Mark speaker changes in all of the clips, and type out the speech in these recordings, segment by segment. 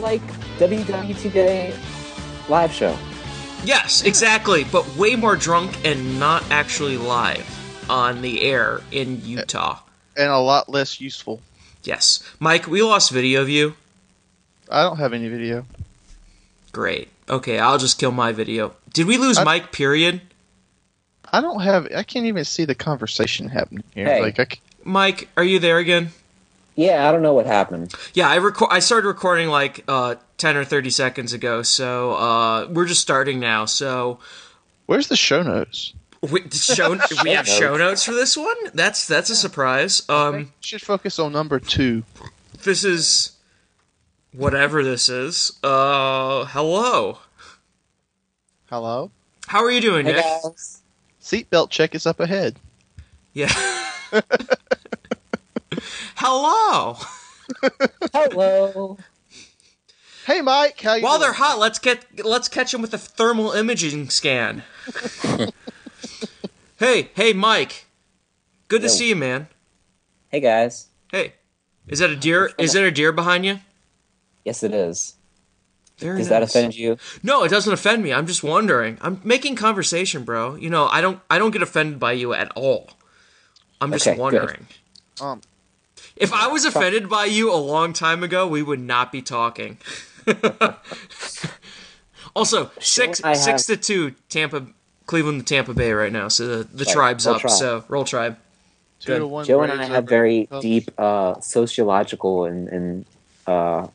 Speaker 1: like WWTJ live show.
Speaker 2: Yes, exactly, but way more drunk and not actually live on the air in Utah.
Speaker 3: and a lot less useful.
Speaker 2: Yes. Mike, we lost video of you.
Speaker 3: I don't have any video.
Speaker 2: Great. Okay, I'll just kill my video. Did we lose
Speaker 3: I-
Speaker 2: Mike, period?
Speaker 3: I don't have. I can't even see the conversation happening here.
Speaker 1: Hey.
Speaker 3: Like, I c
Speaker 2: Mike, are you there again?
Speaker 1: Yeah, I don't know what happened.
Speaker 2: Yeah, I record. I started recording like uh, ten or thirty seconds ago, so uh, we're just starting now. So
Speaker 3: where's the show notes?
Speaker 2: we, show, we have show notes for this one. That's that's a surprise.
Speaker 3: We
Speaker 2: Um,
Speaker 3: should focus on number two.
Speaker 2: this is whatever this is. Uh, hello.
Speaker 3: Hello.
Speaker 2: How are you doing,
Speaker 1: Hey
Speaker 2: Nick?
Speaker 1: guys.
Speaker 3: Seatbelt check is up ahead.
Speaker 2: Yeah. hello.
Speaker 1: Hello.
Speaker 3: Hey, Mike. How Oh, you?
Speaker 2: While they're
Speaker 3: doing?
Speaker 2: hot, let's get let's catch them with a thermal imaging scan. hey, hey, Mike. Good to
Speaker 1: Yo.
Speaker 2: see you, man.
Speaker 1: Hey guys.
Speaker 2: Hey, is that a deer? Is there a deer behind you?
Speaker 1: Yes, it is.
Speaker 2: Very
Speaker 1: Does that
Speaker 2: nice.
Speaker 1: offend you?
Speaker 2: No, it doesn't offend me. I'm just wondering. I'm making conversation, bro. You know, I don't. I don't get offended by you at all. I'm just
Speaker 1: Okay, good.
Speaker 2: wondering.
Speaker 3: Um,
Speaker 2: If I was offended by you a long time ago, we would not be talking. also, six
Speaker 1: I
Speaker 2: six to two, Tampa, Cleveland to Tampa Bay right now. So the, the
Speaker 1: Right,
Speaker 2: tribe's
Speaker 1: roll
Speaker 2: up.
Speaker 1: tribe.
Speaker 2: So roll tribe.
Speaker 3: two to one.
Speaker 1: Joe and I
Speaker 3: Braves
Speaker 1: have
Speaker 3: over
Speaker 1: very
Speaker 3: Cubs.
Speaker 1: deep uh, sociological and, and uh,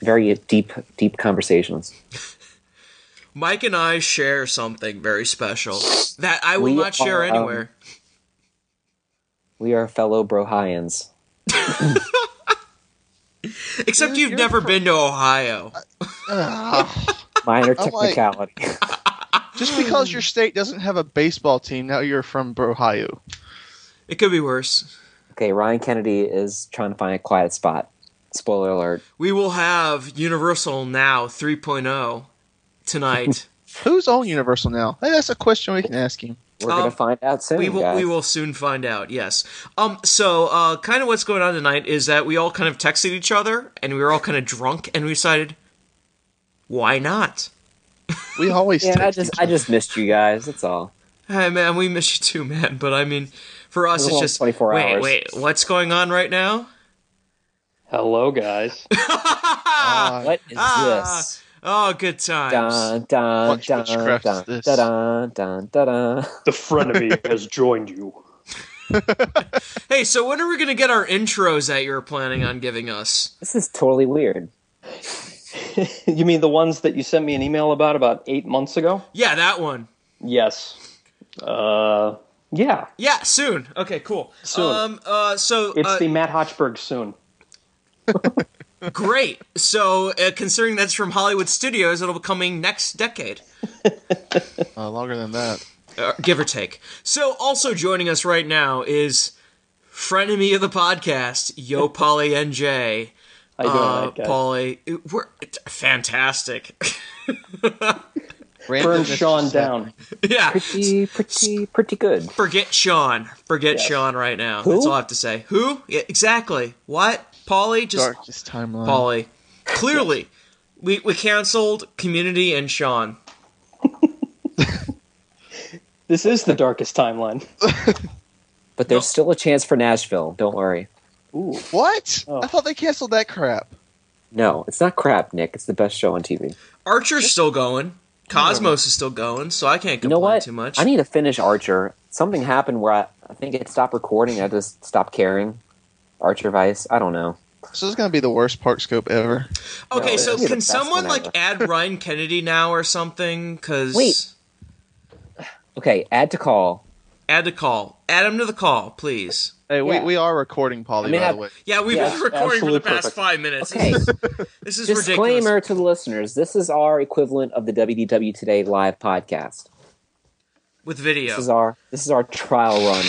Speaker 1: very deep deep conversations.
Speaker 2: Mike and I share something very special that I will
Speaker 1: We
Speaker 2: not share
Speaker 1: are, um,
Speaker 2: anywhere.
Speaker 1: We are fellow Brohians.
Speaker 2: Except
Speaker 3: Dude,
Speaker 2: you've
Speaker 3: you're
Speaker 2: never
Speaker 3: from-
Speaker 2: been to Ohio.
Speaker 3: Ah,
Speaker 1: Minor
Speaker 3: I'm like-
Speaker 1: technicality.
Speaker 3: just because your state doesn't have a baseball team, now you're from Ohio.
Speaker 2: It could be worse.
Speaker 1: okay, Ryan Kennedy is trying to find a quiet spot. Spoiler alert.
Speaker 2: We will have Universal Now 3.0 tonight.
Speaker 3: Who's on Universal now? Hey, that's a question we can ask him.
Speaker 1: We're
Speaker 2: Um,
Speaker 1: gonna find out soon.
Speaker 2: we will
Speaker 1: guys.
Speaker 2: we will soon find out. Yes. Um so uh kind of what's going on tonight is that we all kind of texted each other and we were all kind of drunk and we decided why not?
Speaker 3: We always
Speaker 1: Yeah, I
Speaker 3: text
Speaker 1: just
Speaker 3: each
Speaker 1: I just missed you guys. That's all.
Speaker 2: Hey man, we miss you too, man, but I mean for us
Speaker 1: We're
Speaker 2: it's
Speaker 1: on
Speaker 2: just
Speaker 1: 24
Speaker 2: wait,
Speaker 1: hours.
Speaker 2: wait, what's going on right now?
Speaker 4: Hello, guys.
Speaker 3: other.
Speaker 1: What is
Speaker 2: Ah,
Speaker 1: this?
Speaker 2: Oh, good times.
Speaker 1: Dun dun
Speaker 3: What
Speaker 1: dun dun
Speaker 3: witchcraft
Speaker 1: dun
Speaker 3: is this?
Speaker 1: dun dun dun dun.
Speaker 4: The frenemy has joined you.
Speaker 2: Hey, so when are we going to get our intros that you were planning on giving us?
Speaker 1: This is totally weird.
Speaker 4: you mean the ones that you sent me an email about about eight months ago?
Speaker 2: Yeah, that one.
Speaker 4: Yes. Uh, yeah.
Speaker 2: Yeah, soon. Okay, cool.
Speaker 4: Soon.
Speaker 2: Um, uh, so
Speaker 4: It's
Speaker 2: uh,
Speaker 4: the Matt Hochberg soon.
Speaker 2: great. So uh, considering that's from Hollywood Studios, it'll be coming next decade,
Speaker 3: Uh, longer than that.
Speaker 2: uh, give or take. So also joining us right now is frenemy of the podcast, Yo Polly NJ.
Speaker 4: How you doing
Speaker 2: Uh,
Speaker 4: tonight, guys?
Speaker 2: Polly, we're it's fantastic.
Speaker 4: Burn
Speaker 3: Randomness
Speaker 4: Sean
Speaker 3: is that-
Speaker 4: down.
Speaker 2: yeah.
Speaker 1: Pretty pretty pretty good.
Speaker 2: Forget Sean. Forget
Speaker 4: Yes.
Speaker 2: Sean right now.
Speaker 1: Who?
Speaker 2: That's all I have to say. Who? Yeah, exactly. What? Polly? Just
Speaker 3: Darkest timeline.
Speaker 2: Polly. Clearly, we we canceled Community and Sean.
Speaker 4: This is the darkest timeline.
Speaker 1: But there's still a chance for Nashville. Don't worry.
Speaker 4: Ooh.
Speaker 3: What?
Speaker 4: Oh.
Speaker 3: I thought they canceled that crap.
Speaker 1: No, it's not crap, Nick. It's the best show on TV.
Speaker 2: Archer's still going. Cosmos is still going, so I can't
Speaker 1: You
Speaker 2: complain
Speaker 1: know what?
Speaker 2: too much.
Speaker 1: I need to finish Archer. Something happened where I, I think it stopped recording. I just stopped caring. Archer Vice. I don't know.
Speaker 3: This is going to be the worst Park Scope ever.
Speaker 2: okay,
Speaker 1: No,
Speaker 2: so
Speaker 1: it's gonna be the
Speaker 2: can
Speaker 1: best one
Speaker 2: someone like add Ryan Kennedy now or something? Because
Speaker 1: Wait. Okay, add to call.
Speaker 2: add to call. Add him to the call, please.
Speaker 3: Hey,
Speaker 1: Yeah.
Speaker 3: we, we are recording Polly,
Speaker 1: I mean,
Speaker 3: by
Speaker 1: I-
Speaker 3: the way.
Speaker 2: Yeah, we've
Speaker 1: Yeah,
Speaker 2: been recording for the
Speaker 4: absolutely
Speaker 2: past
Speaker 4: perfect.
Speaker 2: five minutes.
Speaker 1: Okay.
Speaker 2: This is ridiculous.
Speaker 1: Disclaimer to the listeners: This is our equivalent of the WDW Today live podcast.
Speaker 2: With video.
Speaker 1: This is our this is our trial run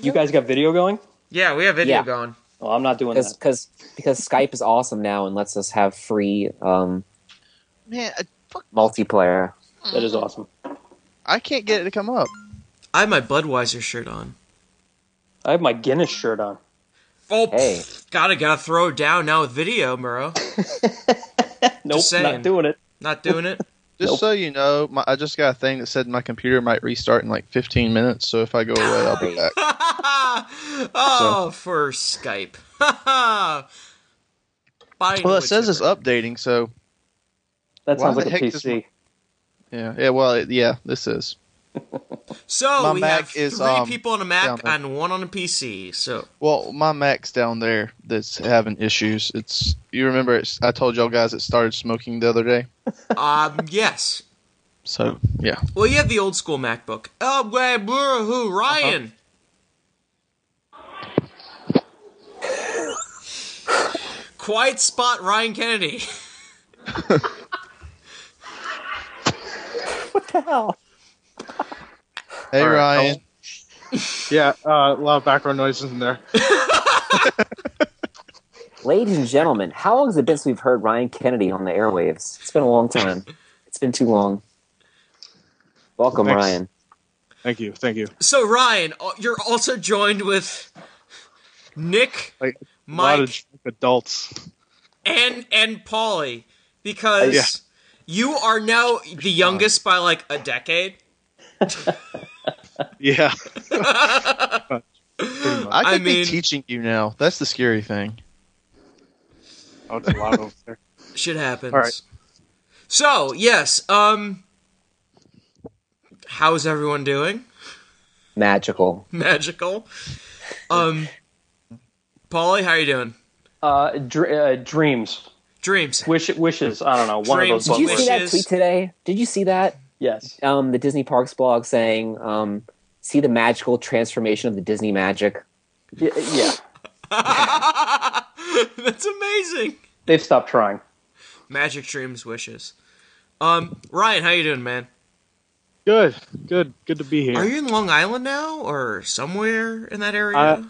Speaker 4: You guys got video going?
Speaker 2: yeah, we have video
Speaker 1: Yeah.
Speaker 2: going.
Speaker 4: Oh, I'm not doing
Speaker 1: because
Speaker 4: that.
Speaker 1: because because Skype is awesome now and lets us have free um,
Speaker 3: Man, I, fuck,
Speaker 1: multiplayer.
Speaker 4: That is awesome.
Speaker 3: I can't get it to come up.
Speaker 2: I have my Budweiser shirt on.
Speaker 4: I have my Guinness shirt on.
Speaker 2: Oh,
Speaker 1: Hey.
Speaker 2: pff, gotta gotta throw it down now with video, Murrow.
Speaker 4: nope,
Speaker 2: saying.
Speaker 4: not doing it.
Speaker 2: Not doing it.
Speaker 3: Just
Speaker 4: Nope.
Speaker 3: so you know, my, I just got a thing that said my computer might restart in like 15 minutes. So if I go away, I'll be back.
Speaker 2: oh, for Skype. Biden
Speaker 3: Well, it
Speaker 2: would
Speaker 3: says it's
Speaker 2: differ.
Speaker 3: updating, so
Speaker 4: That
Speaker 3: Why
Speaker 4: sounds
Speaker 3: the
Speaker 4: like a
Speaker 3: heck does
Speaker 4: PC.
Speaker 3: yeah, yeah. Well, it, yeah, this is.
Speaker 2: So
Speaker 3: my
Speaker 2: we
Speaker 3: Mac
Speaker 2: have
Speaker 3: is,
Speaker 2: three
Speaker 3: um,
Speaker 2: people on a
Speaker 3: down
Speaker 2: Mac
Speaker 3: there.
Speaker 2: and one on a PC. So
Speaker 3: Well, my Mac's down there that's having issues. It's you remember it's, I told y'all guys it started smoking the other day.
Speaker 2: um, yes.
Speaker 3: So yeah,
Speaker 2: Well, you have the old school MacBook. Oh, wait, blur, who Ryan? Quiet spot, Ryan Kennedy.
Speaker 3: hey
Speaker 5: All right,
Speaker 3: Ryan,
Speaker 5: Yeah, uh, a lot of background noises in there.
Speaker 1: Ladies and gentlemen, how long has it been since we've heard Ryan Kennedy on the airwaves? It's been a long time. It's been too long. Welcome,
Speaker 5: Thanks.
Speaker 1: Ryan.
Speaker 5: Thank you, thank you.
Speaker 2: So Ryan, uh, you're also joined with Nick,
Speaker 5: Like, A lot of
Speaker 2: Mike,
Speaker 5: drunk adults.
Speaker 2: and and Polly, because
Speaker 5: Yeah.
Speaker 2: you are now the youngest by like a decade.
Speaker 5: Yeah.
Speaker 3: I could
Speaker 2: I
Speaker 3: be
Speaker 2: mean-
Speaker 3: teaching you now. That's the scary thing.
Speaker 5: Oh, it's a lot over there.
Speaker 2: Shit happens.
Speaker 5: All right.
Speaker 2: So yes, um, how's everyone doing?
Speaker 1: Magical.
Speaker 2: Magical. Um, Polly, how you doing?
Speaker 4: Uh, dr- uh, dreams,
Speaker 2: Dreams.
Speaker 4: wish, wishes. I don't know. One
Speaker 2: Dreams.
Speaker 4: of those.
Speaker 1: Did you see
Speaker 4: buzzwords.
Speaker 1: that
Speaker 2: Wishes.
Speaker 1: tweet today? Did you see that?
Speaker 4: Yes.
Speaker 1: Um, the Disney Parks blog saying, um, see the magical transformation of the Disney magic.
Speaker 4: Yeah, yeah.
Speaker 2: That's amazing.
Speaker 4: They've stopped trying.
Speaker 2: Magic dreams, wishes. Um, Ryan, how you doing, man?
Speaker 5: Good, good, good to be here.
Speaker 2: Are you in Long Island now, or somewhere in that area?
Speaker 5: Uh,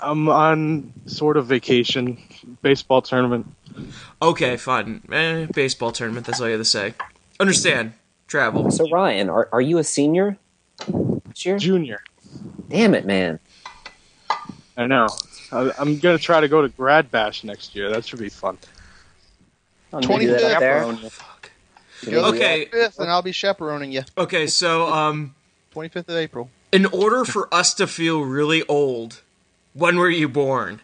Speaker 5: I'm on sort of vacation, baseball tournament.
Speaker 2: Okay, fine. Eh, baseball tournament. That's all you have to say. Understand? Travel.
Speaker 1: So, Ryan, are, are you a senior this year?
Speaker 5: Junior.
Speaker 1: Damn it, man.
Speaker 5: I know. I, I'm gonna try to go to Grad Bash next year. That should be fun.
Speaker 4: Oh, they do
Speaker 3: 25th.
Speaker 4: that
Speaker 1: There.
Speaker 4: on you.
Speaker 3: You go
Speaker 2: Okay.
Speaker 3: the 25th, and I'll be chaperoning you.
Speaker 2: Okay, so um,
Speaker 3: 25th of April.
Speaker 2: in order for us to feel really old, when were you born?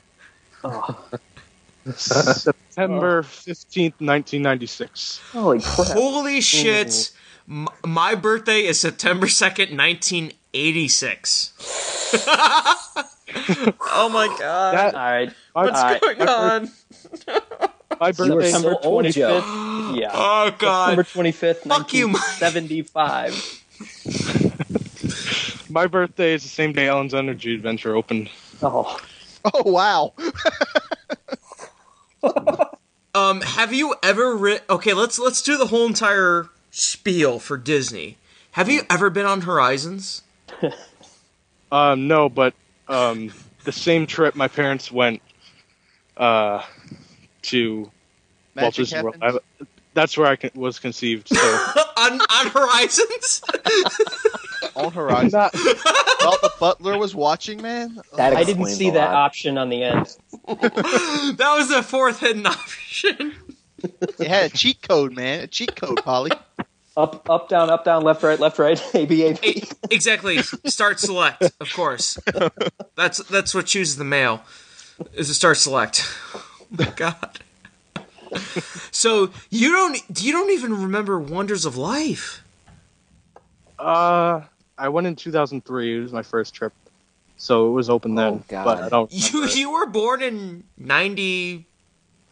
Speaker 5: September fifteenth, nineteen ninety-six.
Speaker 1: Holy crap.
Speaker 5: Mm-hmm.
Speaker 2: Holy shit! M- my birthday is September second, nineteen eighty-six. oh my god!
Speaker 5: That
Speaker 4: All right.
Speaker 5: my,
Speaker 2: What's
Speaker 4: I-
Speaker 2: going on?
Speaker 5: my
Speaker 1: You were
Speaker 5: birthday.
Speaker 1: so
Speaker 4: September
Speaker 1: old,
Speaker 4: 25th.
Speaker 1: Joe.
Speaker 4: Yeah.
Speaker 2: Oh
Speaker 4: September
Speaker 2: god!
Speaker 4: 25th,
Speaker 2: Fuck you, Mike.
Speaker 4: 1975.
Speaker 5: My birthday is the same day Ellen's Energy Adventure opened.
Speaker 4: Oh,
Speaker 3: Oh wow!
Speaker 2: Um, have you ever ri- Okay, let's let's do the whole entire spiel for Disney. Have you ever been on Horizons?
Speaker 5: Um, no, but um, the same trip my parents went uh, to Walt
Speaker 3: Magic
Speaker 5: Disney World.
Speaker 3: happens.
Speaker 5: I- that's where I con- was conceived. So
Speaker 2: on, on Horizons?
Speaker 3: on Horizon.
Speaker 5: Not-
Speaker 3: While the butler was watching, man. Oh.
Speaker 1: That
Speaker 4: I didn't
Speaker 1: explains
Speaker 4: see
Speaker 1: a
Speaker 4: that
Speaker 1: lot.
Speaker 4: option on the end.
Speaker 2: that was the fourth hidden option.
Speaker 3: It had a cheat code, man. A cheat code, Polly.
Speaker 4: Up, up, down, up, down, left, right, left, right. A B A B.
Speaker 2: E- exactly. Start select, of course. That's that's what chooses the male. Is a start select. Oh my god. So you don't you don't even remember Wonders of Life.
Speaker 5: uh, I went in 2003. It was my first trip, so it was open then.
Speaker 1: Oh, God.
Speaker 5: But I don't.
Speaker 2: You
Speaker 5: remember it.
Speaker 2: you were born in ninety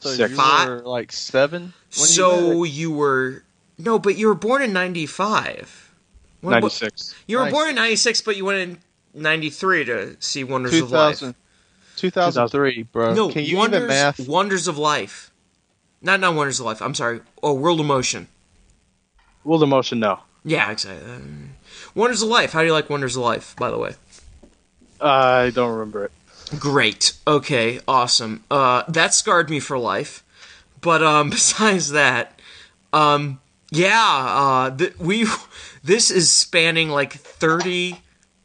Speaker 3: So
Speaker 5: Six.
Speaker 3: you
Speaker 2: Five.
Speaker 3: were like seven. When you
Speaker 2: So
Speaker 3: were-
Speaker 2: you were no, but you were born in '95. When- what-
Speaker 5: 96.
Speaker 2: You were
Speaker 3: Nice.
Speaker 2: born in '96, but you went in '93 to see Wonders of Life.
Speaker 3: 2000, 2003, bro.
Speaker 2: No,
Speaker 3: Can you
Speaker 2: Wonders,
Speaker 3: even math?
Speaker 2: Wonders of Life. Not not Wonders of Life. I'm sorry. Oh, World of Motion.
Speaker 5: World of Motion, no.
Speaker 2: Yeah, exactly. Um, Wonders of Life. How do you like Wonders of Life? By the way,
Speaker 5: I don't remember it.
Speaker 2: great. Okay, awesome. Uh, that scarred me for life. But um, besides that, um, yeah, uh, th- we this is spanning like thirty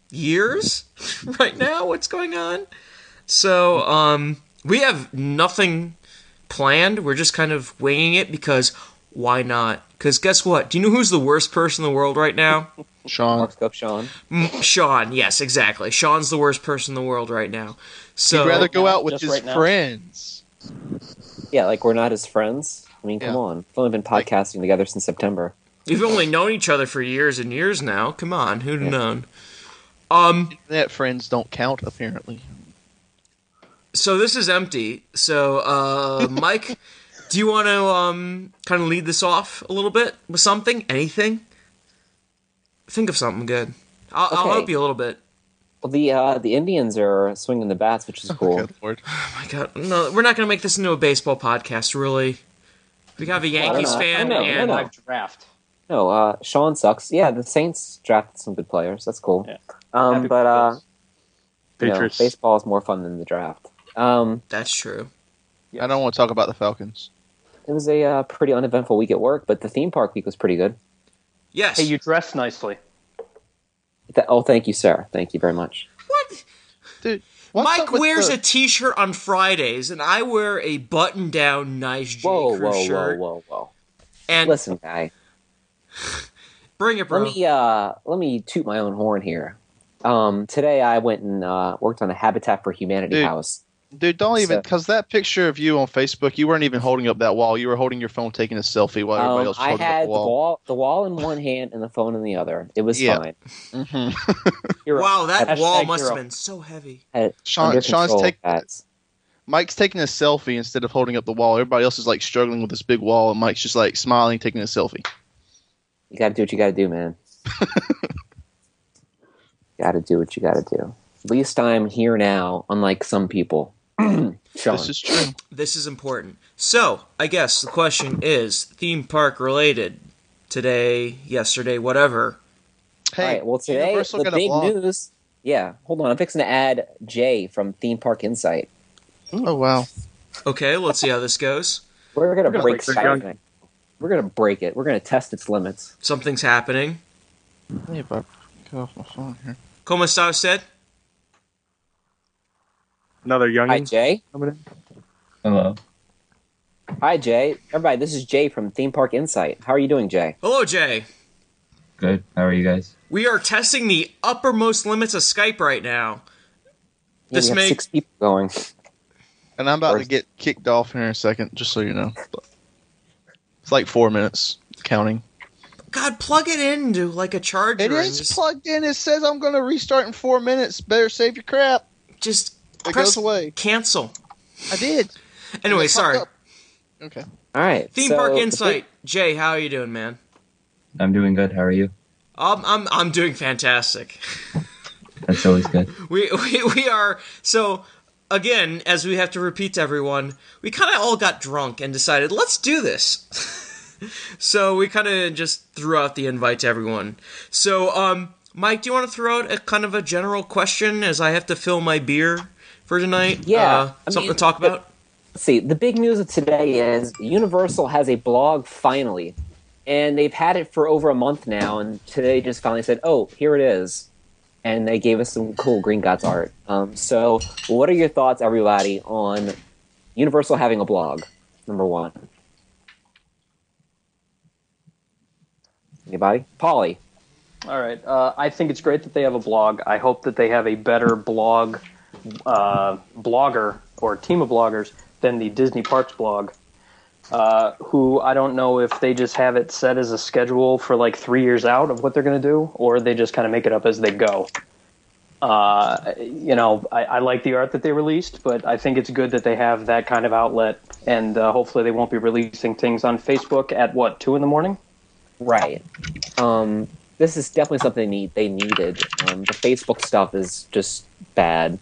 Speaker 2: years right now. What's going on? So um, we have nothing planned. We're just kind of winging it because why not? Because guess what? Do you know who's the worst person in the world right now?
Speaker 3: Sean.
Speaker 1: Horoscope Sean.
Speaker 2: Mm, Sean. Yes, exactly. Sean's the worst person in the world right now. So
Speaker 3: He'd rather go
Speaker 4: now,
Speaker 3: out with
Speaker 4: just
Speaker 3: his
Speaker 4: right now.
Speaker 3: friends.
Speaker 1: Yeah, like we're not his friends. I mean, come
Speaker 3: Yeah.
Speaker 1: on. We've only been podcasting together since September.
Speaker 2: we've only known each other for years and years now. Come on, who'd have
Speaker 1: Yeah.
Speaker 2: known? Um,
Speaker 3: Internet friends don't count, apparently.
Speaker 2: so this is empty. So uh, Mike, do you want to um, kind of lead this off a little bit with something? Anything? Think of something good. I'll, I'll
Speaker 1: Okay.
Speaker 2: help you a little bit.
Speaker 1: Well, the uh, the Indians are swinging the bats, which is cool.
Speaker 3: Good lord.
Speaker 2: Oh my God, no, we're not going to make this into a baseball podcast, really. We have a Yankees
Speaker 1: not?
Speaker 2: fan,
Speaker 1: I know, I
Speaker 2: and
Speaker 1: know.
Speaker 4: Live draft.
Speaker 1: No, uh, Sean sucks. Yeah, the Saints drafted some good players. That's cool.
Speaker 4: Yeah.
Speaker 1: Um,
Speaker 4: Happy
Speaker 1: but uh, you know,
Speaker 5: Patriots.
Speaker 1: baseball is more fun than the draft. Um,
Speaker 2: that's true.
Speaker 3: I don't want to talk about the Falcons.
Speaker 1: it was a uh, pretty uneventful week at work, but the theme park week was pretty good.
Speaker 2: Yes.
Speaker 4: Hey, you dress nicely.
Speaker 1: Th- oh, thank you, sir. Thank you very much.
Speaker 2: what?
Speaker 3: Dude, what's
Speaker 2: Mike
Speaker 3: up with
Speaker 2: wears
Speaker 3: the-
Speaker 2: a T-shirt on Fridays, and I wear a button-down, nice J.
Speaker 1: Whoa,
Speaker 2: Crew
Speaker 1: whoa, whoa,
Speaker 2: shirt.
Speaker 1: whoa, whoa.
Speaker 2: And
Speaker 1: Listen, guy.
Speaker 2: bring it, bro.
Speaker 1: Let me uh, let me toot my own horn here. Um, today I went and uh, worked on the Habitat for Humanity
Speaker 3: Dude.
Speaker 1: house.
Speaker 3: Dude, don't even
Speaker 1: So-
Speaker 3: because that picture of you on Facebook, you weren't even holding up that wall. You were holding your phone, taking a selfie while everybody
Speaker 1: Um,
Speaker 3: else was
Speaker 1: I
Speaker 3: holding up
Speaker 1: had
Speaker 3: the wall.
Speaker 1: the wall in one hand and the phone in the other. It was
Speaker 3: Yeah.
Speaker 1: fine.
Speaker 3: Mhm.
Speaker 4: Hero.
Speaker 2: Wow, that
Speaker 4: Hashtag
Speaker 2: wall must
Speaker 4: hero.
Speaker 2: have been so heavy.
Speaker 1: Had
Speaker 3: Sean,
Speaker 1: under
Speaker 3: Sean's
Speaker 1: control,
Speaker 3: take,
Speaker 1: guys.
Speaker 3: Mike's taking a selfie instead of holding up the wall. Everybody else is like struggling with this big wall, and Mike's just like smiling, taking a selfie.
Speaker 1: You got to do what you got to do, man. got to do what you got to do. At least I'm here now, unlike some people. Sean,
Speaker 3: This is true.
Speaker 2: This is important. So, I guess the question is theme park related today, yesterday, whatever.
Speaker 3: Hey,
Speaker 1: All right, well, today
Speaker 3: Universal
Speaker 1: the
Speaker 3: got a
Speaker 1: big
Speaker 3: blog.
Speaker 1: news. Yeah, hold on. I'm fixing to add Jay from Theme Park Insight.
Speaker 3: Oh wow,
Speaker 2: Okay, let's see how this goes.
Speaker 1: We're gonna,
Speaker 5: gonna
Speaker 1: break
Speaker 5: break their
Speaker 1: Skype.
Speaker 5: junk.
Speaker 1: tonight. We're gonna break it. We're gonna test its limits.
Speaker 2: Something's happening.
Speaker 3: hey, Bob, get off my phone here.
Speaker 2: Como está usted?
Speaker 5: Another
Speaker 1: Hi,
Speaker 5: youngin
Speaker 1: Jay.
Speaker 5: coming in.
Speaker 6: Hello.
Speaker 1: Hi, Jay. Everybody, this is Jay from Theme Park Insight. How are you doing, Jay?
Speaker 2: Hello, Jay.
Speaker 6: Good. How are you guys?
Speaker 2: We are testing the uppermost limits of Skype right now.
Speaker 1: Yeah,
Speaker 2: This
Speaker 1: we have
Speaker 2: may-
Speaker 1: six people going.
Speaker 3: And I'm about to
Speaker 1: First-
Speaker 3: get kicked off here in a second, just so you know. It's like four minutes counting.
Speaker 2: God, plug it into like a charger.
Speaker 3: It
Speaker 2: and
Speaker 3: is
Speaker 2: just,
Speaker 3: plugged in. It says I'm going to restart in four minutes. Better save your crap.
Speaker 2: just
Speaker 3: It
Speaker 2: press
Speaker 3: goes away.
Speaker 2: cancel.
Speaker 3: I did.
Speaker 2: Anyway,
Speaker 3: It popped
Speaker 2: sorry.
Speaker 3: up. Okay.
Speaker 1: All right.
Speaker 2: Theme
Speaker 1: so
Speaker 2: park
Speaker 1: the big-
Speaker 2: insight. Jay, how are you doing, man?
Speaker 6: I'm doing good. How are you?
Speaker 2: I'm I'm I'm doing fantastic.
Speaker 6: That's always good.
Speaker 2: we, we we are so again as we have to repeat to everyone we kind of all got drunk and decided let's do this so we kind of just threw out the invite to everyone so um mike do you want to throw out a kind of a general question as i have to fill my beer for tonight
Speaker 1: Yeah,
Speaker 2: Uh,
Speaker 1: I
Speaker 2: something
Speaker 1: mean,
Speaker 2: to talk
Speaker 1: but-
Speaker 2: about
Speaker 1: Let's see, the big news of today is Universal has a blog finally, and they've had it for over a month now, and today just finally said, "Oh, here it is," and they gave us some cool Green Gods art. Um, so, what are your thoughts, everybody, on Universal having a blog? Number one, anybody? Polly,
Speaker 4: All right. Uh, I think it's great that they have a blog. I hope that they have a better blog, uh, blogger or team of bloggers than the Disney Parks blog, uh, who I don't know if they just have it set as a schedule for like three years out of what they're going to do, or they just kind of make it up as they go. Uh, you know, I, I like the art that they released, but I think it's good that they have that kind of outlet, and uh, hopefully they won't be releasing things on Facebook at what two in the morning.
Speaker 1: right? Um, this is definitely something they need. They needed um, the Facebook stuff is just bad.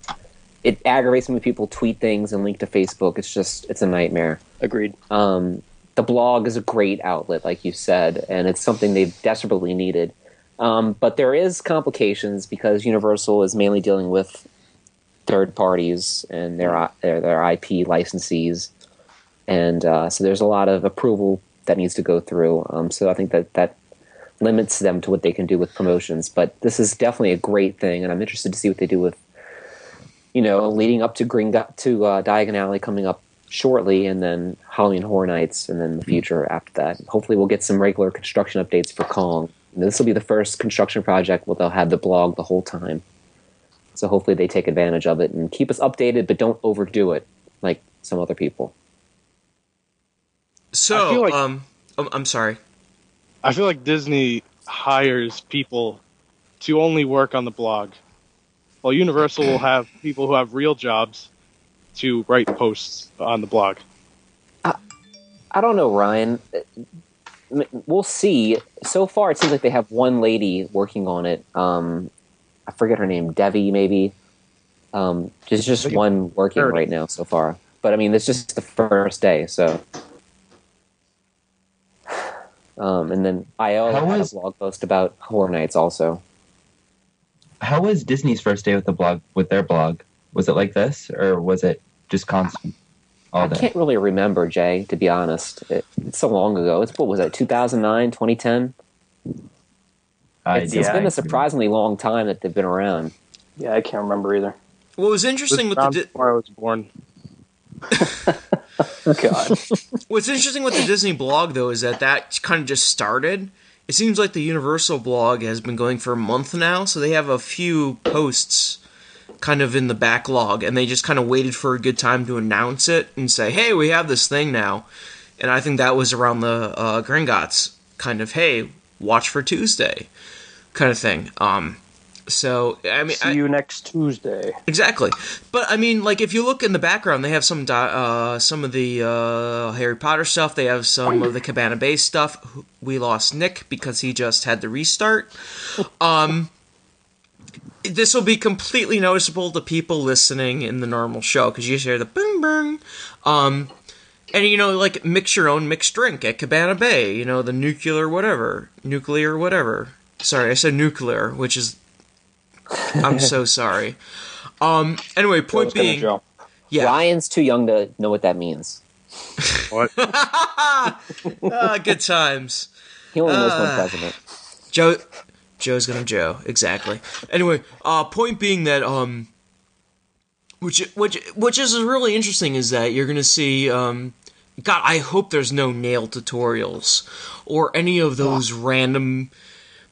Speaker 1: It aggravates me when people tweet things and link to Facebook. It's just it's a nightmare.
Speaker 4: Agreed.
Speaker 1: Um, the blog is a great outlet, like you said, and it's something they've desperately needed. Um, but there is complications because Universal is mainly dealing with third parties and their I- their, their IP licensees, and uh, so there's a lot of approval that needs to go through. Um, so I think that that limits them to what they can do with promotions. But this is definitely a great thing, and I'm interested to see what they do with you know leading up to Green Go- to uh, Diagon Alley coming up shortly, and then Halloween Horror Nights, and then the future after that. Hopefully, we'll get some regular construction updates for Kong. And this will be the first construction project where they'll have the blog the whole time. So hopefully, they take advantage of it and keep us updated, but don't overdo it like some other people.
Speaker 5: I
Speaker 2: So,
Speaker 5: feel like-
Speaker 2: um, I'm, I'm sorry.
Speaker 5: I feel like Disney hires people to only work on the blog, while Universal will have people who have real jobs to write posts on the blog.
Speaker 1: I don't know, Ryan. M- We'll see. So far, it seems like they have one lady working on it. Um, I forget her name, Devi, maybe. Um, there's just one working
Speaker 4: Thirty.
Speaker 1: right now so far. But I mean, it's just the first day, so. Um, and then IO
Speaker 6: How
Speaker 1: had
Speaker 6: is-
Speaker 1: a blog post about Horror Nights also.
Speaker 6: How was Disney's first day with the blog? With their blog, was it like this, or was it just constant all
Speaker 1: I
Speaker 6: day?
Speaker 1: can't really remember, Jay, to be honest. It, it's so long ago. It's, what was it, 2009, 2010?
Speaker 6: I
Speaker 1: it's,
Speaker 6: did-
Speaker 1: it's been
Speaker 6: I-
Speaker 1: a surprisingly long time that they've been around.
Speaker 4: Yeah, I can't remember either.
Speaker 2: What was
Speaker 5: This
Speaker 2: interesting
Speaker 5: is
Speaker 2: with the
Speaker 5: around
Speaker 2: Di-
Speaker 5: before I was born.
Speaker 4: God.
Speaker 2: What's interesting with the Disney blog though is that that kind of just started. It seems like the Universal blog has been going for a month now, so they have a few posts kind of in the backlog and they just kind of waited for a good time to announce it and say, "Hey, we have this thing now." And I think that was around the uh, Gringotts kind of, "Hey, watch for Tuesday." kind of thing. Um so I mean
Speaker 4: See
Speaker 2: I,
Speaker 4: you next Tuesday.
Speaker 2: Exactly, but I mean, like if you look in the background, they have some di- uh, some of the uh, Harry Potter stuff. They have some of the Cabana Bay stuff. We lost Nick because he just had to restart. Um, this will be completely noticeable to people listening in the normal show because you just hear the boom boom. Um, and you know, like mix your own mixed drink at Cabana Bay. You know, the nuclear whatever, nuclear whatever. Sorry, I said nuclear, which is. I'm so sorry. Um. Anyway,
Speaker 4: I
Speaker 2: point
Speaker 4: was gonna
Speaker 2: being,
Speaker 4: jump.
Speaker 2: yeah.
Speaker 1: Ryan's too young to know what that means.
Speaker 5: What?
Speaker 1: Mm-hmm.
Speaker 2: Ah, good times.
Speaker 1: He only knows
Speaker 2: Ah.
Speaker 1: one president.
Speaker 2: Joe, Joe's gonna Joe. Exactly. Anyway, uh, point being that um, which which which is really interesting is that you're gonna see um, God, I hope there's no nail tutorials or any of those random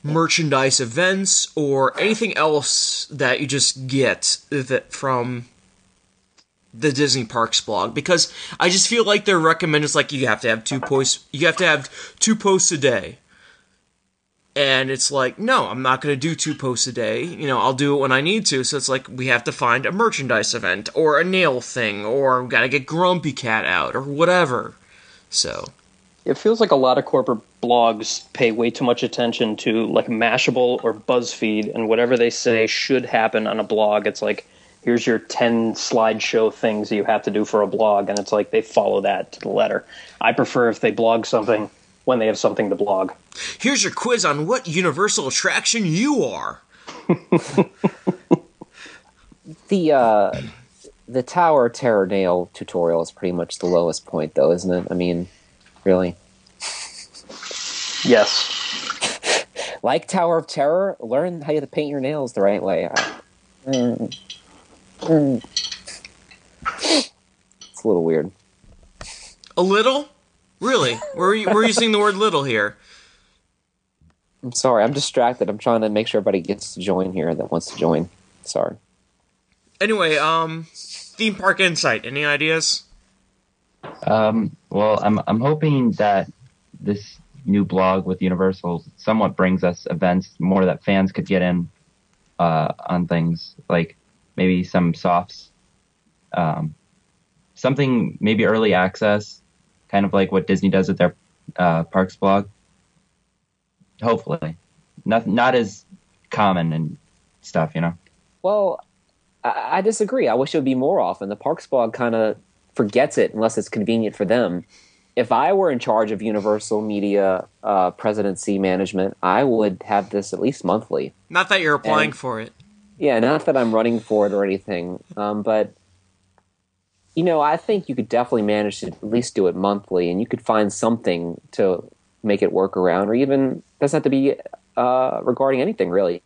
Speaker 2: merchandise events or anything else that you just get that from the Disney Parks blog because I just feel like their recommend is like you have to have two posts you have to have two posts a day and it's like no i'm not going to do two posts a day you know i'll do it when i need to so it's like we have to find a merchandise event or a nail thing or we gotta get grumpy cat out or whatever so
Speaker 4: It feels like a lot of corporate blogs pay way too much attention to like Mashable or BuzzFeed and whatever they say should happen on a blog. It's like here's your 10 slideshow things that you have to do for a blog and it's like they follow that to the letter. I prefer if they blog something when they have something to blog.
Speaker 2: here's your quiz on what universal attraction you are
Speaker 1: The uh, the Tower Terror Nail tutorial is pretty much the lowest point, though, isn't it? I mean, really.
Speaker 4: Yes.
Speaker 1: Like Tower of Terror, learn how to paint your nails the right way. I- Mm. Mm. It's a little weird.
Speaker 2: a little really we're, we're using the word little here
Speaker 1: I'm sorry, I'm distracted. I'm trying to make sure everybody gets to join here that wants to join. Sorry.
Speaker 2: anyway um theme park insight any ideas
Speaker 6: Um, well, I'm I'm hoping that this new blog with Universal somewhat brings us events more that fans could get in uh, on things like maybe some softs, um, something maybe early access, kind of like what Disney does with their uh, parks blog. Hopefully, not not as common and stuff, you know.
Speaker 1: Well, I, I disagree. I wish it would be more often. The Parks blog kind of forgets it unless it's convenient for them. If I were in charge of Universal Media uh, presidency management, I would have this at least monthly.
Speaker 2: not that you're applying
Speaker 1: And-
Speaker 2: for it
Speaker 1: Yeah, not that I'm running for it or anything, um, but you know, I think you could definitely manage to at least do it monthly, and you could find something to make it work around, or even doesn't have to be uh, regarding anything really.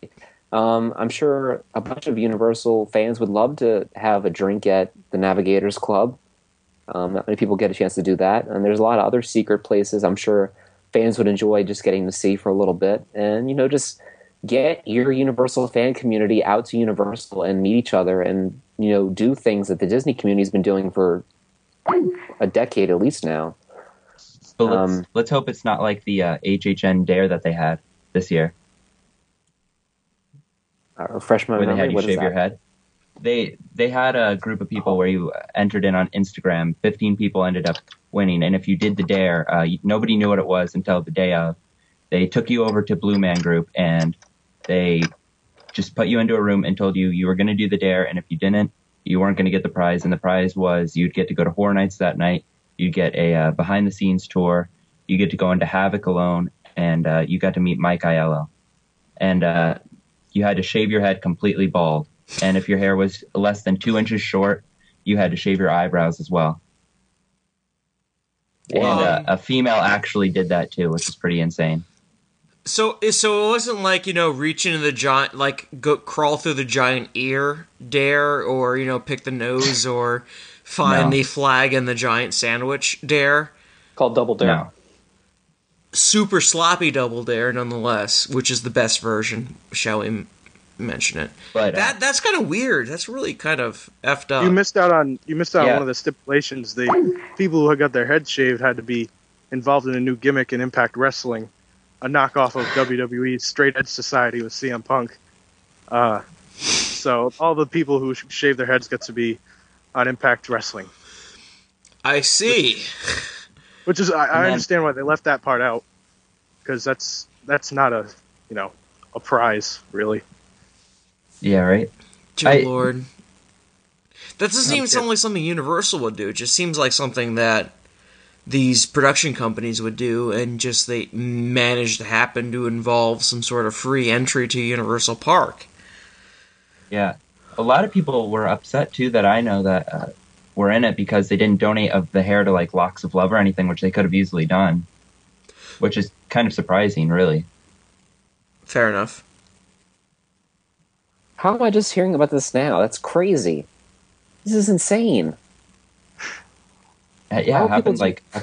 Speaker 1: Um, I'm sure a bunch of Universal fans would love to have a drink at the Navigators Club. Um, not many people get a chance to do that, and there's a lot of other secret places I'm sure fans would enjoy just getting to see for a little bit, and you know just get your Universal fan community out to Universal and meet each other, and you know do things that the Disney community's been doing for a decade at least now.
Speaker 6: But let's,
Speaker 1: Um,
Speaker 6: let's hope it's not like the uh, HHN dare that they had this year,
Speaker 1: Uh, refresh my
Speaker 6: where they
Speaker 1: memory.
Speaker 6: had you
Speaker 1: what is
Speaker 6: shave
Speaker 1: that?
Speaker 6: your head. They they had a group of people where you entered in on Instagram. Fifteen people ended up winning, and if you did the dare, uh, you, nobody knew what it was until the day of. They took you over to Blue Man Group and they just put you into a room and told you you were going to do the dare, and if you didn't, you weren't going to get the prize. And the prize was you'd get to go to Horror Nights that night. You get a uh, behind the scenes tour. You get to go into Havoc alone, and uh, you got to meet Mike Aiello. And uh, you had to shave your head completely bald. And if your hair was less than two inches short, you had to shave your eyebrows as well. And uh,
Speaker 2: Wow.
Speaker 6: a female actually did that too, which is pretty insane.
Speaker 2: So so it wasn't like you know reach into the giant like go crawl through the giant ear dare or you know pick the nose or find
Speaker 6: No.
Speaker 2: the flag in the giant sandwich dare.
Speaker 4: Called Double Dare.
Speaker 6: No.
Speaker 2: Super sloppy double dare nonetheless, which is the best version. Shall we m- mention it?
Speaker 6: But uh,
Speaker 2: That that's kind of weird. That's really kind of effed up.
Speaker 5: You missed out on you missed out
Speaker 6: Yeah.
Speaker 5: on one of the stipulations. The people who got their heads shaved had to be involved in a new gimmick in Impact Wrestling, a knockoff of WWE's Straight Edge Society with CM Punk. Uh, so all the people who sh- shave their heads get to be on Impact Wrestling,
Speaker 2: I see.
Speaker 5: which is I, I
Speaker 6: then-
Speaker 5: understand why they left that part out because that's that's not a you know a prize really.
Speaker 6: yeah, right.
Speaker 2: Dear
Speaker 6: I-
Speaker 2: Lord. That doesn't even sound like something Universal would do. It just seems like something that these production companies would do, and just they managed to happen to involve some sort of free entry to Universal Park.
Speaker 6: Yeah. A lot of people were upset too that I know that uh, were in it because they didn't donate of the hair to like locks of love or anything, which they could have easily done, which is kind of surprising, really.
Speaker 2: Fair enough.
Speaker 1: How am I just hearing about this now? That's crazy. This is insane.
Speaker 6: Uh,
Speaker 1: How
Speaker 6: Yeah,
Speaker 1: would
Speaker 6: it
Speaker 1: people
Speaker 6: happened
Speaker 1: do-
Speaker 6: like uh,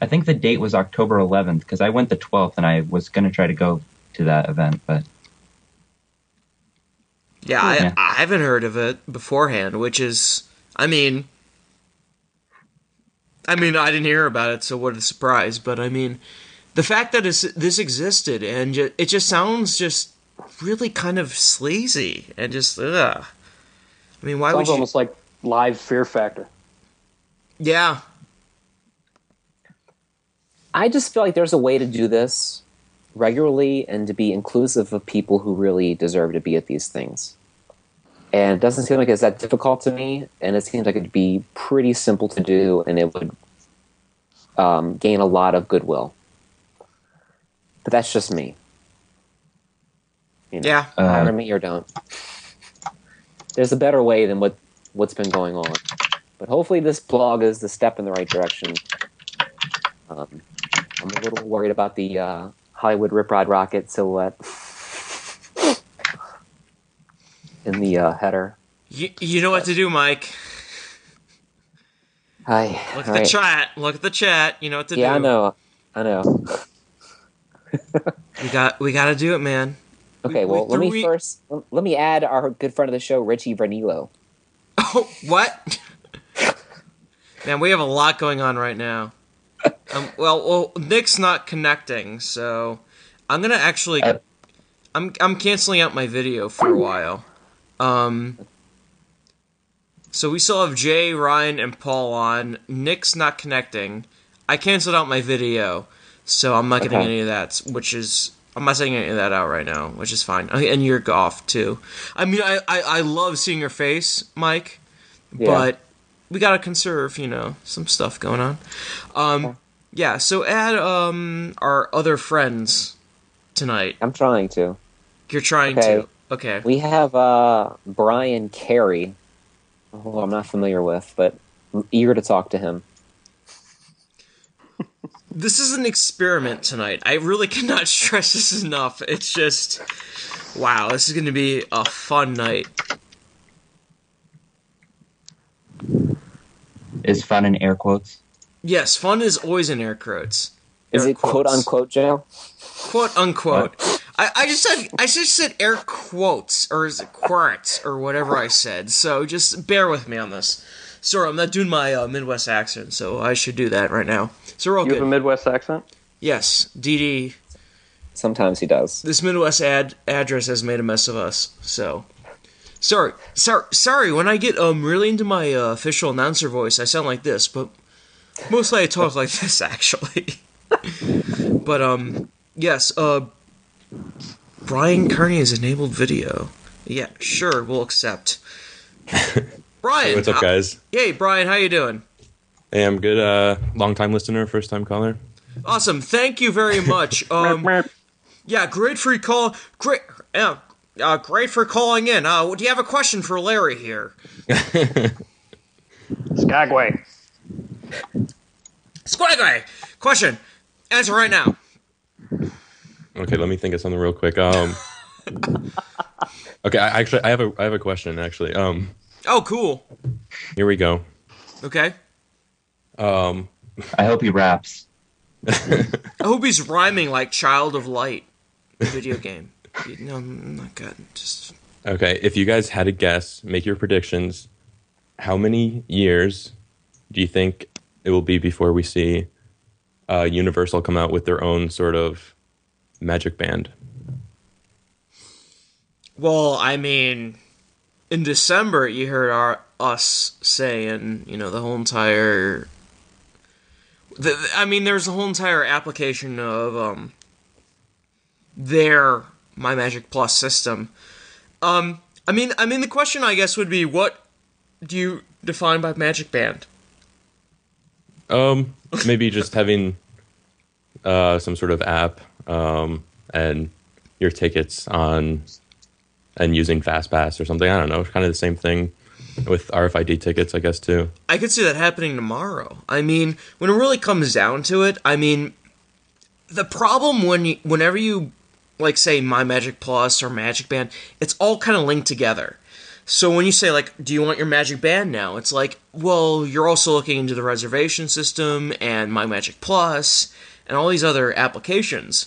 Speaker 6: I think the date was October 11th because I went the 12th and I was gonna try to go to that event, but
Speaker 2: Yeah, I,
Speaker 6: Yeah.
Speaker 2: I haven't heard of it beforehand, which is, I mean, I mean, I didn't hear about it, so what a surprise. But I mean, the fact that it's, this existed and ju- it just sounds just really kind of sleazy and just ugh. I mean, why would
Speaker 4: Sounds
Speaker 2: you?
Speaker 4: almost like live Fear Factor.
Speaker 2: yeah,
Speaker 1: I just feel like there's a way to do this regularly and to be inclusive of people who really deserve to be at these things. And it doesn't seem like it's that difficult to me, and it seems like it'd be pretty simple to do, and it would um, gain a lot of goodwill. But that's just me. You know,
Speaker 2: yeah.
Speaker 1: hire
Speaker 6: uh,
Speaker 1: me or don't. There's a better way than what what's been going on, but hopefully this blog is the step in the right direction. Um, I'm a little worried about the uh, Hollywood Rip Rod Rocket silhouette in the uh, header.
Speaker 2: You, you know what to do, Mike.
Speaker 1: Hi.
Speaker 2: Look at
Speaker 1: all
Speaker 2: the
Speaker 1: right.
Speaker 2: chat. Look at the chat. You know what to
Speaker 1: Yeah, I
Speaker 2: do.
Speaker 1: know. I know.
Speaker 2: We got we got to do it, man.
Speaker 1: Okay,
Speaker 2: we
Speaker 1: well, let me
Speaker 2: threw-
Speaker 1: first let me add our good friend of the show, Richie Vernilo.
Speaker 2: Oh, what? Man, we have a lot going on right now. Um, well, well, Nick's not connecting, so I'm gonna actually,
Speaker 6: Uh.
Speaker 2: I'm I'm canceling out my video for a while. Um, so we still have Jay, Ryan, and Paul on. Nick's not connecting. I canceled out my video, so I'm not getting
Speaker 1: Okay.
Speaker 2: any of that. Which is I'm not saying any of that out right now, which is fine. Okay, And you're off too. I mean, I I, I love seeing your face, Mike
Speaker 1: Yeah.
Speaker 2: but we gotta conserve, you know, some stuff going on. Um, yeah. So add um our other friends tonight.
Speaker 1: I'm trying to.
Speaker 2: You're trying
Speaker 1: Okay.
Speaker 2: to. Okay.
Speaker 1: We have uh, Brian Carey, who I'm not familiar with, but I'm eager to talk to him.
Speaker 2: This is an experiment tonight. I really cannot stress this enough. It's just, wow, this is gonna be a fun night.
Speaker 6: Is fun in air quotes?
Speaker 2: Yes, fun is always in air quotes.
Speaker 1: Is
Speaker 2: Air
Speaker 1: it quote
Speaker 2: quotes.
Speaker 1: unquote jail?
Speaker 2: Quote unquote. I, I just said I just said air quotes or is it quirts or whatever I said. So just bear with me on this. Sorry, I'm not doing my uh, Midwest accent, so I should do that right now. So we're all
Speaker 4: You have a
Speaker 2: good.
Speaker 4: Midwest accent?
Speaker 2: yes, DD.
Speaker 1: Sometimes he does.
Speaker 2: This Midwest ad address has made a mess of us. So sorry, sorry, sorry. When I get um really into my uh, official announcer voice, I sound like this, but mostly I talk like this actually. but um, yes. Uh, Brian Kearney has enabled video. Yeah, sure, we'll accept. Brian,
Speaker 7: Hey, what's up,
Speaker 2: uh,
Speaker 7: guys?
Speaker 2: hey, Brian, how you doing?
Speaker 7: Hey, I'm good. Uh, long time listener, first time caller.
Speaker 2: Awesome. Thank you very much. Um, yeah, great for your call. Great, yeah, uh, great for calling in. Uh, do you have a question for Larry here?
Speaker 4: Skagway.
Speaker 2: Squad guy, question. Answer right now.
Speaker 7: Okay, let me think of something real quick. Um, okay, I actually I have a I have a question actually. Um,
Speaker 2: Oh, cool.
Speaker 7: here we go.
Speaker 2: Okay.
Speaker 7: Um,
Speaker 6: I hope he raps.
Speaker 2: I hope he's rhyming like Child of Light, the video game. No, I'm not good. Just
Speaker 7: okay, if you guys had a guess, make your predictions. How many years do you think it will be before we see uh, Universal come out with their own sort of Magic Band?
Speaker 2: Well, I mean, in December you heard our us saying, you know, the whole entire. The, the- I mean, there's a whole entire application of um. Their My Magic Plus system. Um, I mean, I mean, the question I guess would be, what do you define by Magic Band?
Speaker 7: Um, maybe just having uh, some sort of app um, and your tickets on and using FastPass or something. I don't know. It's kind of the same thing with RFID tickets, I guess, too.
Speaker 2: I could see that happening tomorrow. I mean, when it really comes down to it, I mean, the problem when you, whenever you like say My Magic Plus or Magic Band, it's all kind of linked together. So when you say like, "Do you want your Magic Band now?" It's like, well, you're also looking into the reservation system and My Magic Plus and all these other applications.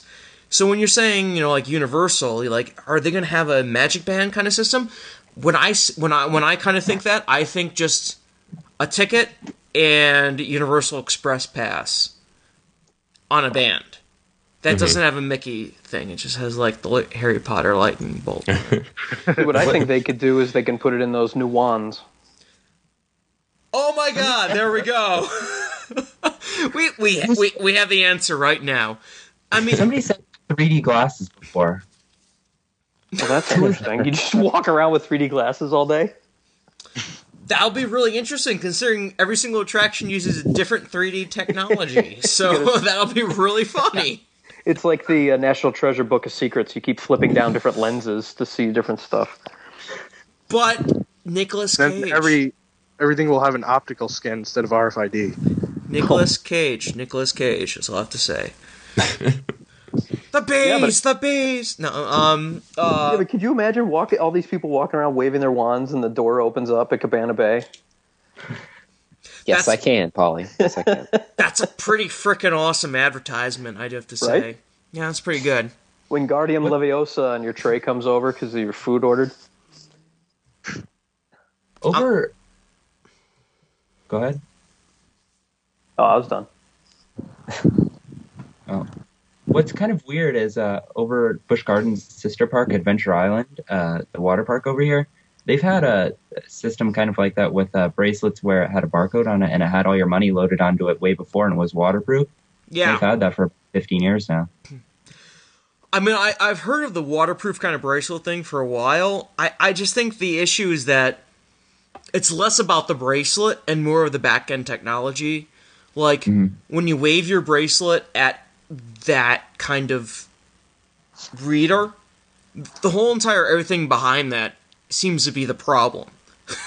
Speaker 2: So when you're saying, you know, like Universal, you're like, are they going to have a Magic Band kind of system? When I s- when I when I kind of think that, I think just a ticket and Universal Express pass on a band. That doesn't have a Mickey thing. It just has like the li- Harry Potter lightning bolt.
Speaker 4: See, what I think they could do is they can put it in those new wands.
Speaker 2: oh my God! There we go. we, we we we have the answer right now. I mean,
Speaker 6: Somebody said 3D glasses before.
Speaker 4: Well, that's interesting. You just walk around with 3D glasses all day?
Speaker 2: that'll be really interesting considering every single attraction uses a different 3D technology. So that'll be really funny.
Speaker 4: It's like the uh, National Treasure Book of Secrets. You keep flipping down different lenses to see different stuff.
Speaker 2: But Nicholas
Speaker 5: Then
Speaker 2: Cage.
Speaker 5: every everything will have an optical scan instead of RFID.
Speaker 2: Nicholas Cage. Nicholas Cage is all I have to say. the bees,
Speaker 4: Yeah, but-
Speaker 2: the bees. No, um, uh,
Speaker 4: yeah, but could you imagine walking all these people walking around waving their wands and the door opens up at Cabana Bay?
Speaker 1: Yes,
Speaker 2: That's-
Speaker 1: I can, Polly. Yes, I can.
Speaker 2: that's a pretty freaking awesome advertisement. I'd have to say.
Speaker 4: Right?
Speaker 2: Yeah, that's pretty good.
Speaker 4: When Guardian Leviosa and your tray comes over because your food ordered?
Speaker 6: Over. Go ahead.
Speaker 4: Oh, I was done.
Speaker 6: Oh. What's kind of weird is uh, over at Busch Gardens' sister park, Adventure Island, uh, the water park over here, they've had a system kind of like that with uh, bracelets where it had a barcode on it and it had all your money loaded onto it way before and was waterproof. They've
Speaker 2: Yeah,
Speaker 6: had that for 15 years now.
Speaker 2: I mean, I, I've heard of the waterproof kind of bracelet thing for a while. I, I just think the issue is that it's less about the bracelet and more of the back end technology. Like when you wave your bracelet at that kind of reader, the whole entire everything behind that seems to be the problem.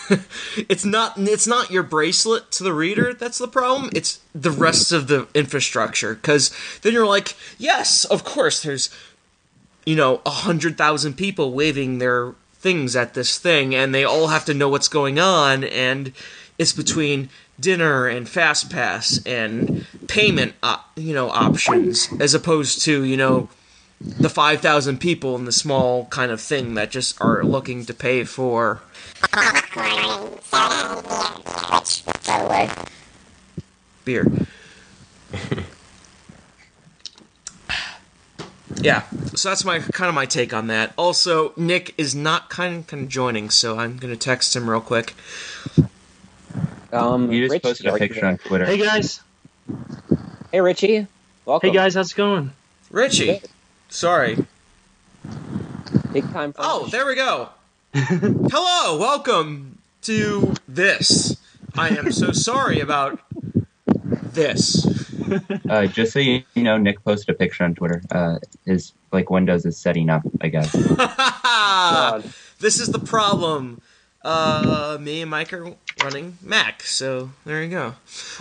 Speaker 2: it's not it's not your bracelet to the reader that's the problem. It's the rest of the infrastructure because then you're like, yes, of course, there's you know a hundred thousand people waving their things at this thing, and they all have to know what's going on, and It's between dinner and fast pass and payment, op- you know, options as opposed to you know the five thousand people in the small kind of thing that just are looking to pay for. Beer. Yeah, so that's my kind of my take on that. Also, Nick is not kind kind of joining, so I'm gonna text him real quick.
Speaker 1: Um,
Speaker 6: You just
Speaker 1: Richie,
Speaker 6: posted a
Speaker 1: are you
Speaker 6: picture
Speaker 1: there?
Speaker 6: on Twitter.
Speaker 8: Hey guys,
Speaker 1: Hey, Richie. Welcome.
Speaker 8: hey guys, how's it going?
Speaker 2: Richie, sorry.
Speaker 1: Big time. friend.
Speaker 2: Oh, there we go. Hello, welcome to this. I am so sorry about this.
Speaker 6: Uh, just so you you know, Nick posted a picture on Twitter. Uh, his like Windows is setting up, I guess.
Speaker 4: God.
Speaker 2: this is the problem. Uh, me and Mike are running Mac, so there you go.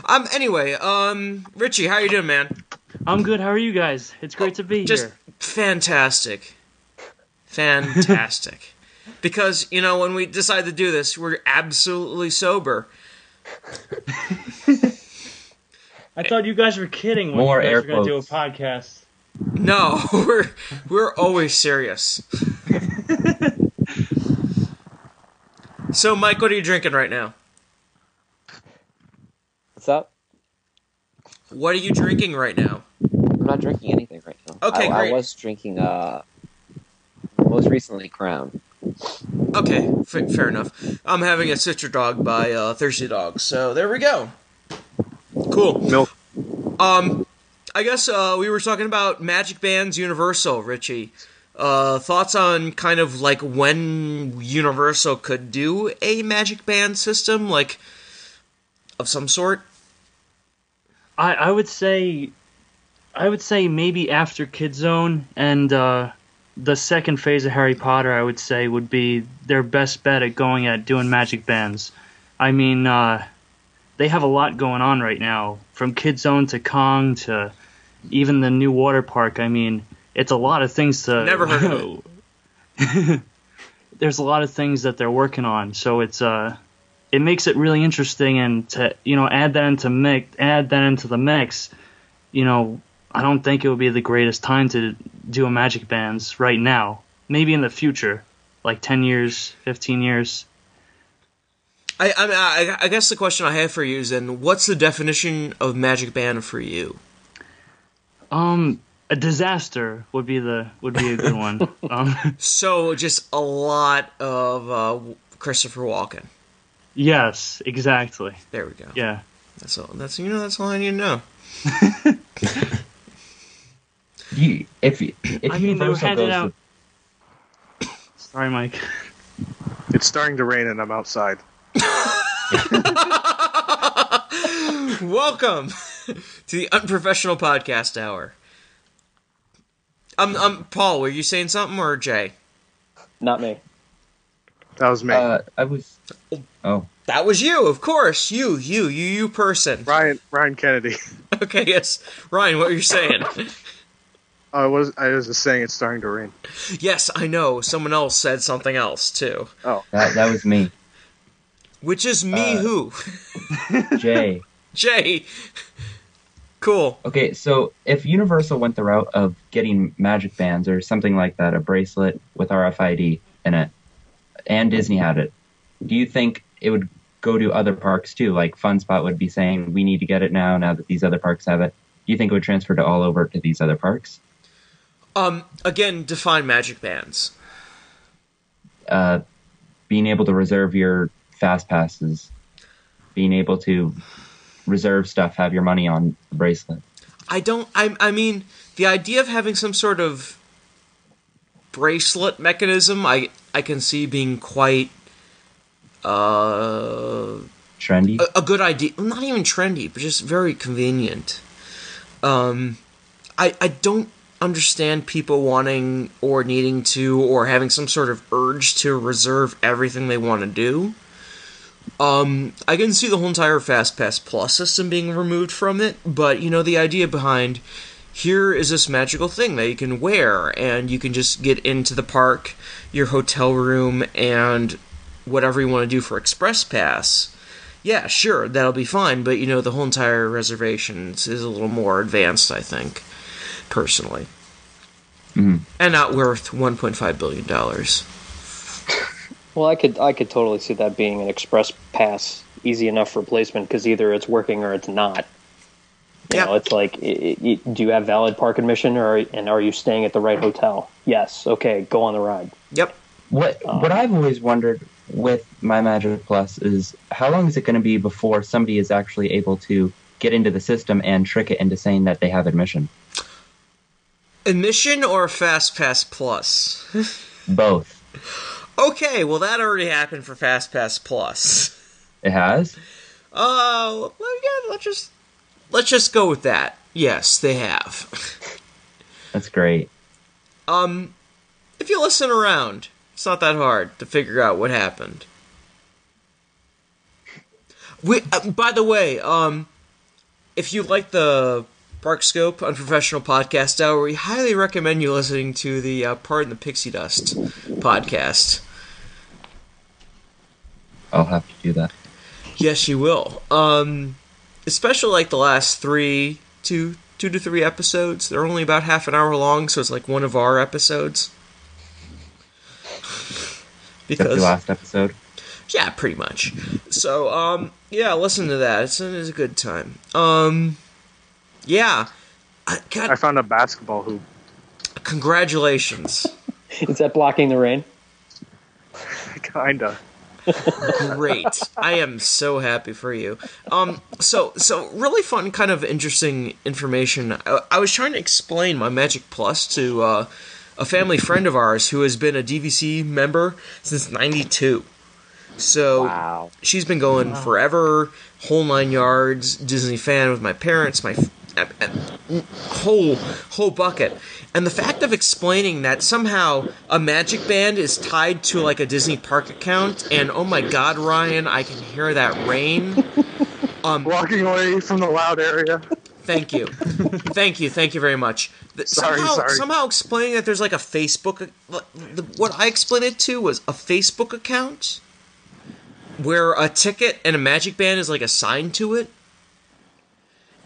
Speaker 2: Um, anyway, um, Richie, how you doing, man?
Speaker 8: I'm good. How are you guys? It's great to be
Speaker 2: Just
Speaker 8: here.
Speaker 2: fantastic, fantastic. because you know, when we decide to do this, we're absolutely sober.
Speaker 8: I thought you guys were kidding when
Speaker 6: More
Speaker 8: you guys
Speaker 6: air
Speaker 8: were gonna do a
Speaker 6: quotes.
Speaker 8: podcast.
Speaker 2: No, we're we're always serious. so, Mike, what are you drinking right now?
Speaker 1: What's up?
Speaker 2: What are you drinking right now?
Speaker 1: I'm not drinking anything right now.
Speaker 2: Okay,
Speaker 1: I,
Speaker 2: great.
Speaker 1: I was drinking uh, most recently Crown.
Speaker 2: Okay, f- fair enough. I'm having a Citra Dog by uh, Thirsty Dog, so there we go. Cool.
Speaker 5: Milk.
Speaker 2: Um, I guess uh, we were talking about Magic Bands Universal, Richie. Uh, thoughts on kind of like when Universal could do a Magic Band system, like of some sort?
Speaker 8: I, I would say, I would say maybe after Kid Zone and uh, the second phase of Harry Potter, I would say would be their best bet at going at doing magic bands. I mean, uh, they have a lot going on right now, from Kid Zone to Kong to even the new water park. I mean, it's a lot of things to.
Speaker 2: Never heard of it.
Speaker 8: there's a lot of things that they're working on. So it's uh, it makes it really interesting, and to you know add that into mix, add that into the mix, you know, I don't think it would be the greatest time to do a Magic Bands right now. Maybe in the future, like ten years, fifteen years.
Speaker 2: I, I, mean, I, I guess the question I have for you is then, what's the definition of magic band for you?
Speaker 8: Um, a disaster would be the would be a good one. Um,
Speaker 2: So just a lot of uh, Christopher Walken.
Speaker 8: yes, exactly.
Speaker 2: There we go.
Speaker 8: Yeah.
Speaker 2: That's all. That's you know. That's all I need to know.
Speaker 6: Do you, if if
Speaker 8: I mean, they were
Speaker 6: Universal
Speaker 8: handed
Speaker 6: goes,
Speaker 8: out. Sorry, Mike.
Speaker 5: It's starting to rain and I'm outside.
Speaker 2: Welcome to the unprofessional podcast hour. Um, um, Paul, were you saying something or Jay?
Speaker 4: Not me.
Speaker 5: That was me.
Speaker 6: with, uh, I was. Oh,
Speaker 2: That was you, of course. You, you, you, you person.
Speaker 5: Ryan Ryan Kennedy.
Speaker 2: Okay, yes. Ryan, what were you saying?
Speaker 5: I Oh, was I was just saying it's starting to rain.
Speaker 2: yes, I know. Someone else said something else too,
Speaker 5: Oh.
Speaker 6: that that was me,
Speaker 2: which is
Speaker 6: Uh,
Speaker 2: me. who?
Speaker 6: Jay.
Speaker 2: Jay. Cool.
Speaker 6: Okay, so if Universal went the route of getting magic bands or something like that, a bracelet with RFID in it, and Disney had it, do you think it would go to other parks too? Like Fun Spot would be saying, we need to get it now, now that these other parks have it. Do you think it would transfer to all over to these other parks?
Speaker 2: Um, again, define magic bands.
Speaker 6: Uh, being able to reserve your fast passes, being able to reserve stuff, have your money on the bracelet.
Speaker 2: I don't. I. I mean, the idea of having some sort of bracelet mechanism, I. I can see being quite uh,
Speaker 6: Trendy?
Speaker 2: a, a good idea. Not even trendy, but just very convenient. Um, I. I don't understand people wanting or needing to or having some sort of urge to reserve everything they want to do. Um, I can see the whole entire FastPass Plus system being removed from it, but you know the idea behind here is this magical thing that you can wear and you can just get into the park, your hotel room, and whatever you want to do for Express Pass. yeah, sure, that'll be fine. But you know, the whole entire reservation is, is a little more advanced, I think, personally, and not worth 1.5 billion dollars.
Speaker 4: Well, I could I could totally see that being an express pass, easy enough replacement because either it's working or it's not. You
Speaker 2: Yeah.
Speaker 4: know, it's like, i i i- do you have valid park admission, or and are you staying at the right hotel? Yes. Okay, go on the ride.
Speaker 2: Yep.
Speaker 6: What
Speaker 2: Um,
Speaker 6: what I've always wondered with my Magic Plus is how long is it going to be before somebody is actually able to get into the system and trick it into saying that they have admission?
Speaker 2: Admission or Fast Pass Plus?
Speaker 6: Both.
Speaker 2: Okay, well that already happened for Fast Pass Plus.
Speaker 6: It has.
Speaker 2: Oh, well, yeah, let's just let's just go with that. Yes, they have.
Speaker 6: That's great.
Speaker 2: Um, if you listen around, it's not that hard to figure out what happened. We, uh, by the way, um, if you like the Park Scope Unprofessional Podcast Hour, we highly recommend you listening to the uh, Pardon the Pixie Dust podcast.
Speaker 6: I'll have to do that.
Speaker 2: Yes, you will. Um, especially like the last three, two, two to three episodes. They're only about half an hour long, so it's like one of our episodes.
Speaker 6: Except the
Speaker 2: Because
Speaker 6: last episode.
Speaker 2: yeah, pretty much. So um, yeah, listen to that. It's, it's a good time. Um, yeah, I,
Speaker 5: I
Speaker 2: God,
Speaker 5: found a basketball hoop.
Speaker 2: congratulations.
Speaker 4: Is that blocking the rain?
Speaker 5: Kinda.
Speaker 2: great. I am so happy for you. Um, so so really fun, kind of interesting information. I, I was trying to explain my Magic Plus to uh, a family friend of ours who has been a DVC member since '92. So
Speaker 1: Wow.
Speaker 2: she's been going forever, whole nine yards. Disney fan with my parents, my f- uh, uh, whole whole bucket. And the fact of explaining that somehow a Magic Band is tied to like a Disney Park account, and oh my God, Ryan, I can hear that rain. Um,
Speaker 5: Walking away from the loud area.
Speaker 2: thank you, thank you, thank you very much. Th-
Speaker 5: Sorry,
Speaker 2: somehow,
Speaker 5: sorry.
Speaker 2: somehow explaining that there's like a Facebook. uh, like, the- What I explained it to was a Facebook account where a ticket and a Magic Band is like assigned to it.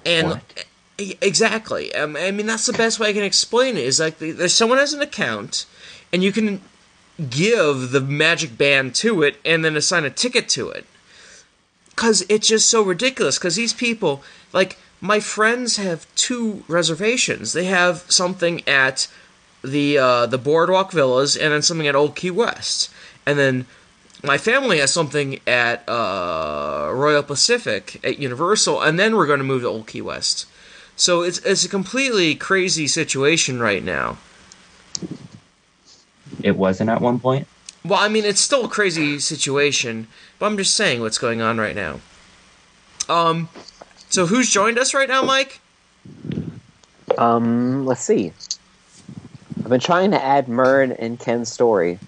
Speaker 2: And E- exactly. Um, I mean, that's the best way I can explain it. Is like the- there's someone has an account, and you can give the magic band to it, and then assign a ticket to it. Cause it's just so ridiculous. Cause these people, like my friends, have two reservations. They have something at the uh, the Boardwalk Villas, and then something at Old Key West, and then my family has something at uh, Royal Pacific at Universal, and then we're going to move to Old Key West. So it's it's a completely crazy situation right now.
Speaker 6: It wasn't at one point.
Speaker 2: Well, I mean, it's still a crazy situation, but I'm just saying what's going on right now. Um, so who's joined us right now, Mike?
Speaker 1: Um, let's see. I've been trying to add Mern and Ken's story.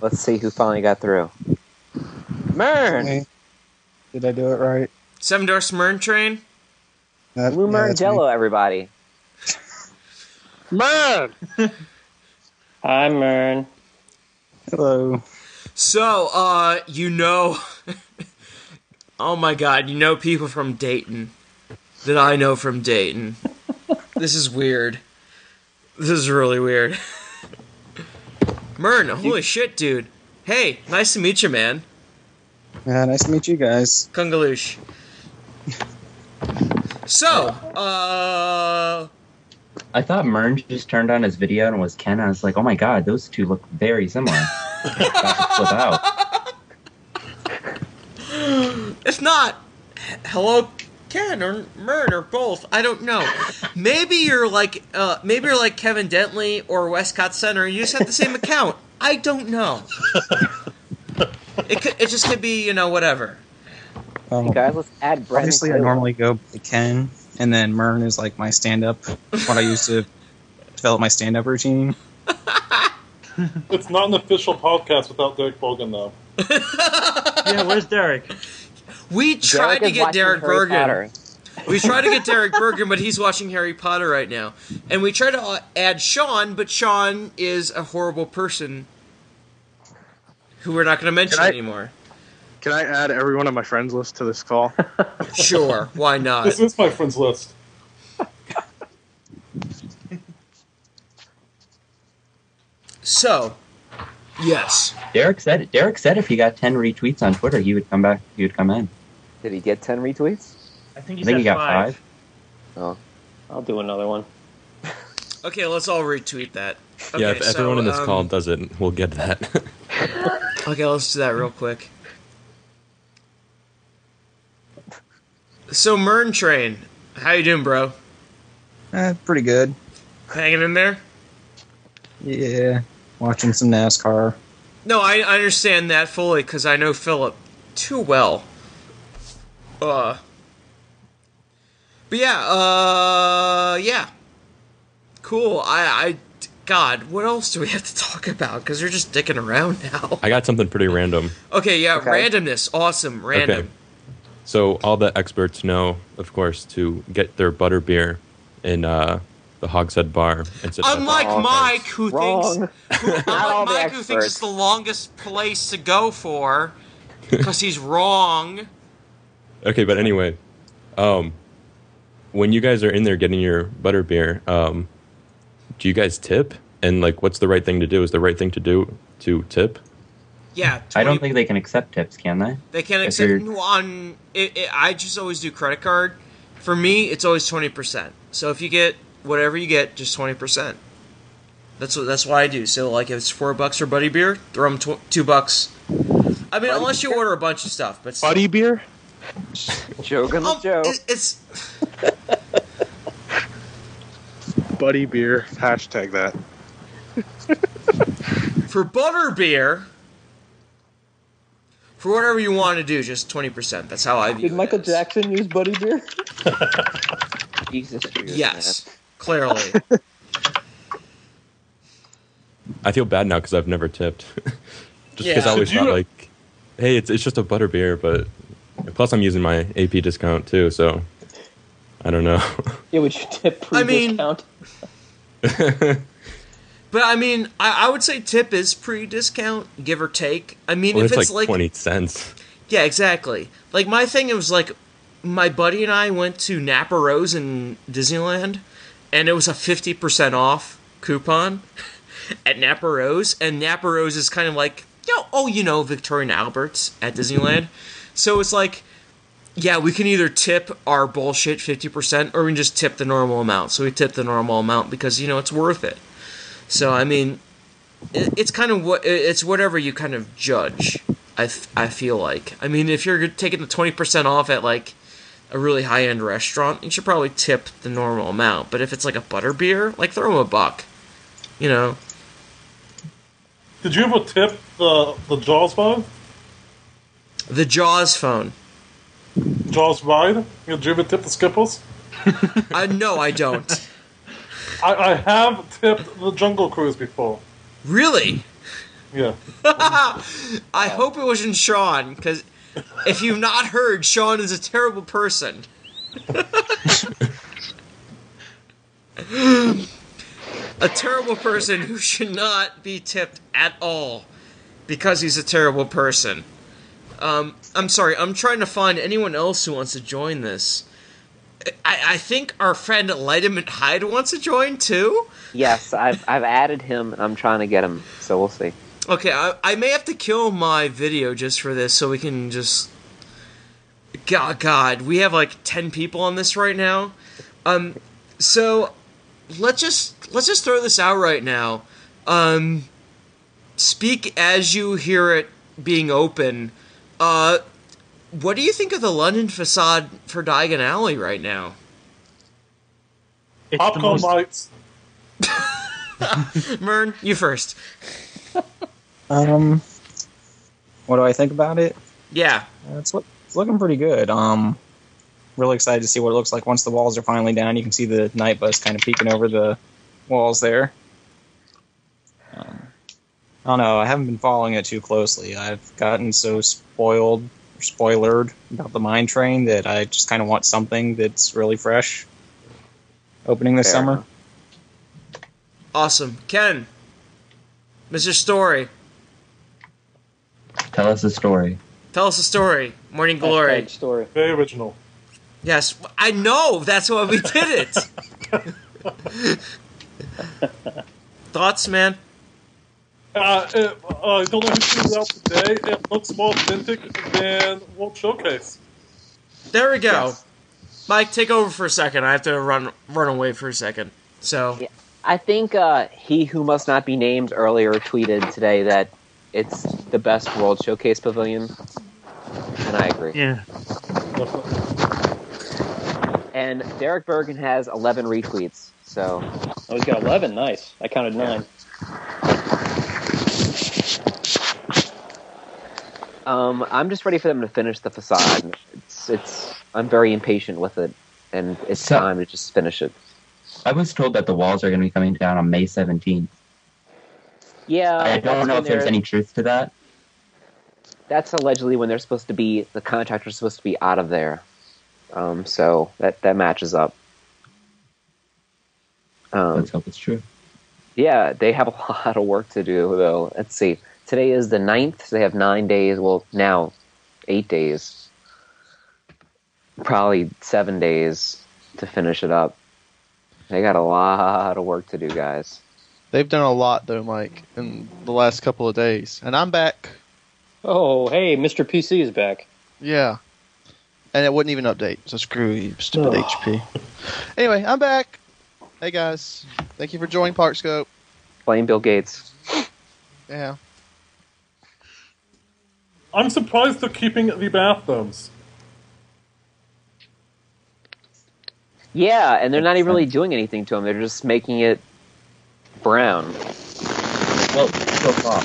Speaker 1: Let's see who finally got through. Mern,
Speaker 9: Hey, did I do it right?
Speaker 2: Seven Door Smyrn Train.
Speaker 9: That,
Speaker 1: Blue
Speaker 9: yeah,
Speaker 1: Mern
Speaker 9: that's me.
Speaker 1: Jello, everybody.
Speaker 5: Man!
Speaker 4: Hi, Mern.
Speaker 9: Hello.
Speaker 2: So, uh, you know, oh my God, you know people from Dayton that I know from Dayton. this is weird. This is really weird. Mern, holy shit, dude. Hey, nice to meet you, man.
Speaker 9: Yeah, nice to meet you guys.
Speaker 2: Kungaloosh. So, uh,
Speaker 6: I thought Mern just turned on his video and was Ken. And I was like, oh my god, those two look very similar. About to flip out.
Speaker 2: if not, h- hello, Ken or Mern or both. I don't know. Maybe you're like, uh, maybe you're like Kevin Dentley or Westcott Center. You just have the same account. I don't know. It could, it just could be you know whatever.
Speaker 9: Um,
Speaker 1: Guys, let's add Brandon.
Speaker 9: obviously, I
Speaker 1: Cleveland.
Speaker 9: normally go by Ken, and then Mern is like my stand-up, what I use to develop my stand-up routine.
Speaker 10: It's not an official podcast without Derek Bogan, though.
Speaker 8: Yeah, where's Derek?
Speaker 2: We
Speaker 1: Derek
Speaker 2: tried to
Speaker 1: is
Speaker 2: get
Speaker 1: watching
Speaker 2: Derek
Speaker 1: Harry
Speaker 2: Bergen.
Speaker 1: Potter.
Speaker 2: We tried to get Derek Bergen, but he's watching Harry Potter right now. And we tried to uh, add Sean, but Sean is a horrible person who we're not going to mention
Speaker 5: Can I-
Speaker 2: anymore.
Speaker 5: Can I add everyone on my friends list to this call?
Speaker 2: Sure, why not?
Speaker 10: This is my friends list.
Speaker 2: So, yes.
Speaker 6: Derek said. Derek said if he got ten retweets on Twitter, he would come back. He would come in.
Speaker 1: Did he get 10 retweets?
Speaker 8: I think
Speaker 6: I
Speaker 8: he's
Speaker 6: think
Speaker 8: at
Speaker 6: he got
Speaker 8: five.
Speaker 6: five.
Speaker 1: Oh.
Speaker 4: I'll do another one.
Speaker 2: Okay, let's all retweet that. Okay,
Speaker 7: yeah, if everyone
Speaker 2: so,
Speaker 7: in this
Speaker 2: um,
Speaker 7: call does it, we'll get that.
Speaker 2: Okay, let's do that real quick. So, Mern Train, how you doing, bro?
Speaker 9: Eh, pretty good.
Speaker 2: Hanging in there?
Speaker 9: Yeah, watching some NASCAR.
Speaker 2: No, I, I understand that fully because I know Philip too well. Uh, but yeah, uh, yeah, cool. I, I, God, what else do we have to talk about? Because we're just dicking around now.
Speaker 7: I got something pretty random.
Speaker 2: Okay, yeah,
Speaker 1: Okay.
Speaker 2: randomness, awesome, random.
Speaker 7: Okay. So all the experts know, of course, to get their butter beer in uh, the Hogshead Bar. It's at
Speaker 2: Unlike
Speaker 1: Wrong.
Speaker 2: Mike, who
Speaker 1: Wrong.
Speaker 2: thinks, who,
Speaker 1: all
Speaker 2: unlike
Speaker 1: the
Speaker 2: Mike, who thinks it's
Speaker 1: experts.
Speaker 2: the longest place to go for, because he's wrong.
Speaker 7: Okay, but anyway, um, when you guys are in there getting your butter beer, um, do you guys tip? And like, what's the right thing to do? Is the right thing to do to tip?
Speaker 2: Yeah, 20,
Speaker 6: I don't think they can accept tips, can they?
Speaker 2: They can
Speaker 6: If
Speaker 2: accept
Speaker 6: you're-
Speaker 2: on. It, it, I just always do credit card. For me, it's always twenty percent. So if you get whatever you get, just twenty percent. That's what that's what I do. So like if it's four bucks for Buddy Beer, throw them tw- two bucks. I mean, unless you order a bunch of stuff, but still.
Speaker 5: Buddy beer?
Speaker 1: Joke on the
Speaker 2: Um,
Speaker 1: joke.
Speaker 2: it- it's
Speaker 5: Buddy beer. Hashtag that.
Speaker 2: for butter beer. For whatever you want to do, just twenty percent. That's how I view
Speaker 4: Did Michael
Speaker 2: it as.
Speaker 4: Jackson use Buddy Beer?
Speaker 1: Jesus. Christ,
Speaker 2: Yes, clearly.
Speaker 7: I feel bad now because I've never tipped. just because
Speaker 2: Yeah.
Speaker 7: I always
Speaker 10: Did you-
Speaker 7: thought like, hey, it's it's just a butter beer, but plus I'm using my AP discount too, so I don't know.
Speaker 4: Yeah, would you tip pre
Speaker 2: I mean-
Speaker 4: discount?
Speaker 2: But I mean, I, I would say tip is pre discount, give or take. I mean,
Speaker 7: well,
Speaker 2: if
Speaker 7: it's, like,
Speaker 2: like
Speaker 7: twenty cents.
Speaker 2: Yeah, exactly. Like my thing it was like my buddy and I went to Napa Rose in Disneyland and it was a 50% off coupon at Napa Rose and Napa Rose is kind of like, you know, oh, you know, Victorian Alberts at Disneyland. so it's like yeah, we can either tip our bullshit 50% or we can just tip the normal amount. So we tip the normal amount because you know, it's worth it. So I mean, it- it's kind of what it's whatever you kind of judge. I, f- I feel like I mean if you're taking the twenty percent off at like a really high end restaurant, you should probably tip the normal amount. But if it's like a butter beer, like throw them a buck, you know.
Speaker 10: Did you ever tip the the Jaws vibe?
Speaker 2: The Jaws phone.
Speaker 10: Jaws ride? Did you ever tip the Skippers?
Speaker 2: I Uh, no, I don't.
Speaker 10: I, I have tipped the Jungle Cruise before.
Speaker 2: Really,
Speaker 10: Yeah.
Speaker 2: I hope it wasn't Sean because if you've not heard, Sean is a terrible person. a terrible person who should not be tipped at all because he's a terrible person. Um, I'm sorry, I'm trying to find anyone else who wants to join this. I, I think our friend Lightament Hyde wants to join too.
Speaker 1: Yes, I've I've added him. and I'm trying to get him, so we'll see.
Speaker 2: Okay, I, I may have to kill my video just for this so we can just. God, God, we have like ten people on this right now. Um, so let's just let's just throw this out right now. Um, speak as you hear it being open. Uh, what do you think of the London facade for Diagon Alley right now?
Speaker 8: It's the
Speaker 10: Popcorn
Speaker 8: most,
Speaker 10: lights.
Speaker 2: Mern, you first.
Speaker 9: Um, what do I think about it?
Speaker 2: Yeah,
Speaker 9: Uh, It's, look, it's looking pretty good. Um, really excited to see what it looks like once the walls are finally down. You can see the night bus kind of peeking over the walls there. Um, I don't know. I haven't been following it too closely. I've gotten so spoiled, or spoilered about the mine train that I just kind of want something that's really fresh. Opening this
Speaker 1: Fair
Speaker 9: summer.
Speaker 1: enough.
Speaker 2: awesome, Ken, Mr. Story.
Speaker 6: Tell us a story.
Speaker 2: Tell us a story. Morning Glory.
Speaker 4: Hashtag story.
Speaker 10: Very original.
Speaker 2: Yes, I know. That's why we did it. Thoughts, man?
Speaker 10: Uh, it, uh, I don't know who put it out today. It looks more authentic than World Showcase.
Speaker 2: There we go. Mike, take over for a second. I have to run run away for a second. So
Speaker 1: Yeah. I think uh, he who must not be named earlier tweeted today that it's the best World Showcase Pavilion, and I agree.
Speaker 8: Yeah.
Speaker 1: And Derek Bergen has 11 retweets, so
Speaker 4: Oh, he's got 11. Nice. I counted nine.
Speaker 1: um, I'm just ready for them to finish the facade. It's, it's I'm very impatient with it, and it's
Speaker 6: So-
Speaker 1: time to just finish it.
Speaker 6: I was told that the walls are going to be coming down on May 17th.
Speaker 1: Yeah,
Speaker 6: I
Speaker 1: that's
Speaker 6: don't know
Speaker 1: when
Speaker 6: if there's
Speaker 1: they're-
Speaker 6: any truth to that.
Speaker 1: That's allegedly when they're supposed to be. The contractor's supposed to be out of there, um, so that that matches up. Um,
Speaker 6: Let's hope it's true.
Speaker 1: Yeah, they have a lot of work to do, though. Let's see. Today is the 9th, so they have nine days. Well, now, eight days. Probably seven days to finish it up. They got a lot of work to do, guys.
Speaker 3: They've done a lot though, Mike, in the last couple of days. And I'm back.
Speaker 4: Oh, hey, Mr. PC is back.
Speaker 3: Yeah. And it wouldn't even update, so screw you, stupid HP. Anyway, I'm back. Hey guys. Thank you for joining Parkscope.
Speaker 1: Blame Bill Gates.
Speaker 3: Yeah.
Speaker 10: I'm surprised they're keeping the bathrooms.
Speaker 1: Yeah, and they're not even really doing anything to them. They're just making it brown.
Speaker 6: Well, so far.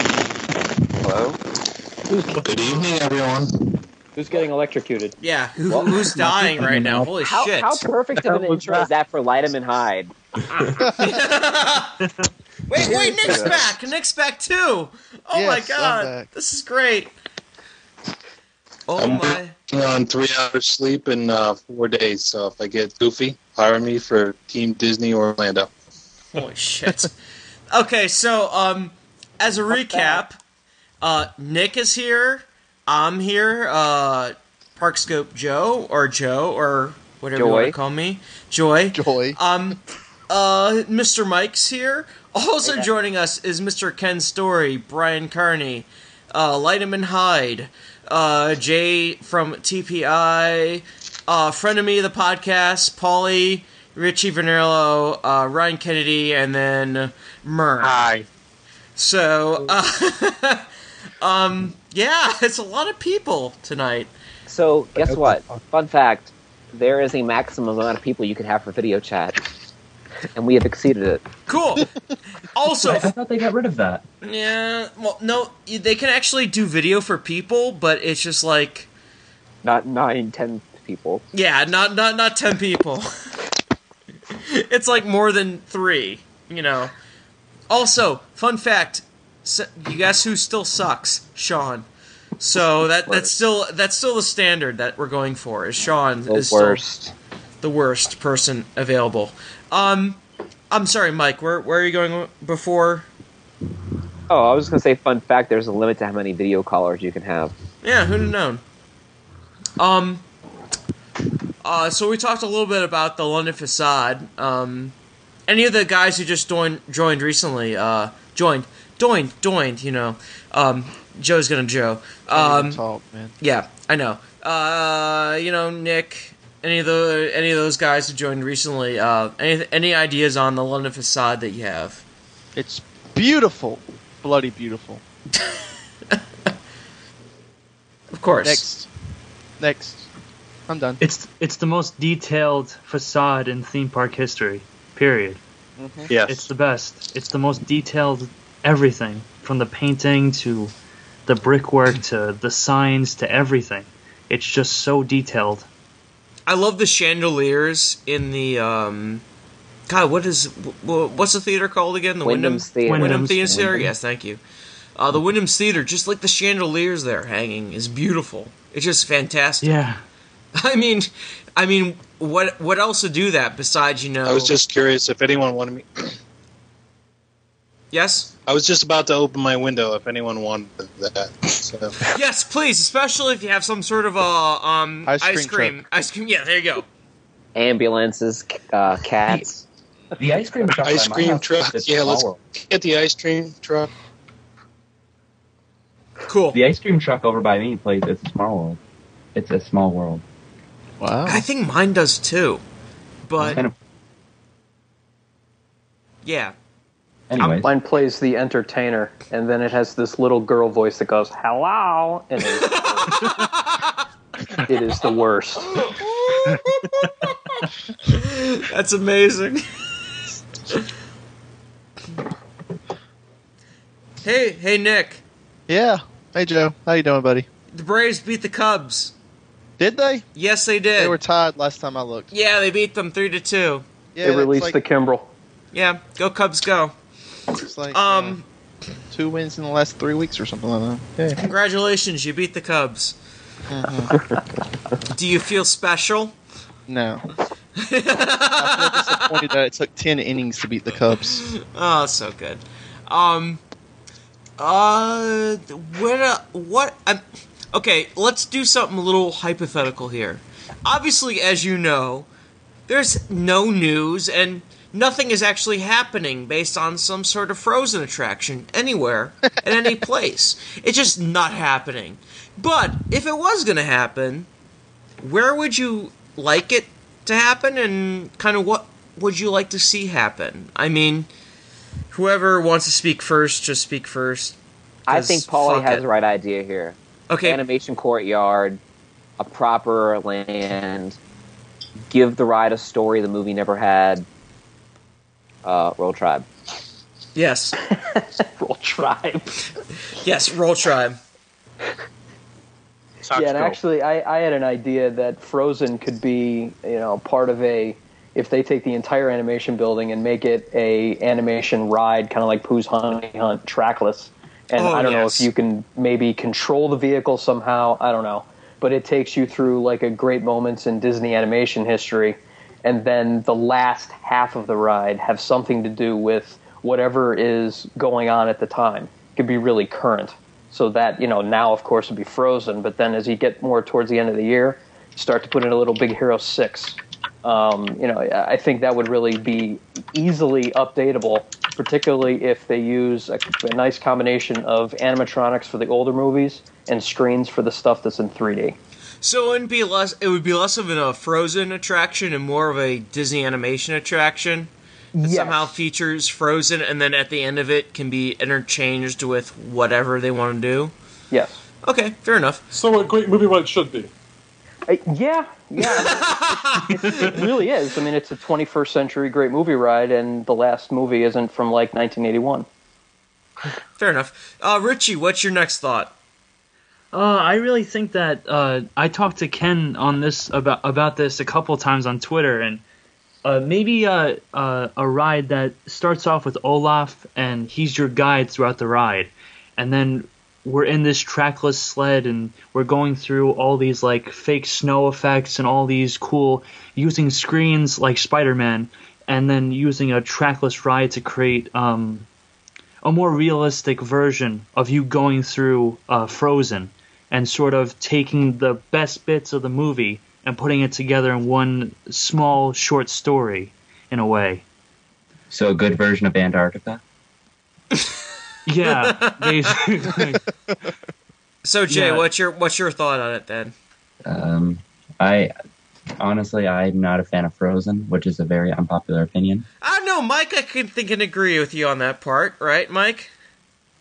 Speaker 1: Hello?
Speaker 11: Good evening, everyone.
Speaker 4: Who's getting electrocuted?
Speaker 2: yeah, who, who's dying right now? Holy
Speaker 1: How,
Speaker 2: shit!
Speaker 1: how perfect of an intro is that for Light 'em and Hide?
Speaker 2: wait, wait, Nick's
Speaker 1: Yeah.
Speaker 2: back. Nick's back too. Oh my
Speaker 3: Yes, I'm
Speaker 2: god,
Speaker 3: back.
Speaker 2: this is great. Oh
Speaker 11: I'm
Speaker 2: my.
Speaker 11: working on three hours sleep in uh, four days, so if I get goofy, hire me for Team Disney Orlando.
Speaker 2: Holy shit. Okay, so um, as a recap, uh, Nick is here. I'm here. Uh, Parkscope Joe or Joe or whatever you want to
Speaker 1: Joy.
Speaker 2: call me, Joy.
Speaker 3: Joy.
Speaker 2: Um, uh, Mr. Mike's here. Also joining us is Mr. Ken Story, Brian Carney, uh, Light 'em and Hyde, uh, Jay from TPI, uh, friend of me the podcast, Paulie, Richie Vernillo, uh, Ryan Kennedy, and then Myrn.
Speaker 11: Hi.
Speaker 2: So, uh, um, yeah, it's a lot of people tonight.
Speaker 1: So, guess what? Fun fact there is a maximum amount of people you can have for video chat, and we have exceeded it.
Speaker 2: Cool. Also,
Speaker 6: I, I thought they got rid of that.
Speaker 2: Yeah, well, no, you- they can actually do video for people, but it's just like,
Speaker 1: Not nine, ten people.
Speaker 2: yeah, not not not ten people. it's like more than three, you know. Also, fun fact, s you guess who still sucks? Sean. So that that's still that's still the standard that we're going for. Is Sean
Speaker 1: The
Speaker 2: is still
Speaker 1: worst.
Speaker 2: the worst person available? Um, I'm sorry, Mike. Where where are you going before?
Speaker 1: Oh, I was just gonna say, fun fact: there's a limit to how many video callers you can have.
Speaker 2: Yeah, who'd have known? Um. Uh, so we talked a little bit about the London facade. Um, any of the guys who just joined joined recently, uh, joined, joined, joined. You know, um, Joe's gonna Joe.
Speaker 3: Don't even
Speaker 2: Um,
Speaker 3: talk, man.
Speaker 2: yeah, I know. Uh, you know, Nick, any of the any of those guys who joined recently. Uh, any any ideas on the London facade that you have?
Speaker 3: It's beautiful. Bloody beautiful.
Speaker 2: Of course.
Speaker 3: Next. Next. I'm done.
Speaker 8: It's it's the most detailed facade in theme park history. Period.
Speaker 2: Mm-hmm.
Speaker 5: Yes.
Speaker 8: It's the best. It's the most detailed everything from the painting to the brickwork to the signs to everything. It's just so detailed.
Speaker 2: I love the chandeliers in the um, God, what is wh- wh- what's the theater called again? The
Speaker 1: Wyndham's Theater.
Speaker 2: Wyndham,
Speaker 8: Wyndham's
Speaker 2: Theater.
Speaker 8: Theater.
Speaker 2: Yes, thank you. Uh, the Wyndham's Theater, just like the chandeliers there hanging, is beautiful. It's just fantastic.
Speaker 8: Yeah.
Speaker 2: I mean, I mean, what what else to do that besides you know?
Speaker 11: I was just curious if anyone wanted me.
Speaker 2: Yes.
Speaker 11: I was just about to open my window if anyone wanted that. So.
Speaker 2: yes, please, especially if you have some sort of uh, um
Speaker 1: Ice cream
Speaker 2: ice cream, ice cream, Yeah, there you go.
Speaker 1: ambulances, c- uh, cats.
Speaker 6: The, ice cream
Speaker 1: truck
Speaker 11: Ice cream truck. Yeah, let's get the ice cream truck.
Speaker 2: Cool.
Speaker 6: The ice cream truck over by me plays It's a Small World. It's a small world.
Speaker 3: Wow.
Speaker 2: I think mine does too, but
Speaker 6: Kind of-
Speaker 2: yeah.
Speaker 6: Anyways.
Speaker 4: Mine plays the entertainer, and then it has this little girl voice that goes "hello," and it- it is the worst.
Speaker 2: That's amazing. hey, hey, Nick.
Speaker 3: Yeah. Hey Joe, how you doing, buddy?
Speaker 2: The Braves beat the Cubs.
Speaker 3: Did they?
Speaker 2: Yes, they did.
Speaker 3: They were tied last time I looked.
Speaker 2: Yeah, they beat them three to two.
Speaker 3: Yeah, They that's released like- the
Speaker 4: Kimbrel.
Speaker 2: Yeah, go Cubs, go.
Speaker 3: It's like
Speaker 2: um,
Speaker 3: two wins in the last three weeks or something like that. Yeah.
Speaker 2: Congratulations, you beat the Cubs. Do you feel special?
Speaker 3: No. I feel disappointed that it took ten innings to beat the Cubs.
Speaker 2: Oh, so good. Um, uh, what? Uh, what? I'm, okay, let's do something a little hypothetical here. Obviously, as you know, there's no news and nothing is actually happening based on some sort of frozen attraction anywhere at any place. It's just not happening. But if it was going to happen, where would you like it to happen and kind of what would you like to see happen? I mean, whoever wants to speak first, just speak first.
Speaker 1: I
Speaker 2: 'cause
Speaker 1: think Polly
Speaker 2: fuck
Speaker 1: has
Speaker 2: it.
Speaker 1: the right idea here.
Speaker 2: Okay.
Speaker 1: Animation courtyard, a proper land, give the ride a story the movie never had. Uh, Roll Tribe.
Speaker 2: Yes.
Speaker 4: roll Tribe.
Speaker 2: Yes, Roll Tribe.
Speaker 4: yeah, and actually, I, I had an idea that Frozen could be, you know, part of a if they take the entire animation building and make it a animation ride, kind of like Pooh's Honey Hunt, trackless. And
Speaker 2: Oh,
Speaker 4: I don't know
Speaker 2: yes.
Speaker 4: if you can maybe control the vehicle somehow. I don't know, but it takes you through like a great moments in Disney animation history, and then the last half of the ride have something to do with whatever is going on at the time. It could be really current. So that, you know, now of course would be frozen, but then as you get more towards the end of the year, you start to put in a little Big Hero 6. Um, you know, I I think that would really be easily updatable, particularly if they use a, a nice combination of animatronics for the older movies and screens for the stuff that's in 3D.
Speaker 2: So it wouldn't be less. It would be less of an, a Frozen attraction and more of a Disney animation attraction. That Somehow features Frozen, and then at the end of it can be interchanged with whatever they want to do.
Speaker 4: Yes.
Speaker 2: Okay, fair enough.
Speaker 10: So a great movie, what it should be.
Speaker 4: Uh, yeah, it really is. I mean, it's a 21st century great movie ride, and the last movie isn't from like 1981.
Speaker 2: Fair enough. Uh, Richie, what's your next thought?
Speaker 8: Uh, I really think that uh, I talked to Ken on this about about this a couple times on Twitter, and uh, maybe uh, uh, a ride that starts off with Olaf and he's your guide throughout the ride, and then we're in this trackless sled and we're going through all these like fake snow effects and all these cool using screens like Spider-Man, and then using a trackless ride to create um, a more realistic version of you going through uh, Frozen and sort of taking the best bits of the movie and putting it together in one small short story, in a way.
Speaker 6: So a good version of Antarctica.
Speaker 8: Yeah, basically.
Speaker 2: So Jay,
Speaker 8: Yeah.
Speaker 2: what's your what's your thought on it then?
Speaker 6: Um, I honestly, I'm not a fan of Frozen, which is a very unpopular opinion.
Speaker 2: I don't know, Mike. I can think and agree with you on that part, right, Mike?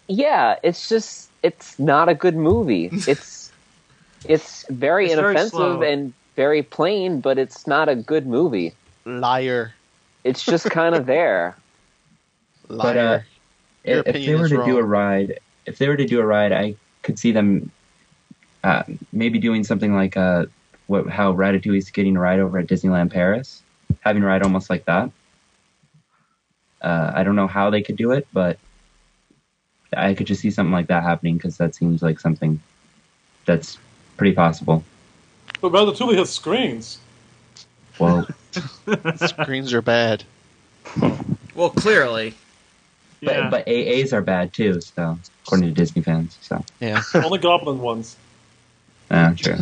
Speaker 1: Yeah, it's just it's not a good movie. It's it's very
Speaker 2: It's very
Speaker 1: inoffensive
Speaker 2: slow.
Speaker 1: and very plain, but it's not a good movie.
Speaker 3: Liar.
Speaker 1: It's just kind of there.
Speaker 6: But uh,
Speaker 1: Your
Speaker 6: if, if they
Speaker 1: opinion
Speaker 6: were
Speaker 1: is
Speaker 6: to do a
Speaker 1: wrong.
Speaker 6: ride, if they were to do a ride, I could see them uh, maybe doing something like uh, what how Ratatouille's getting a ride over at Disneyland Paris, having a ride almost like that. Uh, I don't know how they could do it, but I could just see something like that happening because that seems like something that's pretty possible.
Speaker 10: But Ratatouille has screens.
Speaker 6: Well,
Speaker 3: screens are bad.
Speaker 2: Well, clearly.
Speaker 6: but, but AAs are bad too. So according to Disney fans, so
Speaker 3: Yeah.
Speaker 10: Only goblin ones.
Speaker 6: uh, true.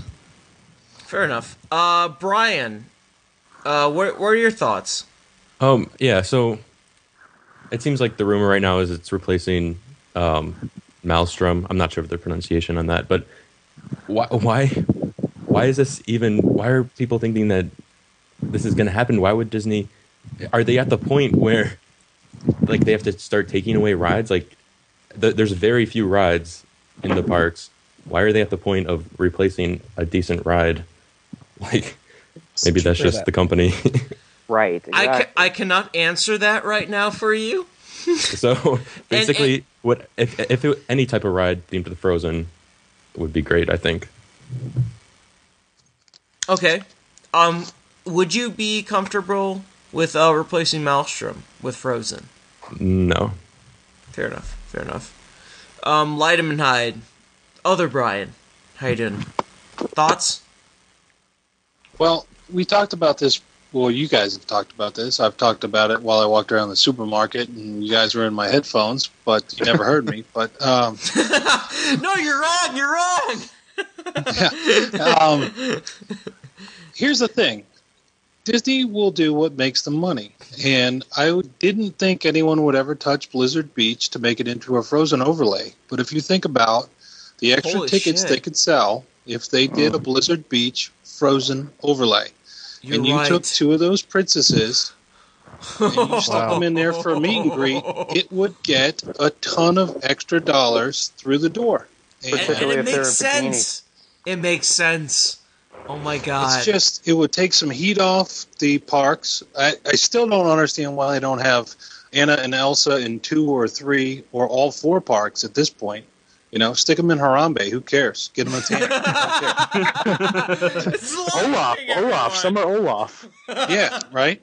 Speaker 2: Fair enough. Uh, Brian, uh, what, what are your thoughts?
Speaker 7: Um, yeah, so it seems like the rumor right now is it's replacing um, Maelstrom. I'm not sure of the pronunciation on that, but why, why, why is this even? Why are people thinking that this is going to happen? Why would Disney? Are they at the point where, like, they have to start taking away rides? Like, th- there's very few rides in the parks. Why are they at the point of replacing a decent ride? Like, maybe that's
Speaker 1: Sure
Speaker 7: just
Speaker 1: that-
Speaker 7: the company.
Speaker 1: Right.
Speaker 2: I, ca-
Speaker 1: exactly.
Speaker 2: I cannot answer that right now for you.
Speaker 7: so basically, what if if it, any type of ride themed to the Frozen would be great? I think.
Speaker 2: Okay. Um, would you be comfortable with uh, replacing Maelstrom with Frozen?
Speaker 7: No.
Speaker 2: Fair enough. Fair enough. Um, Lightem and Hyde, other Brian, how you doing? Thoughts?
Speaker 11: Well, we talked about this. Well, you guys have talked about this. I've talked about it while I walked around the supermarket, and you guys were in my headphones, but you never heard me. But um,
Speaker 2: no, you're wrong. You're wrong.
Speaker 11: um, here's the thing Disney will do what makes them money. And I didn't think anyone would ever touch Blizzard Beach to make it into a frozen overlay. But if you think about the extra
Speaker 12: Holy
Speaker 11: tickets
Speaker 12: shit.
Speaker 11: they could sell if they did a Blizzard Beach frozen overlay,
Speaker 12: You're
Speaker 11: and you took
Speaker 12: right.
Speaker 11: two of those princesses and you stuck
Speaker 12: Wow.
Speaker 11: them in there for a meet and greet, it would get a ton of extra dollars through the door.
Speaker 2: And, and it makes sense. It makes sense. Oh my god.
Speaker 11: It's just it would take some heat off the parks. I, I still don't understand why they don't have Anna and Elsa in two or three or all four parks at this point. You know, stick them in Harambe. Who cares? Get them a tan.
Speaker 5: Olaf, Olaf, summer Olaf.
Speaker 11: yeah, right.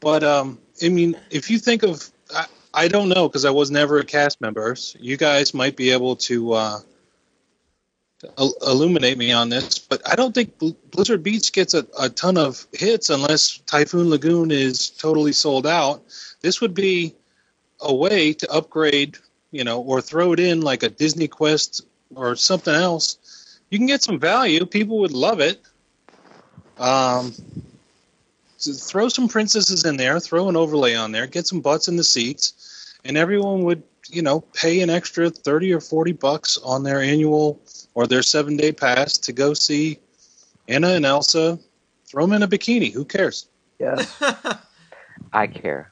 Speaker 11: But um, I mean, if you think of, I, I don't know because I was never a cast member. So you guys might be able to uh, il- illuminate me on this, but I don't think Bl- Blizzard Beach gets a, a ton of hits unless Typhoon Lagoon is totally sold out. This would be a way to upgrade, you know, or throw it in like a Disney Quest or something else. You can get some value. People would love it. Um, so throw some princesses in there, throw an overlay on there, get some butts in the seats, and everyone would, you know, pay an extra 30 or 40 bucks on their annual or their seven day pass to go see Anna and Elsa. Throw them in a bikini. Who cares?
Speaker 4: Yes.
Speaker 1: I care.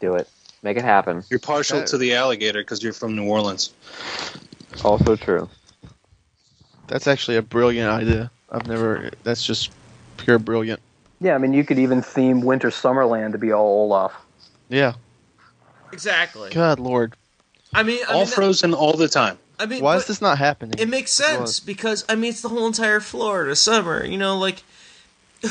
Speaker 1: Do it. Make it happen.
Speaker 11: You're partial to the alligator because you're from New Orleans.
Speaker 1: Also true.
Speaker 3: That's actually a brilliant idea. I've never. That's just pure brilliant.
Speaker 4: Yeah, I mean, you could even theme Winter Summerland to be all Olaf.
Speaker 3: Yeah.
Speaker 2: Exactly.
Speaker 3: God, Lord.
Speaker 2: I mean, I
Speaker 11: all
Speaker 2: mean, that-
Speaker 11: frozen all the time.
Speaker 2: I mean,
Speaker 3: Why is
Speaker 2: but-
Speaker 3: this not happening?
Speaker 2: It makes sense because I mean it's the whole entire Florida summer. You know, like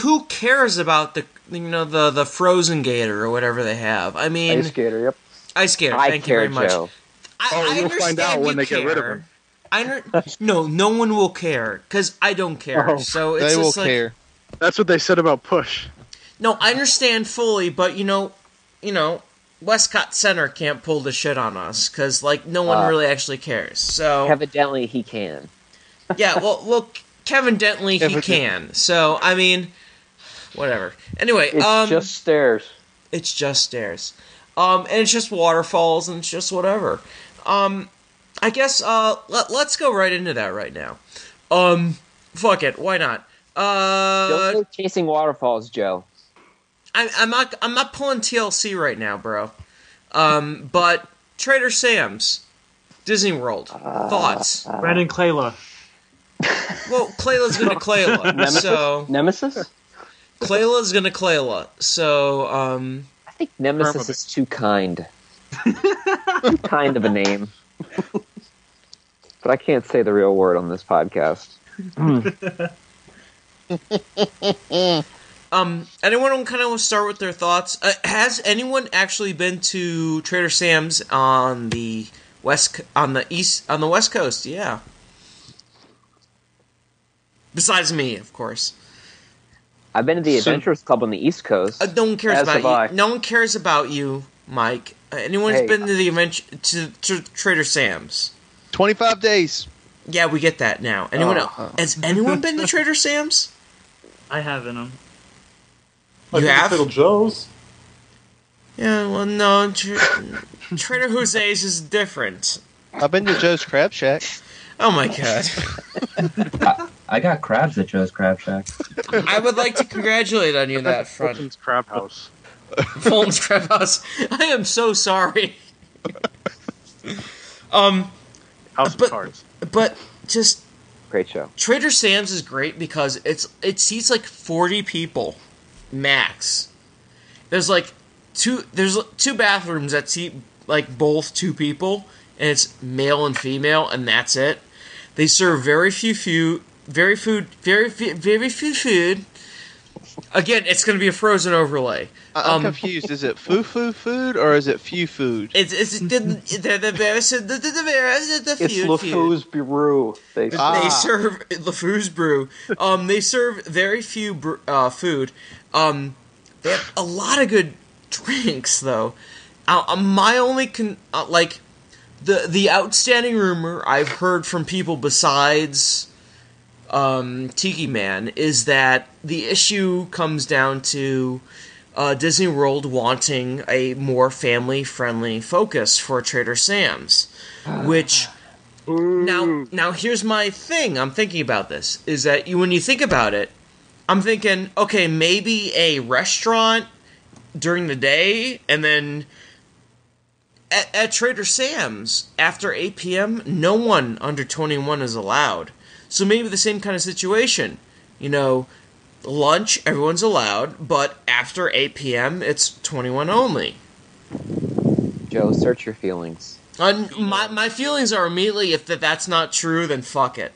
Speaker 2: who cares about the you know the the frozen gator or whatever they have? I mean,
Speaker 4: Ice Gator, yep.
Speaker 2: ice gator.
Speaker 4: I
Speaker 2: thank
Speaker 4: care,
Speaker 2: you very
Speaker 4: Joe.
Speaker 2: much. I,
Speaker 4: Oh,
Speaker 2: I
Speaker 4: you'll
Speaker 2: understand
Speaker 4: find out
Speaker 2: you
Speaker 4: when they
Speaker 2: care.
Speaker 4: get rid of him.
Speaker 2: I don't. No, no one will care because I don't care.
Speaker 5: Oh,
Speaker 2: so it's just like,
Speaker 5: That's what they said about Push.
Speaker 2: No, I understand fully, but you know, you know, Westcott Center can't pull the shit on us because like no one
Speaker 1: Uh,
Speaker 2: really actually cares. So
Speaker 1: Evidently, he can.
Speaker 2: yeah, well, well, Kevin Dentley, he
Speaker 1: Evidently.
Speaker 2: can. So I mean, whatever. Anyway,
Speaker 4: It's
Speaker 2: um,
Speaker 4: just stairs.
Speaker 2: It's just stairs, um, and it's just waterfalls and it's just whatever. Um, I guess uh, let, let's go right into that right now. Um, fuck it, why not? Uh,
Speaker 1: Don't go chasing waterfalls, Joe.
Speaker 2: I, I'm not I'm not pulling TLC right now, bro. Um, but Trader Sam's, Disney World,
Speaker 1: Uh,
Speaker 2: thoughts?
Speaker 8: Brandon Clayla.
Speaker 2: Well, Clayla's gonna Clayla,
Speaker 4: Nemesis?
Speaker 2: so
Speaker 4: Nemesis?
Speaker 2: Clayla's gonna Clayla, so um. I
Speaker 1: think Nemesis is too kind. too kind of a name. But I can't say the real word on this podcast.
Speaker 2: um, anyone kind of start with their thoughts? Uh, has anyone actually been to Trader Sam's on the west co- on the east on the west coast? Yeah. Besides me, of course.
Speaker 1: I've been to the
Speaker 2: So-
Speaker 1: Adventurers Club on the East Coast.
Speaker 2: Uh, no one cares
Speaker 1: As have I.
Speaker 2: about you. No one cares about you, Mike. Uh, anyone who's
Speaker 1: Hey.
Speaker 2: been to the event to, to Trader Sam's.
Speaker 3: Twenty-five days.
Speaker 2: Yeah, we get that now. Anyone
Speaker 3: Oh,
Speaker 2: else?
Speaker 1: Uh-huh.
Speaker 3: oh.
Speaker 2: Has anyone been to Trader Sam's?
Speaker 8: I haven't. Um,
Speaker 2: You
Speaker 10: been to
Speaker 2: have?
Speaker 10: Trader Joe's.
Speaker 2: Yeah. Well, no. Tra- Trader Jose's is different.
Speaker 3: I've been to Joe's Crab Shack.
Speaker 2: Oh my god.
Speaker 6: I got crabs at Joe's Crab Shack.
Speaker 2: I would like to congratulate on you on that front.
Speaker 5: Fulton's Crab House.
Speaker 2: Fulton's Crab House. I am so sorry. um,
Speaker 5: House
Speaker 2: But-
Speaker 5: of Cards.
Speaker 2: but just
Speaker 1: Great show.
Speaker 2: Trader Sam's is great because it's it seats like forty people, max. There's like two there's two bathrooms that seat like both two people, and it's male and female, and that's it. They serve very few few very food very few, very few food. Again, it's going to be a frozen overlay.
Speaker 3: I- I'm
Speaker 2: Um,
Speaker 3: confused. Is it foo foo food or is it few food?
Speaker 2: It's it's the the the various- the the the various- the
Speaker 4: It's
Speaker 2: few- few.
Speaker 4: LeFou's Bureau. They
Speaker 2: They
Speaker 3: Ah.
Speaker 2: serve LeFou's brew. Um, they serve very few br- uh, food. Um, they have a lot of good drinks, though. Uh, uh, my only con- uh, like the the outstanding rumor I've heard from people besides um, Tiki Man is that the issue comes down to uh, Disney World wanting a more family friendly focus for Trader Sam's, which now now here's my thing i'm thinking about this is that you, when you think about it i'm thinking okay maybe a restaurant during the day and then at, at trader sam's after 8 p.m no one under 21 is allowed so maybe the same kind of situation you know lunch everyone's allowed but after 8 p.m it's 21 only
Speaker 1: Joe, search your feelings.
Speaker 2: uh, my my feelings are immediately if that that's not true, then fuck it.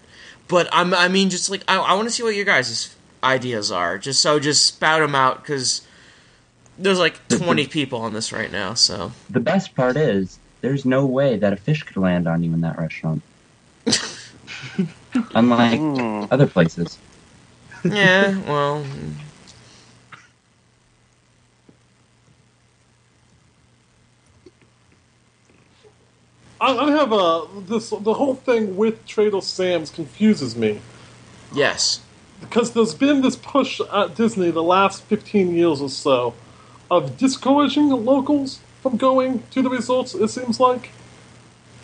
Speaker 2: But I'm I mean just like I, I want to see what your guys' ideas are. Just so just spout them out because there's like 20 people on this right now. So
Speaker 6: The best part is there's no way that a fish could land on you in that restaurant. Unlike other places.
Speaker 2: yeah, well,
Speaker 10: I, I have a this the whole thing with Trader Sam's confuses me
Speaker 2: yes,
Speaker 10: because there's been this push at Disney the last 15 years or so of discouraging the locals from going to the resorts. It seems like,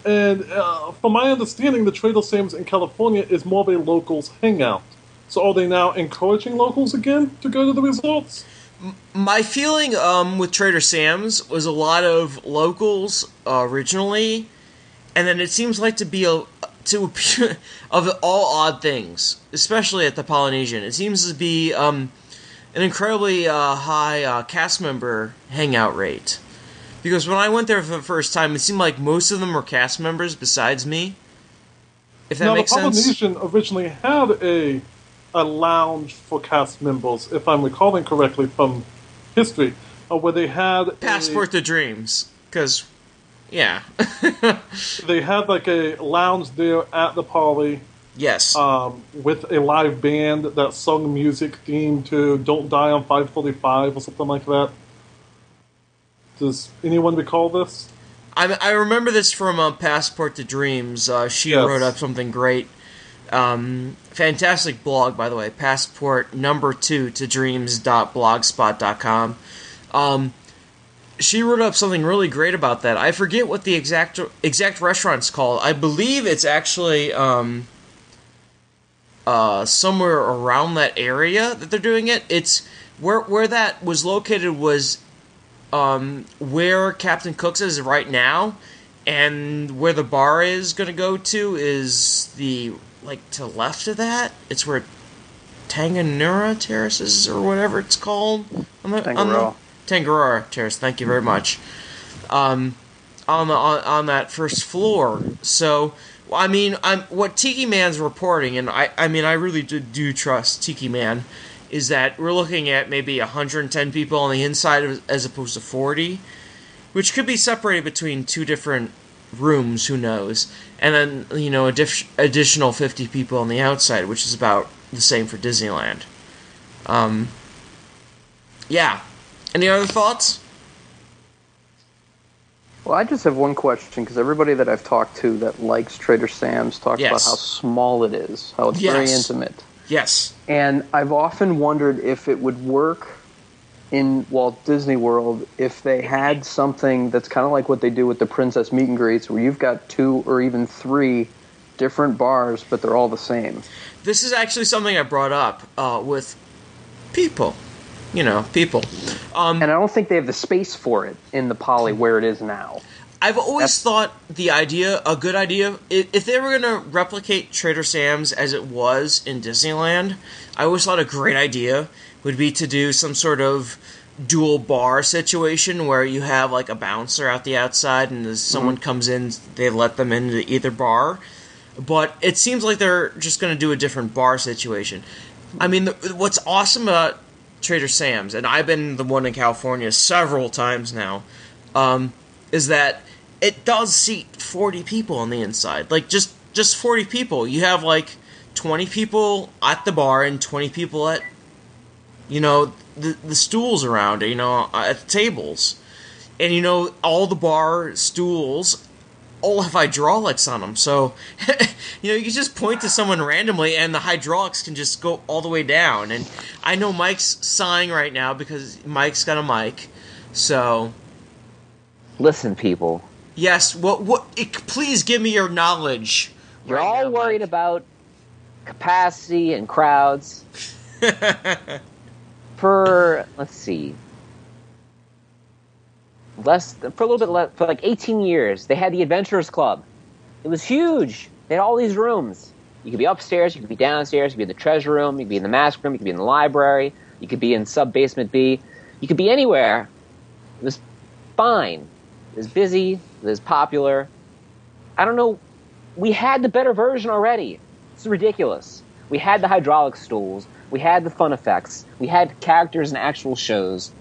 Speaker 10: and uh, from my understanding, the Trader Sam's in California is more of a locals hangout. So are they now encouraging locals again to go to the resorts?
Speaker 2: my feeling um with Trader Sam's was a lot of locals uh, originally, and then it seems like to be a to appear of all odd things, especially at the Polynesian. It seems to be um, an incredibly uh, high uh, cast member hangout rate. Because when I went there for the first time, it seemed like most of them were cast members besides me. If that
Speaker 10: now,
Speaker 2: makes
Speaker 10: the
Speaker 2: sense.
Speaker 10: Polynesian originally had a a lounge for cast members, if I'm recalling correctly from history, uh, where they had
Speaker 2: Passport to Dreams. Because, yeah.
Speaker 10: A, they had like a lounge there at the Poly
Speaker 2: yes.
Speaker 10: um, with a live band that sung music themed to "Don't Die on 5:45" or something like that. Does anyone recall this?
Speaker 2: I, I remember this from uh, Passport to Dreams. Uh, she
Speaker 10: Yes.
Speaker 2: wrote up something great. Um, fantastic blog, by the way. Passport number two to dreams.blogspot.com. Um, she wrote up something really great about that. I forget what the exact exact restaurant's called. I believe it's actually um, uh, somewhere around that area that they're doing it. It's where where that was located was um, where Captain Cook's is right now, and where the bar is gonna go to is the like to the left of that. It's where Tanganura Terraces or whatever it's called. On the, on the,
Speaker 4: Tangaroa.
Speaker 2: Tangaroa Terrace. Thank you very much. Um, on the on, on that first floor. So I mean, I'm what Tiki Man's reporting, and I I mean I really do, do trust Tiki Man, is that we're looking at maybe 110 people on the inside of, as opposed to 40, which could be separated between two different rooms. Who knows? And then you know addition additional 50 people on the outside, which is about the same for Disneyland. Um, yeah. Any other thoughts?
Speaker 4: Well, I just have one question because everybody that I've talked to that likes Trader Sam's talks about
Speaker 2: Yes.
Speaker 4: how small it is, how it's very
Speaker 2: Yes.
Speaker 4: intimate.
Speaker 2: Yes.
Speaker 4: And I've often wondered if it would work in Walt Disney World if they had something that's kind of like what they do with the princess meet and greets, where you've got two or even three different bars, but they're all the same.
Speaker 2: This is actually something I brought up uh, with people. You know, people. Um,
Speaker 4: and I don't think they have the space for it in the poly where it is now.
Speaker 2: I've always thought the idea, a good idea, i- if they were going to replicate Trader Sam's as it was in Disneyland, I always thought a great idea would be to do some sort of dual bar situation where you have like a bouncer out the outside and as someone comes in, they let them into either bar. But it seems like they're just going to do a different bar situation. I mean, the, what's awesome about Trader Sam's, and I've been the one in California several times now, um, is that it does seat 40 people on the inside. Like just just 40 people. You have like 20 people at the bar and 20 people at you know the the stools around, you know, uh, at the tables. And you know all the bar stools all have hydraulics on them. So you know, you just point to someone randomly, and the hydraulics can just go all the way down. And I know Mike's sighing right now because Mike's got a mic. So
Speaker 1: Listen, people,
Speaker 2: yes, what what? It, please give me your knowledge.
Speaker 1: you're all worried about capacity and crowds. for let's see, less for a little bit less for like 18 years, they had the Adventurers Club. It was huge. They had all these rooms. You could be upstairs, you could be downstairs, you could be in the treasure room, you could be in the mask room, you could be in the library, you could be in sub basement B, you could be anywhere. It was fine. It was busy. It was popular. I don't know. We had the better version already. It's ridiculous. We had the hydraulic stools. We had the fun effects. We had characters and actual shows.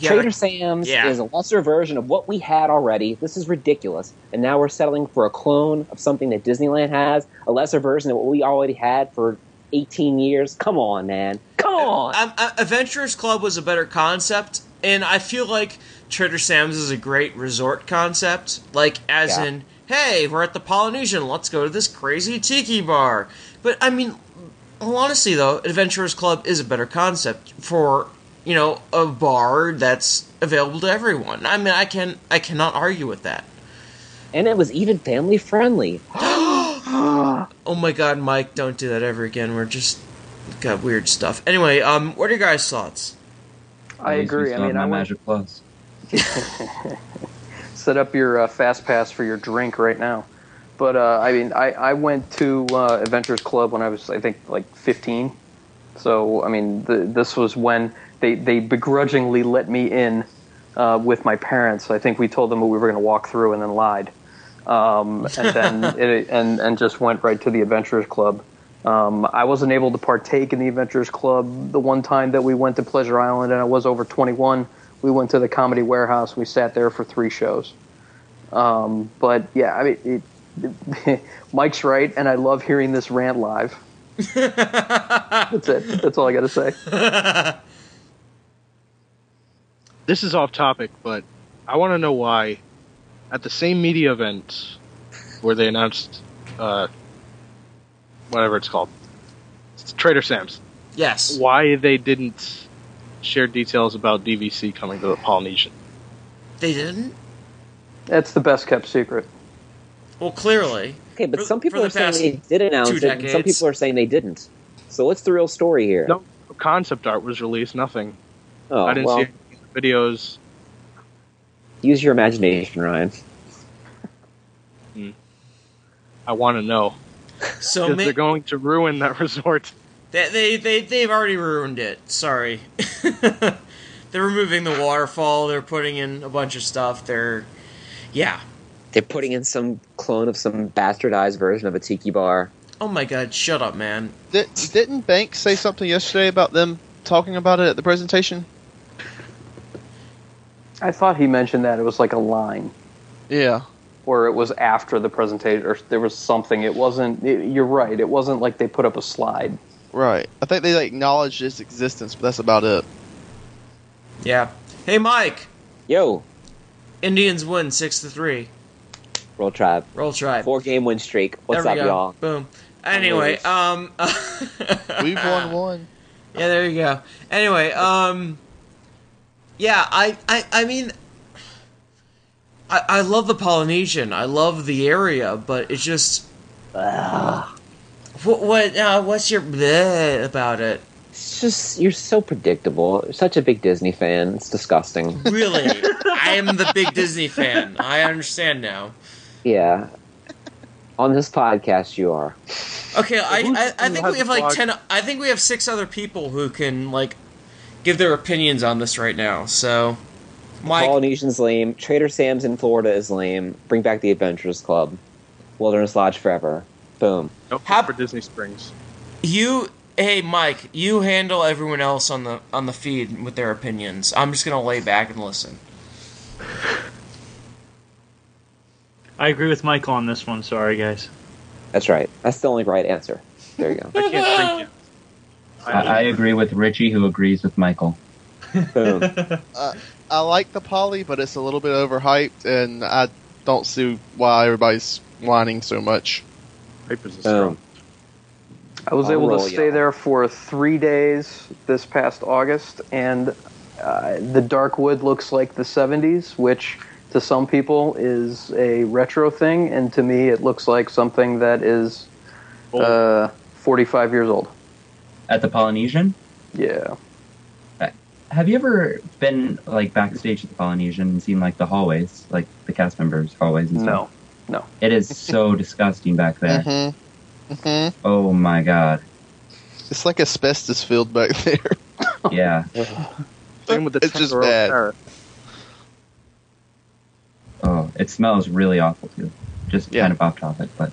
Speaker 2: Yeah,
Speaker 1: Trader
Speaker 2: but-
Speaker 1: Sam's
Speaker 2: yeah.
Speaker 1: is a lesser version of what we had already. This is ridiculous. And now we're settling for a clone of something that Disneyland has, a lesser version of what we already had for 18 years. Come on, man. Come on.
Speaker 2: Um, uh, Adventurers Club was a better concept, and I feel like Trader Sam's is a great resort concept. Like, as
Speaker 1: Yeah.
Speaker 2: in, hey, we're at the Polynesian, let's go to this crazy tiki bar. But I mean, well, honestly though, Adventurers Club is a better concept for you know a bar that's available to everyone. I mean, I can I cannot argue with that.
Speaker 1: And it was even family friendly.
Speaker 2: Oh my God, Mike, don't do that ever again. We're just got weird stuff. Anyway, um, what are your guys' thoughts?
Speaker 4: I agree. I mean, I went,
Speaker 6: magic plus.
Speaker 4: set up your uh, fast pass for your drink right now. But uh, I mean, I, I went to uh, Adventures Club when I was, I think, like 15. So I mean, the, this was when they they begrudgingly let me in uh, with my parents. I think we told them what we were going to walk through and then lied, um, and then it, and and just went right to the Adventurers Club. Um, I wasn't able to partake in the Adventurers Club the one time that we went to Pleasure Island, and I was over 21. We went to the Comedy Warehouse. We sat there for three shows. Um, but yeah, I mean, it, Mike's right, and I love hearing this rant live. That's it. That's all I got to say.
Speaker 5: This is off topic, but I want to know why, at the same media event where they announced, uh, whatever it's called, it's Trader Sam's,
Speaker 2: Yes.
Speaker 5: why they didn't share details about DVC coming to the Polynesian.
Speaker 2: They didn't.
Speaker 4: That's the best kept secret.
Speaker 2: Well, clearly.
Speaker 1: Okay, but
Speaker 2: For-
Speaker 1: some people
Speaker 2: for the
Speaker 1: are saying
Speaker 2: past
Speaker 1: they did announce
Speaker 2: two
Speaker 1: it, and some
Speaker 2: decades.
Speaker 1: people are saying they didn't. So what's the real story here?
Speaker 5: No concept art was released. Nothing.
Speaker 1: oh,
Speaker 5: I didn't
Speaker 1: well,
Speaker 5: see any videos.
Speaker 1: use your imagination, Ryan.
Speaker 5: I want to know
Speaker 2: So
Speaker 5: because
Speaker 2: ma-
Speaker 5: they're going to ruin that resort.
Speaker 2: They, they, they, they've already ruined it. Sorry. they're removing the waterfall. They're putting in a bunch of stuff. They're. Yeah.
Speaker 1: They're putting in some clone of some bastardized version of a tiki bar.
Speaker 2: Oh my god, shut up, man.
Speaker 3: Di- didn't Banks say something yesterday about them talking about it at the presentation?
Speaker 4: I thought he mentioned that it was like a line.
Speaker 3: Yeah.
Speaker 4: or it was after the presentation, or there was something. It wasn't. It, you're right. It wasn't like they put up a slide.
Speaker 3: Right. I think they like, acknowledged its existence, but that's about it.
Speaker 2: Yeah. Hey, Mike.
Speaker 1: Yo.
Speaker 2: Indians win six to three.
Speaker 1: Roll Tribe.
Speaker 2: Roll Tribe.
Speaker 1: Four game win streak. What's
Speaker 2: there
Speaker 1: up,
Speaker 2: we go.
Speaker 1: y'all?
Speaker 2: Boom. Anyway, um,
Speaker 3: We've won one.
Speaker 2: Yeah, there you go. Anyway, um, yeah, I, I, I mean, I, I love the Polynesian. I love the area, but it's just, what, what, uh, what's your bleh about it?
Speaker 1: It's just you're so predictable. You're such a big Disney fan. It's disgusting.
Speaker 2: Really, I am the big Disney fan. I understand now.
Speaker 1: yeah. On this podcast, you are.
Speaker 2: Okay, I, I, I
Speaker 10: who
Speaker 2: think
Speaker 10: has
Speaker 2: we have
Speaker 10: the
Speaker 2: like
Speaker 10: blog?
Speaker 2: ten. I think we have six other people who can like give their opinions on this right now. So, Mike,
Speaker 1: Polynesian's lame. Trader Sam's in Florida is lame. Bring back the Adventurers Club. Wilderness Lodge forever. Boom.
Speaker 5: Nope, for Disney Springs.
Speaker 2: you hey Mike, you handle everyone else on the on the feed with their opinions. I'm just gonna lay back and listen.
Speaker 8: I agree with Michael on this one. Sorry, guys.
Speaker 1: That's right. That's the only right answer. There you go.
Speaker 5: I can't drink
Speaker 6: I, I agree with Richie, who agrees with Michael.
Speaker 1: Boom.
Speaker 3: Uh, I like the poly, but it's a little bit overhyped, and I don't see why everybody's whining so much.
Speaker 5: it. Papers is
Speaker 1: Boom.
Speaker 5: strong.
Speaker 4: I was
Speaker 1: I'll
Speaker 4: able
Speaker 1: roll,
Speaker 4: to stay
Speaker 1: y'all.
Speaker 4: there for three days this past August, and uh, the dark wood looks like the 70s, which to some people is a retro thing, and to me it looks like something that is uh, 45 years old.
Speaker 6: At the Polynesian,
Speaker 4: Yeah.
Speaker 6: have you ever been like backstage at the Polynesian and seen like the hallways, like the cast members' hallways? And
Speaker 4: No.
Speaker 6: stuff? it is so disgusting back there.
Speaker 3: Mm-hmm. Mm-hmm.
Speaker 6: Oh my god,
Speaker 3: It's like asbestos field back there.
Speaker 6: yeah.
Speaker 5: Same with the
Speaker 3: Mm-hmm. It's just
Speaker 5: Tender Oak
Speaker 3: bad.
Speaker 5: Parrot.
Speaker 6: Oh, it smells really awful too. Just
Speaker 3: Yeah.
Speaker 6: kind of off topic, but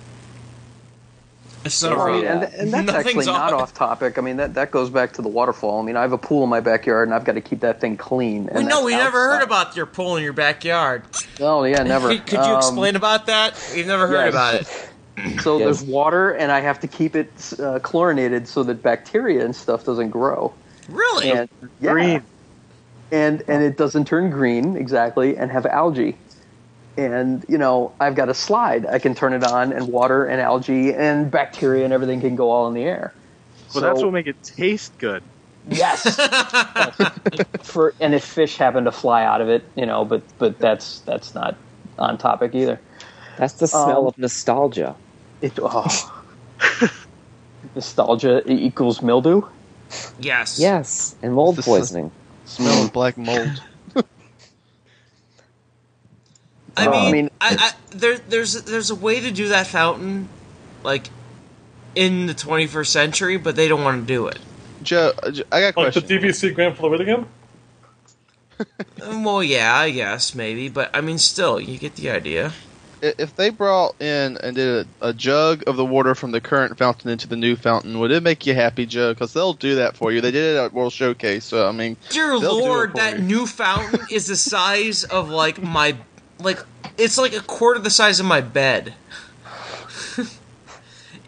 Speaker 2: It's
Speaker 4: I mean, and,
Speaker 2: not
Speaker 4: and that's
Speaker 2: Nothing's
Speaker 4: actually not
Speaker 2: off.
Speaker 4: off topic. I mean, that, that goes back to the waterfall. I mean, I have a pool in my backyard, and I've got to keep that thing clean.
Speaker 2: we
Speaker 4: and
Speaker 2: know
Speaker 4: that's
Speaker 2: we never heard
Speaker 4: outside.
Speaker 2: about your pool in your backyard.
Speaker 4: Oh, yeah, never.
Speaker 2: Could, could
Speaker 4: Um,
Speaker 2: you explain about that? We've never heard
Speaker 4: yes.
Speaker 2: about it.
Speaker 4: So
Speaker 1: Yes.
Speaker 4: there's water, and I have to keep it uh, chlorinated so that bacteria and stuff doesn't grow.
Speaker 2: Really?
Speaker 4: And yeah.
Speaker 5: Green.
Speaker 4: And and it doesn't turn green exactly, and have algae. And you know, I've got a slide. I can turn it on, and water and algae and bacteria and everything can go all in the air.
Speaker 5: Well, that's what make it taste good.
Speaker 4: yes. For and if fish happen to fly out of it, you know, but but that's that's not on topic either.
Speaker 1: That's the smell
Speaker 4: Um,
Speaker 1: of nostalgia.
Speaker 4: It oh. Nostalgia equals mildew.
Speaker 2: yes.
Speaker 1: Yes, and mold
Speaker 3: This is-
Speaker 1: poisoning.
Speaker 3: Smell of black mold.
Speaker 2: I
Speaker 6: Uh,
Speaker 2: mean, I,
Speaker 4: I mean,
Speaker 2: I, there, there's there's a way to do that fountain, like in the 21st century, but they don't want to do it.
Speaker 3: Joe, uh, Joe, I got a
Speaker 10: Like the
Speaker 3: question.
Speaker 10: DVC Grand Floridian?
Speaker 2: Um, Well, yeah, I guess maybe, but I mean, still, you get the idea.
Speaker 3: I- if they brought in and did a, a jug of the water from the current fountain into the new fountain, would it make you happy, Joe? Because they'll do that for you. They did it at World Showcase, so I mean,
Speaker 2: Dear
Speaker 3: They'll do it
Speaker 2: Lord,
Speaker 3: for
Speaker 2: that
Speaker 3: you.
Speaker 2: new fountain is the size of like my like it's like a quarter the size of my bed.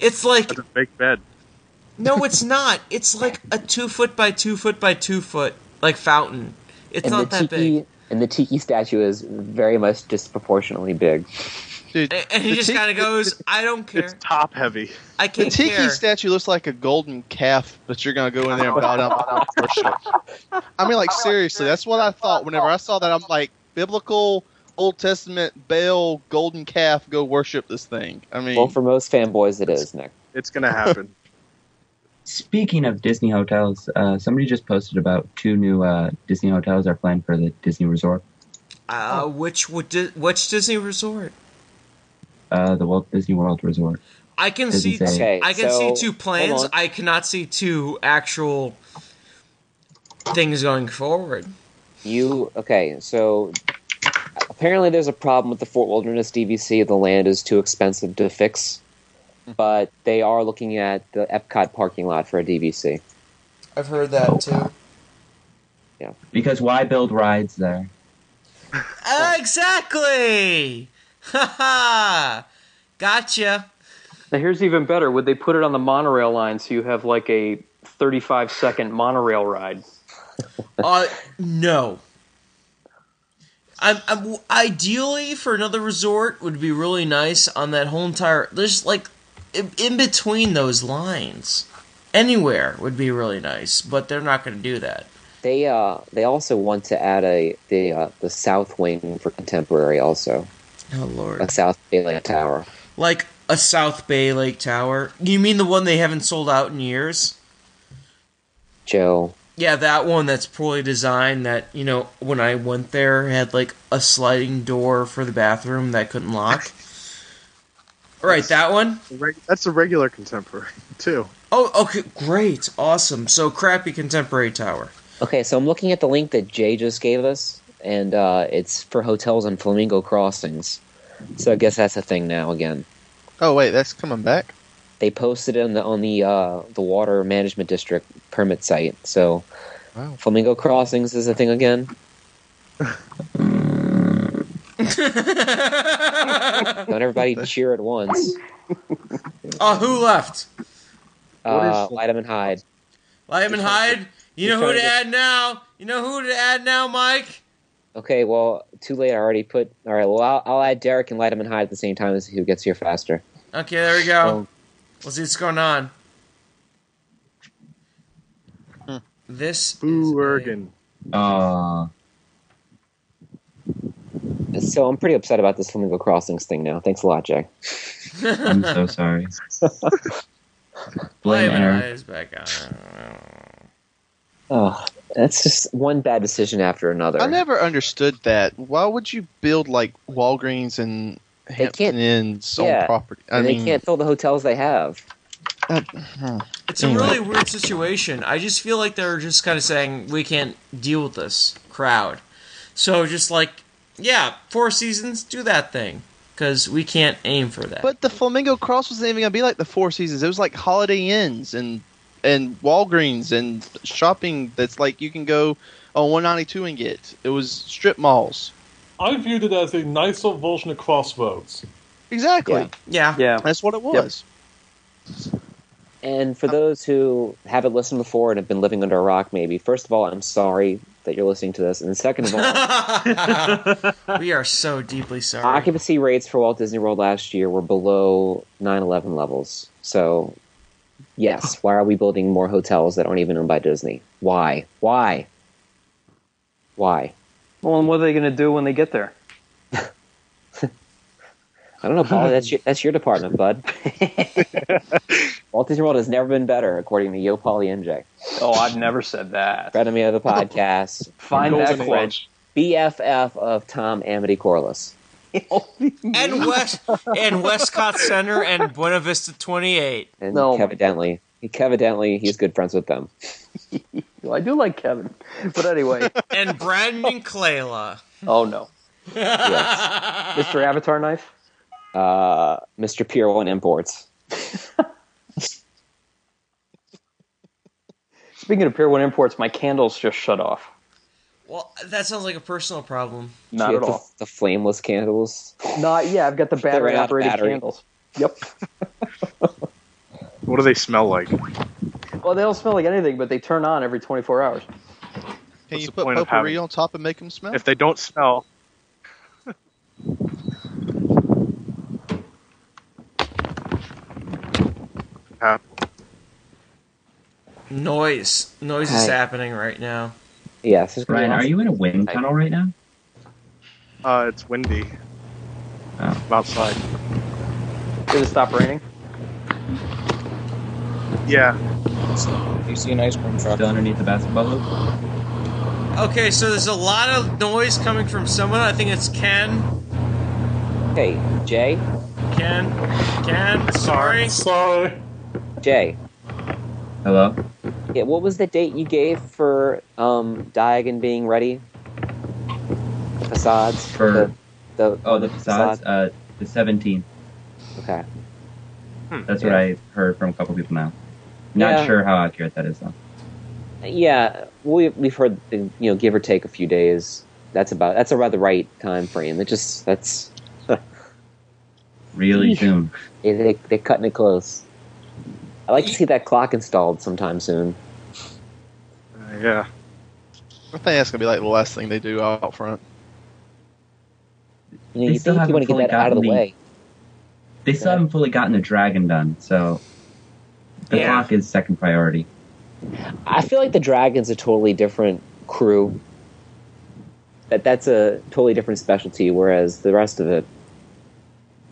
Speaker 2: it's like
Speaker 5: That's a big bed.
Speaker 2: no, it's not. It's like a two foot by two foot by two foot like fountain. It's
Speaker 1: and
Speaker 2: not
Speaker 1: the
Speaker 2: that
Speaker 1: tiki
Speaker 2: big.
Speaker 1: and the tiki statue is very much disproportionately big.
Speaker 3: dude,
Speaker 2: A- And he
Speaker 3: the
Speaker 2: just
Speaker 3: tiki-
Speaker 2: kind of goes, "I don't
Speaker 5: It's
Speaker 2: care.
Speaker 5: top heavy.
Speaker 2: I
Speaker 3: The
Speaker 2: can't
Speaker 3: tiki
Speaker 2: care."
Speaker 3: statue looks like a golden calf that you're gonna go in there um, and bow down and worship. I mean, like seriously, that's what I thought whenever I saw that. I'm like, biblical, Old Testament, Baal, golden calf, go worship this thing. I mean,
Speaker 1: Well, for most fanboys, it is Nick.
Speaker 5: It's gonna happen.
Speaker 6: Speaking of Disney hotels, uh, somebody just posted about two new uh, Disney hotels are planned for the Disney Resort,
Speaker 2: Uh, which would Di- which Disney resort?
Speaker 6: uh, the Walt Disney World Resort.
Speaker 2: I can
Speaker 6: Doesn't
Speaker 2: see
Speaker 6: say.
Speaker 1: Okay,
Speaker 2: I can
Speaker 1: so-
Speaker 2: see two
Speaker 1: hold
Speaker 2: plans.
Speaker 1: on.
Speaker 2: I cannot see two actual things going forward.
Speaker 1: You okay? So apparently, there's a problem with the Fort Wilderness DVC. The land is too expensive to fix, but they are looking at the Epcot parking lot for a DVC.
Speaker 2: I've heard that too.
Speaker 6: Because why build rides there?
Speaker 2: Exactly. Ha ha! Gotcha.
Speaker 4: Now here's even better. Would they put it on the monorail line so you have like a 35 second monorail ride?
Speaker 2: Uh, no. I'm, I'm, ideally for another resort would be really nice on that whole entire. There's like in, in between those lines, anywhere would be really nice, but they're not going to do that.
Speaker 1: They uh they also want to add a the uh, the South Wing for contemporary also.
Speaker 2: Oh lord.
Speaker 1: A South Bay Lake Tower.
Speaker 2: Like a South Bay Lake Tower. You mean the one they haven't sold out in years?
Speaker 1: Joe.
Speaker 2: Yeah, that one that's poorly designed. That you know, when I went there, had like a sliding door for the bathroom that I couldn't lock. All right, that one.
Speaker 12: Reg- That's a regular contemporary too.
Speaker 2: Oh, okay, great, awesome. So crappy contemporary tower.
Speaker 1: Okay, so I'm looking at the link that Jay just gave us, and uh, it's for hotels on Flamingo Crossings. So I guess that's a thing now again.
Speaker 3: Oh wait, that's coming back.
Speaker 1: They posted it on the on the uh, the water management district permit site. So
Speaker 12: Wow.
Speaker 1: Flamingo Crossings is a thing again. Don't everybody cheer at once.
Speaker 2: Uh, who left?
Speaker 1: Uh, Light 'em and hide.
Speaker 2: Lyman Hyde. You
Speaker 1: You're
Speaker 2: know who
Speaker 1: trying
Speaker 2: to
Speaker 1: to-
Speaker 2: add now. You know who to add now, Mike.
Speaker 1: Okay, well, too late. I already put. All right, well, I'll, I'll add Derek and Light 'em and hide at the same time as who gets here faster.
Speaker 2: Okay, there we go. Let's see what's going on. This
Speaker 12: Booergen.
Speaker 6: Uh,
Speaker 1: So I'm pretty upset about this Flamingo Crossings thing now. Thanks a lot, Jay.
Speaker 6: I'm so sorry. Blame
Speaker 2: Lyman
Speaker 6: Aaron.
Speaker 2: Hyde is back on.
Speaker 1: Oh, that's just one bad decision after another.
Speaker 3: I never understood that. Why would you build like Walgreens and
Speaker 1: can't-
Speaker 3: Hampton Inns on
Speaker 1: yeah.
Speaker 3: property? I
Speaker 1: and
Speaker 3: mean, Uh,
Speaker 1: they can't fill the hotels they have.
Speaker 2: It's a really
Speaker 1: Mm.
Speaker 2: weird situation. I just feel like they're just kind of saying we can't deal with this crowd. So just like, yeah, Four Seasons do that thing because we can't aim for that.
Speaker 3: But the Flamingo Cross wasn't even gonna be like the Four Seasons. It was like Holiday Inns and and Walgreens and shopping that's like you can go on 192 and get. It was strip malls.
Speaker 10: I viewed it as a nicer version of Crossroads.
Speaker 3: Exactly.
Speaker 1: Yeah.
Speaker 2: yeah,
Speaker 4: Yeah.
Speaker 3: That's what it was.
Speaker 1: And for those who haven't listened before and have been living under a rock, maybe first of all, I'm sorry that you're listening to this, and second of all,
Speaker 2: we are so deeply sorry.
Speaker 1: occupancy rates for Walt Disney World last year were below 9/11 levels. So, yes, why are we building more hotels that aren't even owned by Disney? Why? Why? Why?
Speaker 4: Well, and what are they going to do when they get there?
Speaker 1: I don't know, Paul. That's your, that's your department, bud. Walt Disney World has never been better, according to Yo Polly MJ,
Speaker 4: Oh, I've never said that.
Speaker 1: friend of me of the podcast,
Speaker 4: Oh, Find that
Speaker 5: Golden
Speaker 4: quote.
Speaker 5: Age.
Speaker 1: BFF of Tom Amity Corliss.
Speaker 2: and West and Westcott Center and Buena Vista 28.
Speaker 1: and
Speaker 4: No.
Speaker 1: Kevin Dentley. Kevin Dentley, he's good friends with them.
Speaker 4: I do like Kevin, but anyway.
Speaker 2: and Brandon Clayla.
Speaker 4: oh no,
Speaker 1: Yes.
Speaker 4: Mr. Avatar knife.
Speaker 1: Uh, Mr. Pier One Imports.
Speaker 4: Speaking of Pier One Imports, my candles just shut off.
Speaker 2: Well, that sounds like a personal problem.
Speaker 4: Not
Speaker 1: You
Speaker 4: at
Speaker 1: have the-
Speaker 4: all.
Speaker 1: The, flameless candles.
Speaker 4: Not yeah. I've got the
Speaker 1: ran out of
Speaker 4: battery operated
Speaker 1: battery.
Speaker 4: candles. Yep.
Speaker 5: What do they smell like?
Speaker 4: Well, they don't smell like anything, but they turn on every 24 hours.
Speaker 3: Can
Speaker 5: What's
Speaker 3: you
Speaker 5: the
Speaker 3: put
Speaker 5: point of
Speaker 3: potpourri
Speaker 5: having-
Speaker 3: on top and make them smell?
Speaker 5: If they don't smell, Hap-
Speaker 2: Noise. Noise is
Speaker 1: Hi.
Speaker 2: happening right now.
Speaker 1: Yes. there's gonna be
Speaker 6: Ryan,
Speaker 1: lots
Speaker 6: are
Speaker 1: of-
Speaker 6: you in a wind
Speaker 1: I-
Speaker 6: tunnel right now?
Speaker 5: uh, it's windy.
Speaker 6: Oh.
Speaker 5: I'm outside.
Speaker 4: Did it stop raining?
Speaker 5: Yeah.
Speaker 9: You see an ice cream truck.
Speaker 6: Still underneath the basketball hoop?
Speaker 2: Okay, so there's a lot of noise coming from someone. I think it's Ken.
Speaker 1: Hey, Jay.
Speaker 2: Ken. Ken. Sorry.
Speaker 10: Sorry.
Speaker 1: Jay.
Speaker 6: Hello?
Speaker 1: Yeah. What was the date you gave for um, Diagon being ready? The facades.
Speaker 6: For-
Speaker 1: the, the
Speaker 6: Oh, the facades? Uh, the 17th.
Speaker 1: Okay.
Speaker 6: Hmm, That's what I heard from a couple people now. Not
Speaker 1: Yeah.
Speaker 6: sure how accurate that is, though.
Speaker 1: Yeah, we we've heard you know give or take a few days. That's about that's about the right time frame. It just that's
Speaker 6: really soon.
Speaker 1: They, they, they're cutting it close. I like to see that clock installed sometime soon.
Speaker 6: Uh,
Speaker 5: yeah.
Speaker 3: I think that's gonna be like the last thing they do out front.
Speaker 1: You, know,
Speaker 6: They
Speaker 1: you
Speaker 6: still
Speaker 1: think you want to
Speaker 6: haven't
Speaker 1: get
Speaker 6: fully
Speaker 1: that out of the
Speaker 6: gotten the-
Speaker 1: way.
Speaker 6: They still haven't fully gotten the dragon done, so the
Speaker 1: Yeah.
Speaker 6: clock is second priority.
Speaker 1: I feel like the Dragons a totally different crew. That that's a totally different specialty, whereas the rest of it,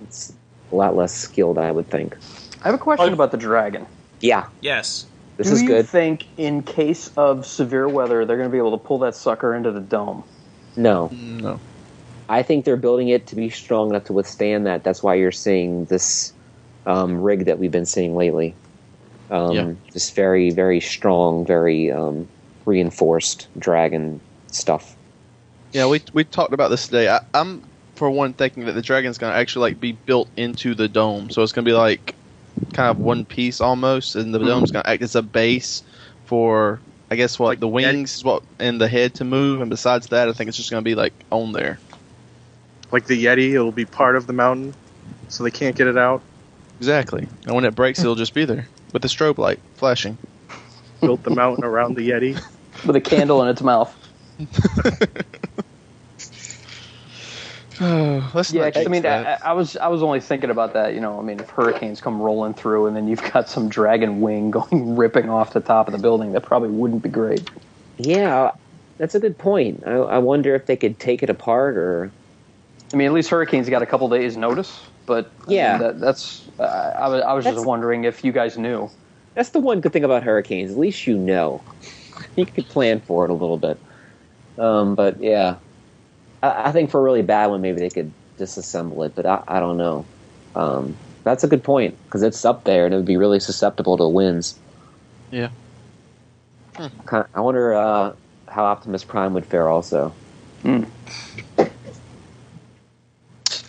Speaker 1: it's a lot less skilled, I would think.
Speaker 4: I have a question about the dragon.
Speaker 1: Yeah,
Speaker 2: Yes.
Speaker 1: this
Speaker 4: Do
Speaker 1: is
Speaker 4: you
Speaker 1: good.
Speaker 4: think in case of severe weather they're going to be able to pull that sucker into the dome?
Speaker 1: No,
Speaker 3: No.
Speaker 1: I think they're building it to be strong enough to withstand that. That's why you're seeing this um, rig that we've been seeing lately. Um,
Speaker 3: Yeah.
Speaker 1: This very, very strong, very um, reinforced dragon stuff.
Speaker 3: Yeah, we we talked about this today. I, I'm for one thinking that the dragon's gonna actually like be built into the dome, so it's gonna be like kind of one piece almost, and the dome's gonna act as a base for I guess what the wings is what and the head to move, and besides that, I think it's just gonna be like on there.
Speaker 5: Like the Yeti, it'll be part of the mountain, so they can't get it out.
Speaker 3: Exactly, and when it breaks, it'll just be there with the strobe light flashing.
Speaker 5: Built the mountain around the Yeti.
Speaker 4: With a candle in its mouth.
Speaker 3: Let's
Speaker 4: Yeah,
Speaker 3: not
Speaker 4: 'cause, I
Speaker 3: jinx
Speaker 4: mean,
Speaker 3: that.
Speaker 4: I, I was I was only thinking about that. You know, I mean, if hurricanes come rolling through, and then you've got some dragon wing going ripping off the top of the building, that probably wouldn't be great.
Speaker 1: Yeah, that's a good point. I, I wonder if they could take it apart or.
Speaker 4: I mean, at least hurricanes got a couple days notice, but I mean,
Speaker 1: Yeah.
Speaker 4: that, that's uh, I was I was just
Speaker 1: That's-
Speaker 4: wondering if you guys knew.
Speaker 1: That's the one good thing about hurricanes. At least you know. You could plan for it a little bit. Um, but yeah, I, I think for a really bad one, maybe they could disassemble it. But I, I don't know. Um, that's a good point because it's up there and it would be really susceptible to winds.
Speaker 3: Yeah.
Speaker 1: Kind I wonder uh, how Optimus Prime would fare. Also,
Speaker 11: Hey,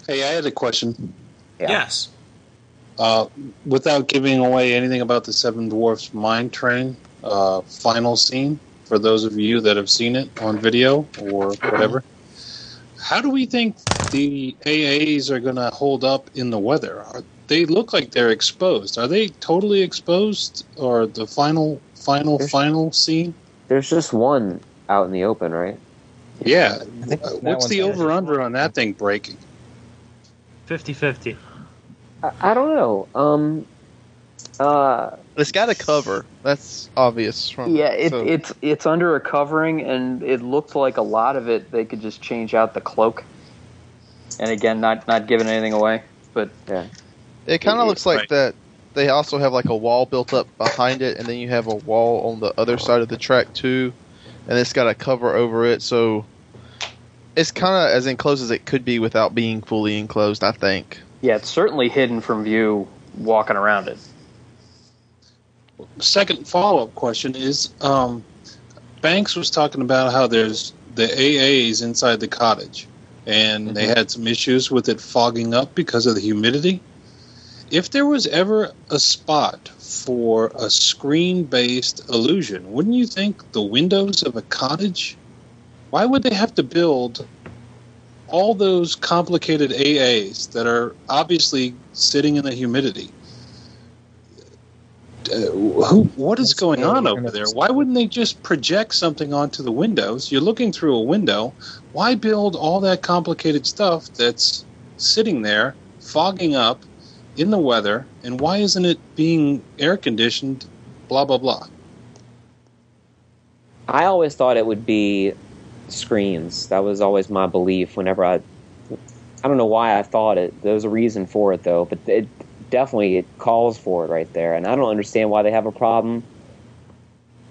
Speaker 11: I had a question.
Speaker 1: Yeah.
Speaker 2: Yes.
Speaker 11: Uh, without giving away anything about the Seven Dwarfs Mine Train uh, final scene, for those of you that have seen it on video or whatever, how do we think the AAs are going to hold up in the weather? Are, they look like they're exposed. Are they totally exposed, or the final, final,
Speaker 1: There's-
Speaker 11: final scene?
Speaker 1: there's just one out in the open, right?
Speaker 11: Yeah.
Speaker 9: I think that
Speaker 11: What's
Speaker 9: one's
Speaker 11: the
Speaker 9: gonna-
Speaker 11: over under on that thing breaking?
Speaker 8: 50-50.
Speaker 1: I, I don't know. Um, uh,
Speaker 3: It's got a cover. That's obvious from
Speaker 4: Yeah, it,
Speaker 3: so-
Speaker 4: it's it's under a covering, and it looked like a lot of it they could just change out the cloak. And again, not not giving anything away, but
Speaker 3: It kind of looks like
Speaker 11: Right.
Speaker 3: that. They also have like a wall built up behind it, and then you have a wall on the other side of the track too, and it's got a cover over it. So it's kind of as enclosed as it could be without being fully enclosed. I think.
Speaker 4: yeah, it's certainly hidden from view walking around it.
Speaker 11: second follow-up question is um, banks was talking about how there's the aas inside the cottage and they had some issues with it fogging up because of the humidity if there was ever a spot for a screen-based illusion wouldn't you think the windows of a cottage why would they have to build all those complicated aas that are obviously sitting in the humidity uh, who, what is going on over there? Why wouldn't they just project something onto the windows? You're looking through a window. Why build all that complicated stuff that's sitting there, fogging up in the weather, and why isn't it being air conditioned? Blah, blah, blah.
Speaker 1: I always thought it would be screens. That was always my belief. Whenever I, I don't know why I thought it. There was a reason for it though, but it definitely it calls for it right there. And I don't understand why they have a problem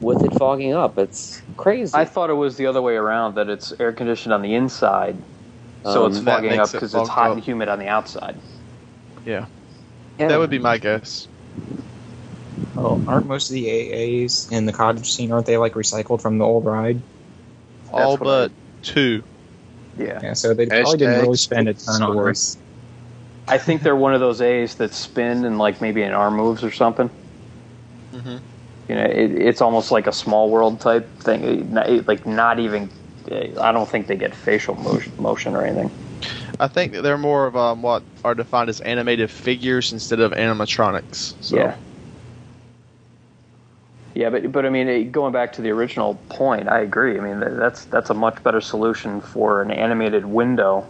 Speaker 1: with it fogging up. It's crazy.
Speaker 4: I thought it was the other way around that it's air conditioned on the inside, so
Speaker 1: Um,
Speaker 4: it's
Speaker 3: that
Speaker 4: fogging up
Speaker 3: makes it
Speaker 4: because it's
Speaker 3: fogged
Speaker 4: hot
Speaker 3: up.
Speaker 4: and humid on the outside.
Speaker 1: Yeah.
Speaker 3: That would be my guess.
Speaker 9: Well, Oh, aren't most of the AAs in the cottage scene aren't they like recycled from the old ride?
Speaker 3: All
Speaker 4: what I-
Speaker 3: but two.
Speaker 4: Yeah,
Speaker 9: Yeah, so they probably didn't
Speaker 11: Hashtag
Speaker 9: really spend a ton on
Speaker 11: story.
Speaker 9: this.
Speaker 4: I think they're one of those A's that spin and like maybe an arm moves or something.
Speaker 3: Mhm.
Speaker 4: You know, it, it's almost like a small world type thing. It- it- Like not even, I don't think they get facial motion, motion or anything.
Speaker 3: I think that they're more of um, what are defined as animated figures instead of animatronics. So.
Speaker 4: Yeah. Yeah, but but I mean, it- going back to the original point, I agree. I mean, th- that's that's a much better solution for an animated window,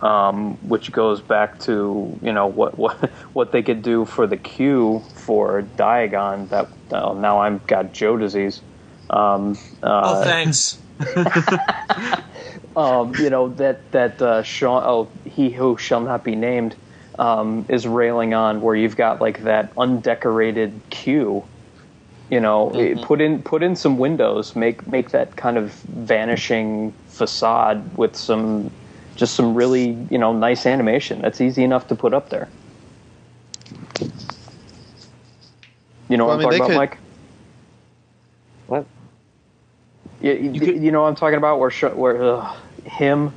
Speaker 4: um, which goes back to you know what what what they could do for the queue for Diagon. That oh, now I'm got Joe disease. Um, uh,
Speaker 2: oh, thanks.
Speaker 4: um, you know that that uh, Sean, oh, he who shall not be named, um, is railing on where you've got like that undecorated queue. You know, it- put in put in some windows, make make that kind of vanishing facade with some just some really you know nice animation. That's easy enough to put up there. You know
Speaker 3: Well,
Speaker 4: what
Speaker 3: I
Speaker 4: I'm
Speaker 3: mean,
Speaker 4: talking about,
Speaker 3: they
Speaker 4: Mike? You, you, you know what I'm talking about where sh- where uh, him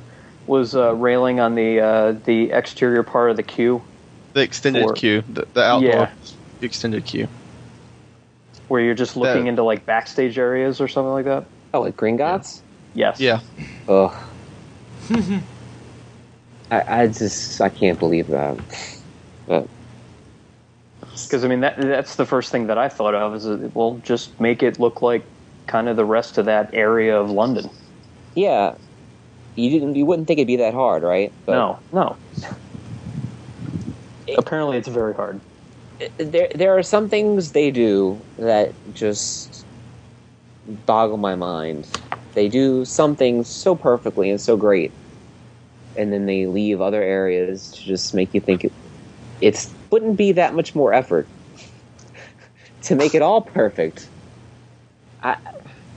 Speaker 4: was uh, railing on the uh, the exterior part of the queue
Speaker 3: The extended
Speaker 4: Or-
Speaker 3: queue, the, the outdoor
Speaker 4: Yeah.
Speaker 3: extended queue.
Speaker 4: where you're just looking
Speaker 3: That-
Speaker 4: into like backstage areas or something like that.
Speaker 1: Oh, like Gringotts?
Speaker 4: Yes.
Speaker 3: Yeah.
Speaker 1: Ugh. I, I just I can't believe that. But
Speaker 4: Because I mean that that's the first thing that I thought of is uh, well just make it look like kind of the rest of that area of London.
Speaker 1: yeah, you didn't you wouldn't think it'd be that hard, right? But
Speaker 4: no, no. Apparently, it's very hard.
Speaker 1: there there are some things they do that just boggle my mind. They do some things so perfectly and so great, and then they leave other areas to just make you think it it's wouldn't be that much more effort to make it all perfect. I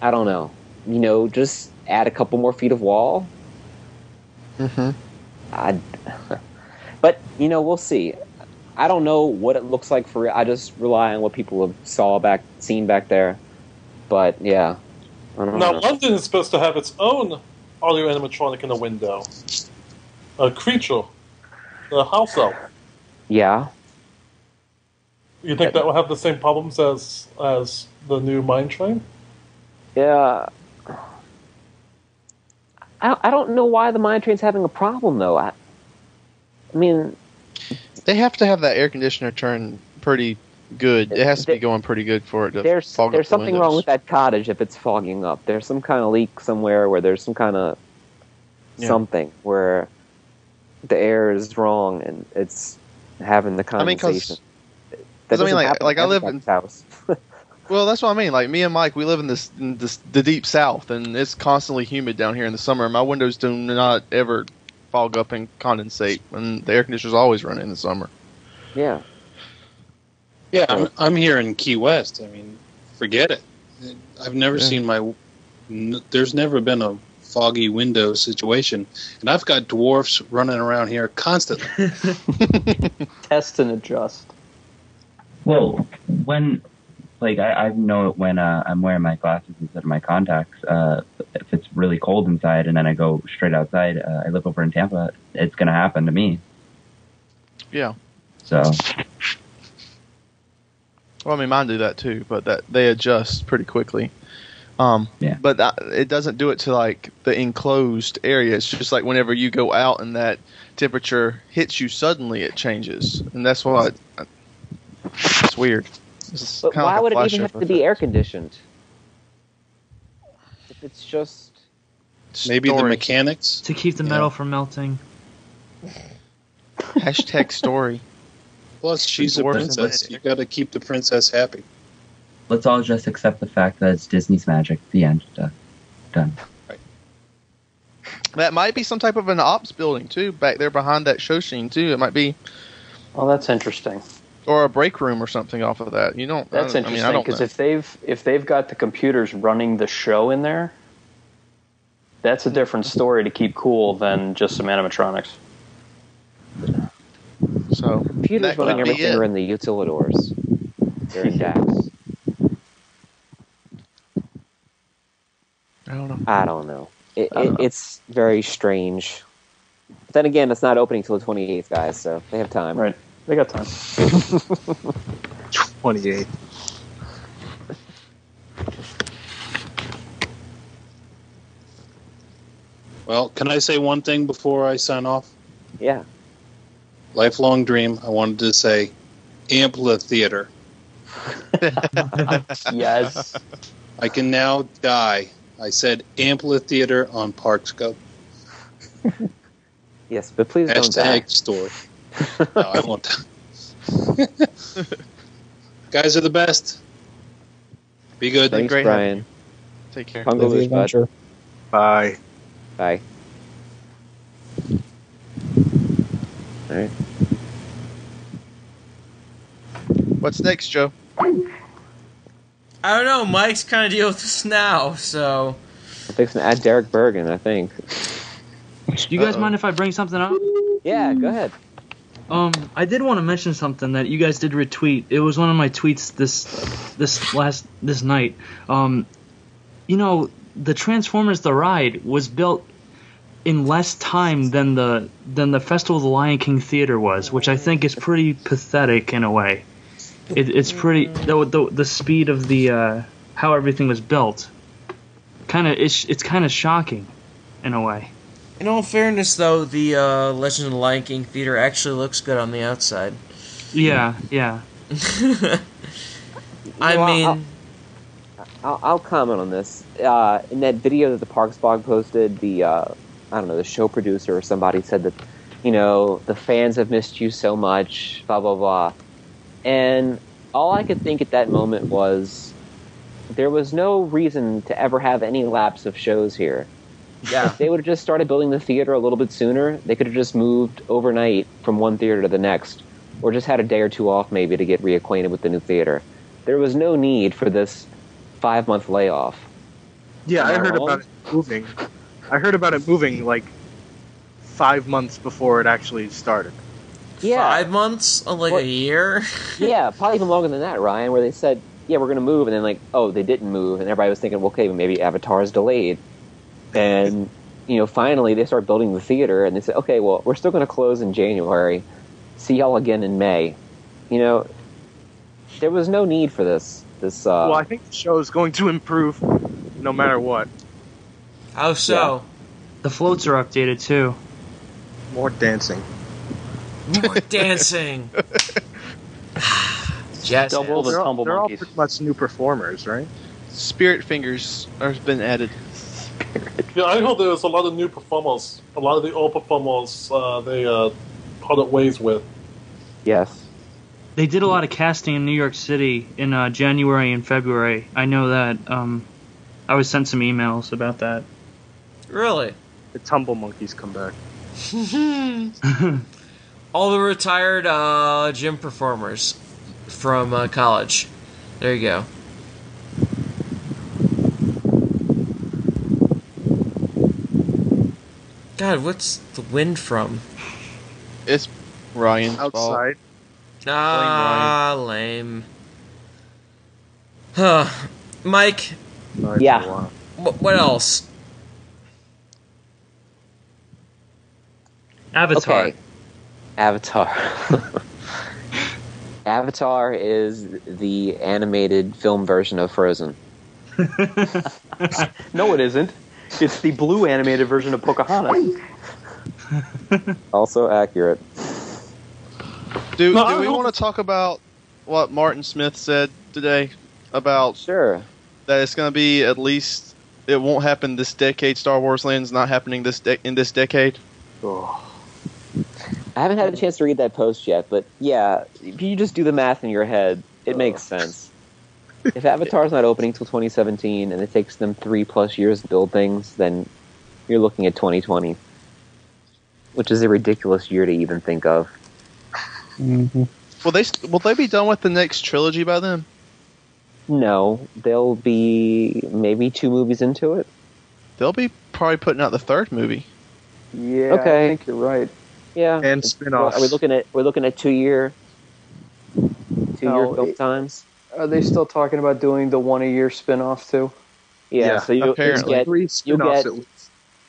Speaker 1: I don't know. You know, just add a couple more feet of wall. I, but you know, we'll see. I don't know what it looks like for real. I just rely on what people have saw back, seen back there. But yeah, I don't
Speaker 10: Now,
Speaker 1: know.
Speaker 10: London is supposed to have its own audio animatronic in the window. A creature. A house elf.
Speaker 1: Yeah,
Speaker 10: You think that will have the same problems as as the new mine train?
Speaker 1: yeah. I, I don't know why the mine train's having a problem though. I, I mean,
Speaker 3: They have to have that air conditioner turned pretty good. It has to be
Speaker 1: There-
Speaker 3: going pretty good for it to
Speaker 1: there's
Speaker 3: fog up
Speaker 1: there's
Speaker 3: the
Speaker 1: something wrong
Speaker 3: windows.
Speaker 1: with that cottage if it's fogging up. There's some kind of leak somewhere where there's some kind of
Speaker 3: Yeah.
Speaker 1: something where the air is wrong and it's having the
Speaker 3: I mean, 'cause-
Speaker 1: condensation. That
Speaker 3: 'cause I mean,
Speaker 1: doesn't
Speaker 3: like-
Speaker 1: happen
Speaker 3: like I live
Speaker 1: everybody's house.
Speaker 3: Well, that's what I mean. Like me and Mike, we live in this, in this the deep south, and it's constantly humid down here in the summer. My windows do not ever fog up and condensate, and the air conditioner's always running in the summer.
Speaker 1: yeah.
Speaker 11: Yeah, I'm, I'm here in Key West. I mean, forget it. I've never
Speaker 3: Yeah.
Speaker 11: seen my. N- there's never been a foggy window situation, and I've got dwarfs running around here constantly.
Speaker 4: Test and adjust.
Speaker 6: Well, when like I, I know it when uh, I'm wearing my glasses instead of my contacts. Uh, if it's really cold inside and then I go straight outside, uh, I live over in Tampa. It's gonna happen to me.
Speaker 3: Yeah.
Speaker 6: So
Speaker 3: Well, I mean, mine do that too, but that they adjust pretty quickly. Um,
Speaker 6: Yeah.
Speaker 3: But that, it doesn't do it to like the enclosed area. It's just like whenever you go out and that temperature hits you suddenly, it changes, and that's why it, it's weird. It's
Speaker 1: But
Speaker 3: kinda
Speaker 1: why
Speaker 3: like a
Speaker 1: would it even
Speaker 3: flash
Speaker 1: have to
Speaker 3: effect.
Speaker 1: be air conditioned? If it's just
Speaker 11: Maybe the
Speaker 3: Storage.
Speaker 11: mechanics.
Speaker 8: to keep the
Speaker 3: Yeah.
Speaker 8: metal from melting.
Speaker 3: hashtag story.
Speaker 11: Plus, she's a
Speaker 3: dwarves and
Speaker 11: princess. You
Speaker 3: Benedict.
Speaker 11: got to keep the princess happy.
Speaker 6: let's all just accept the fact that it's Disney's magic. The end. Done. Done.
Speaker 3: That might be some type of an ops building too, back there behind that show scene too. It might be,
Speaker 4: Oh, that's interesting.
Speaker 3: or a break room or something off of that. You don't. I
Speaker 4: That's
Speaker 3: don't- I mean, I
Speaker 4: interesting
Speaker 3: don't
Speaker 4: because
Speaker 3: know.
Speaker 4: if they've if they've got the computers running the show in there, that's a different story to keep cool than just some animatronics.
Speaker 3: so
Speaker 1: computers
Speaker 3: that could
Speaker 1: running
Speaker 3: be
Speaker 1: everything
Speaker 3: it.
Speaker 1: are in the utilidors. They're in DAX.
Speaker 3: I don't know.
Speaker 1: I don't know. It,
Speaker 3: I don't
Speaker 1: it, it's very strange. But then again, it's not opening till the 28th, guys, so they have time.
Speaker 4: Right. They got time.
Speaker 12: 28.
Speaker 11: Well, can I say one thing before I sign off?
Speaker 1: Yeah.
Speaker 11: Lifelong dream. I wanted to say amphitheater.
Speaker 4: yes.
Speaker 11: I can now die. I said amphitheater on Parkscope.
Speaker 1: Yes, but please don't die.
Speaker 11: Hashtag story. No, I won't die. Guys are the best. Be good.
Speaker 1: Thanks, Brian.
Speaker 3: Take care.
Speaker 1: Hungaloosh,
Speaker 11: Live the
Speaker 1: bud.
Speaker 11: adventure.
Speaker 12: Bye.
Speaker 1: Bye. All right.
Speaker 3: What's next, Joe?
Speaker 2: I don't know. Mike's kind of dealing with this now, so.
Speaker 1: I'm fixing to add Derek Bergen, I think.
Speaker 8: Do you guys mind if I bring something up?
Speaker 1: Yeah, go ahead.
Speaker 8: Um, I did want to mention something that you guys did retweet. It was one of my tweets this this last this night. Um, you know, the Transformers the ride was built in less time than the than the Festival of the Lion King theater was, which I think is pretty pathetic in a way. It, it's pretty the, the the speed of the uh, how everything was built. Kind of it's it's kind of shocking, in a way.
Speaker 2: In all fairness, though, the uh, Legend of the Lion King theater actually looks good on the outside.
Speaker 8: Yeah, yeah.
Speaker 2: I
Speaker 1: Well,
Speaker 2: mean,
Speaker 1: I'll, I'll comment on this. Uh, in that video that the Parks blog posted, the uh, I don't know the show producer or somebody said that you know the fans have missed you so much, blah blah blah, and all I could think at that moment was there was no reason to ever have any lapse of shows here.
Speaker 2: Yeah.
Speaker 1: If they would have just started building the theater a little bit sooner, they could have just moved overnight from one theater to the next, or just had a day or two off maybe to get reacquainted with the new theater. There was no need for this five month layoff.
Speaker 12: Yeah,
Speaker 1: Am
Speaker 12: I
Speaker 1: I
Speaker 12: heard
Speaker 1: wrong?
Speaker 12: about it moving. I heard about it moving like five months before it actually started.
Speaker 1: Yeah.
Speaker 2: five months, Uh, like a year.
Speaker 1: yeah, probably even longer than that, Ryan, where they said, yeah, we're going to move, and then, like, oh, they didn't move, and everybody was thinking, well, okay, maybe Avatar's delayed. And, you know, finally they start building the theater, and they said, okay, well, we're still going to close in January. See y'all again in May. You know, there was no need for this. This, uh,
Speaker 12: well, I think the show is going to improve no matter what.
Speaker 2: How so?
Speaker 8: The floats are updated too.
Speaker 12: More dancing.
Speaker 2: More dancing. Jazz
Speaker 4: Double the
Speaker 12: they're all,
Speaker 4: tumble
Speaker 12: they're all
Speaker 4: monkeys.
Speaker 12: pretty much new performers, right?
Speaker 3: Spirit fingers have been added.
Speaker 10: Yeah, I know there's a lot of new performers. A lot of the old performers uh, they uh, parted ways with.
Speaker 1: Yes.
Speaker 8: They did a lot of casting in New York City in uh, January and February. I know that. Um, I was sent some emails about that.
Speaker 2: Really?
Speaker 12: The tumble monkeys come back.
Speaker 2: All the retired uh, gym performers from uh, college. There you go. God, what's the wind from?
Speaker 3: It's Ryan's fault.
Speaker 12: Outside.
Speaker 2: Ah, lame. Huh. Mike,
Speaker 1: yeah.
Speaker 2: wh- what else?
Speaker 8: Avatar.
Speaker 1: Okay. Avatar. Avatar is the animated film version of Frozen.
Speaker 4: No, it isn't. It's the blue animated version of Pocahontas.
Speaker 1: Also accurate.
Speaker 3: Do,
Speaker 10: No, I
Speaker 3: do we
Speaker 10: don't-
Speaker 3: want to talk about what Martin Smith said today about
Speaker 1: Sure.
Speaker 3: that it's going to be at least it won't happen this decade. Star Wars Land's not happening this de- in this decade.
Speaker 1: I haven't had a chance to read that post yet, but yeah, if you just do the math in your head, it makes sense. If Avatar's not opening till 2017 and it takes them three plus years to build things, then you're looking at 2020, which is a ridiculous year to even think of.
Speaker 3: Will they s- will they be done with the next trilogy by then?
Speaker 1: No, they'll be maybe two movies into it.
Speaker 3: They'll be probably putting out the third movie.
Speaker 4: Yeah,
Speaker 1: Okay.
Speaker 4: I think you're right.
Speaker 1: Yeah,
Speaker 12: And
Speaker 1: Well,
Speaker 12: spin-offs.
Speaker 1: are we looking at we're looking at two year, two year
Speaker 4: No,
Speaker 1: build
Speaker 4: it-
Speaker 1: times?
Speaker 4: Are they still talking about doing the one a year spin-off too?
Speaker 1: Yeah, so you, you
Speaker 3: apparently.
Speaker 1: get
Speaker 12: Three
Speaker 1: you'll
Speaker 12: spin-offs
Speaker 1: get-
Speaker 12: at least.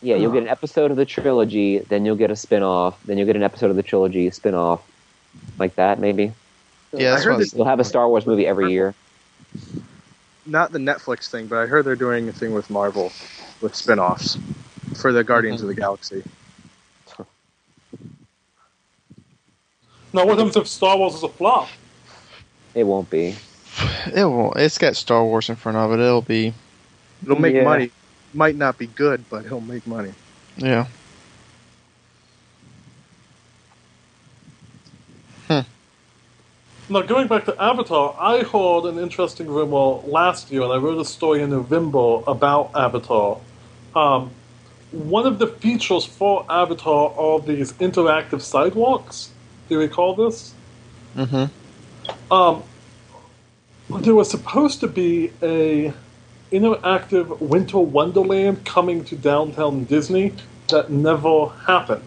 Speaker 1: Yeah, you'll get an episode of the trilogy, then you'll get a spin off, then you'll get an episode of the trilogy spin off. Like that, maybe.
Speaker 3: Yeah,
Speaker 12: I
Speaker 3: that's
Speaker 12: heard
Speaker 3: what-
Speaker 12: this-
Speaker 1: You'll have a Star Wars movie every year.
Speaker 12: Not the Netflix thing, but I heard they're doing a thing with Marvel with spin-offs for the Guardians of the Galaxy.
Speaker 10: Now, what happens if Star Wars is a flop?
Speaker 1: It won't be.
Speaker 3: It won't. It's got Star Wars in front of it. It'll be.
Speaker 5: It'll make
Speaker 3: Yeah.
Speaker 5: money. Might not be good, but he'll make money.
Speaker 3: Yeah.
Speaker 10: Now, going back to Avatar, I heard an interesting rumor last year, and I wrote a story in November about Avatar. Um, one of the features for Avatar are these interactive sidewalks. Do you recall this?
Speaker 3: Mm-hmm.
Speaker 10: Um, there was supposed to be a interactive Winter Wonderland coming to downtown Disney that never happened,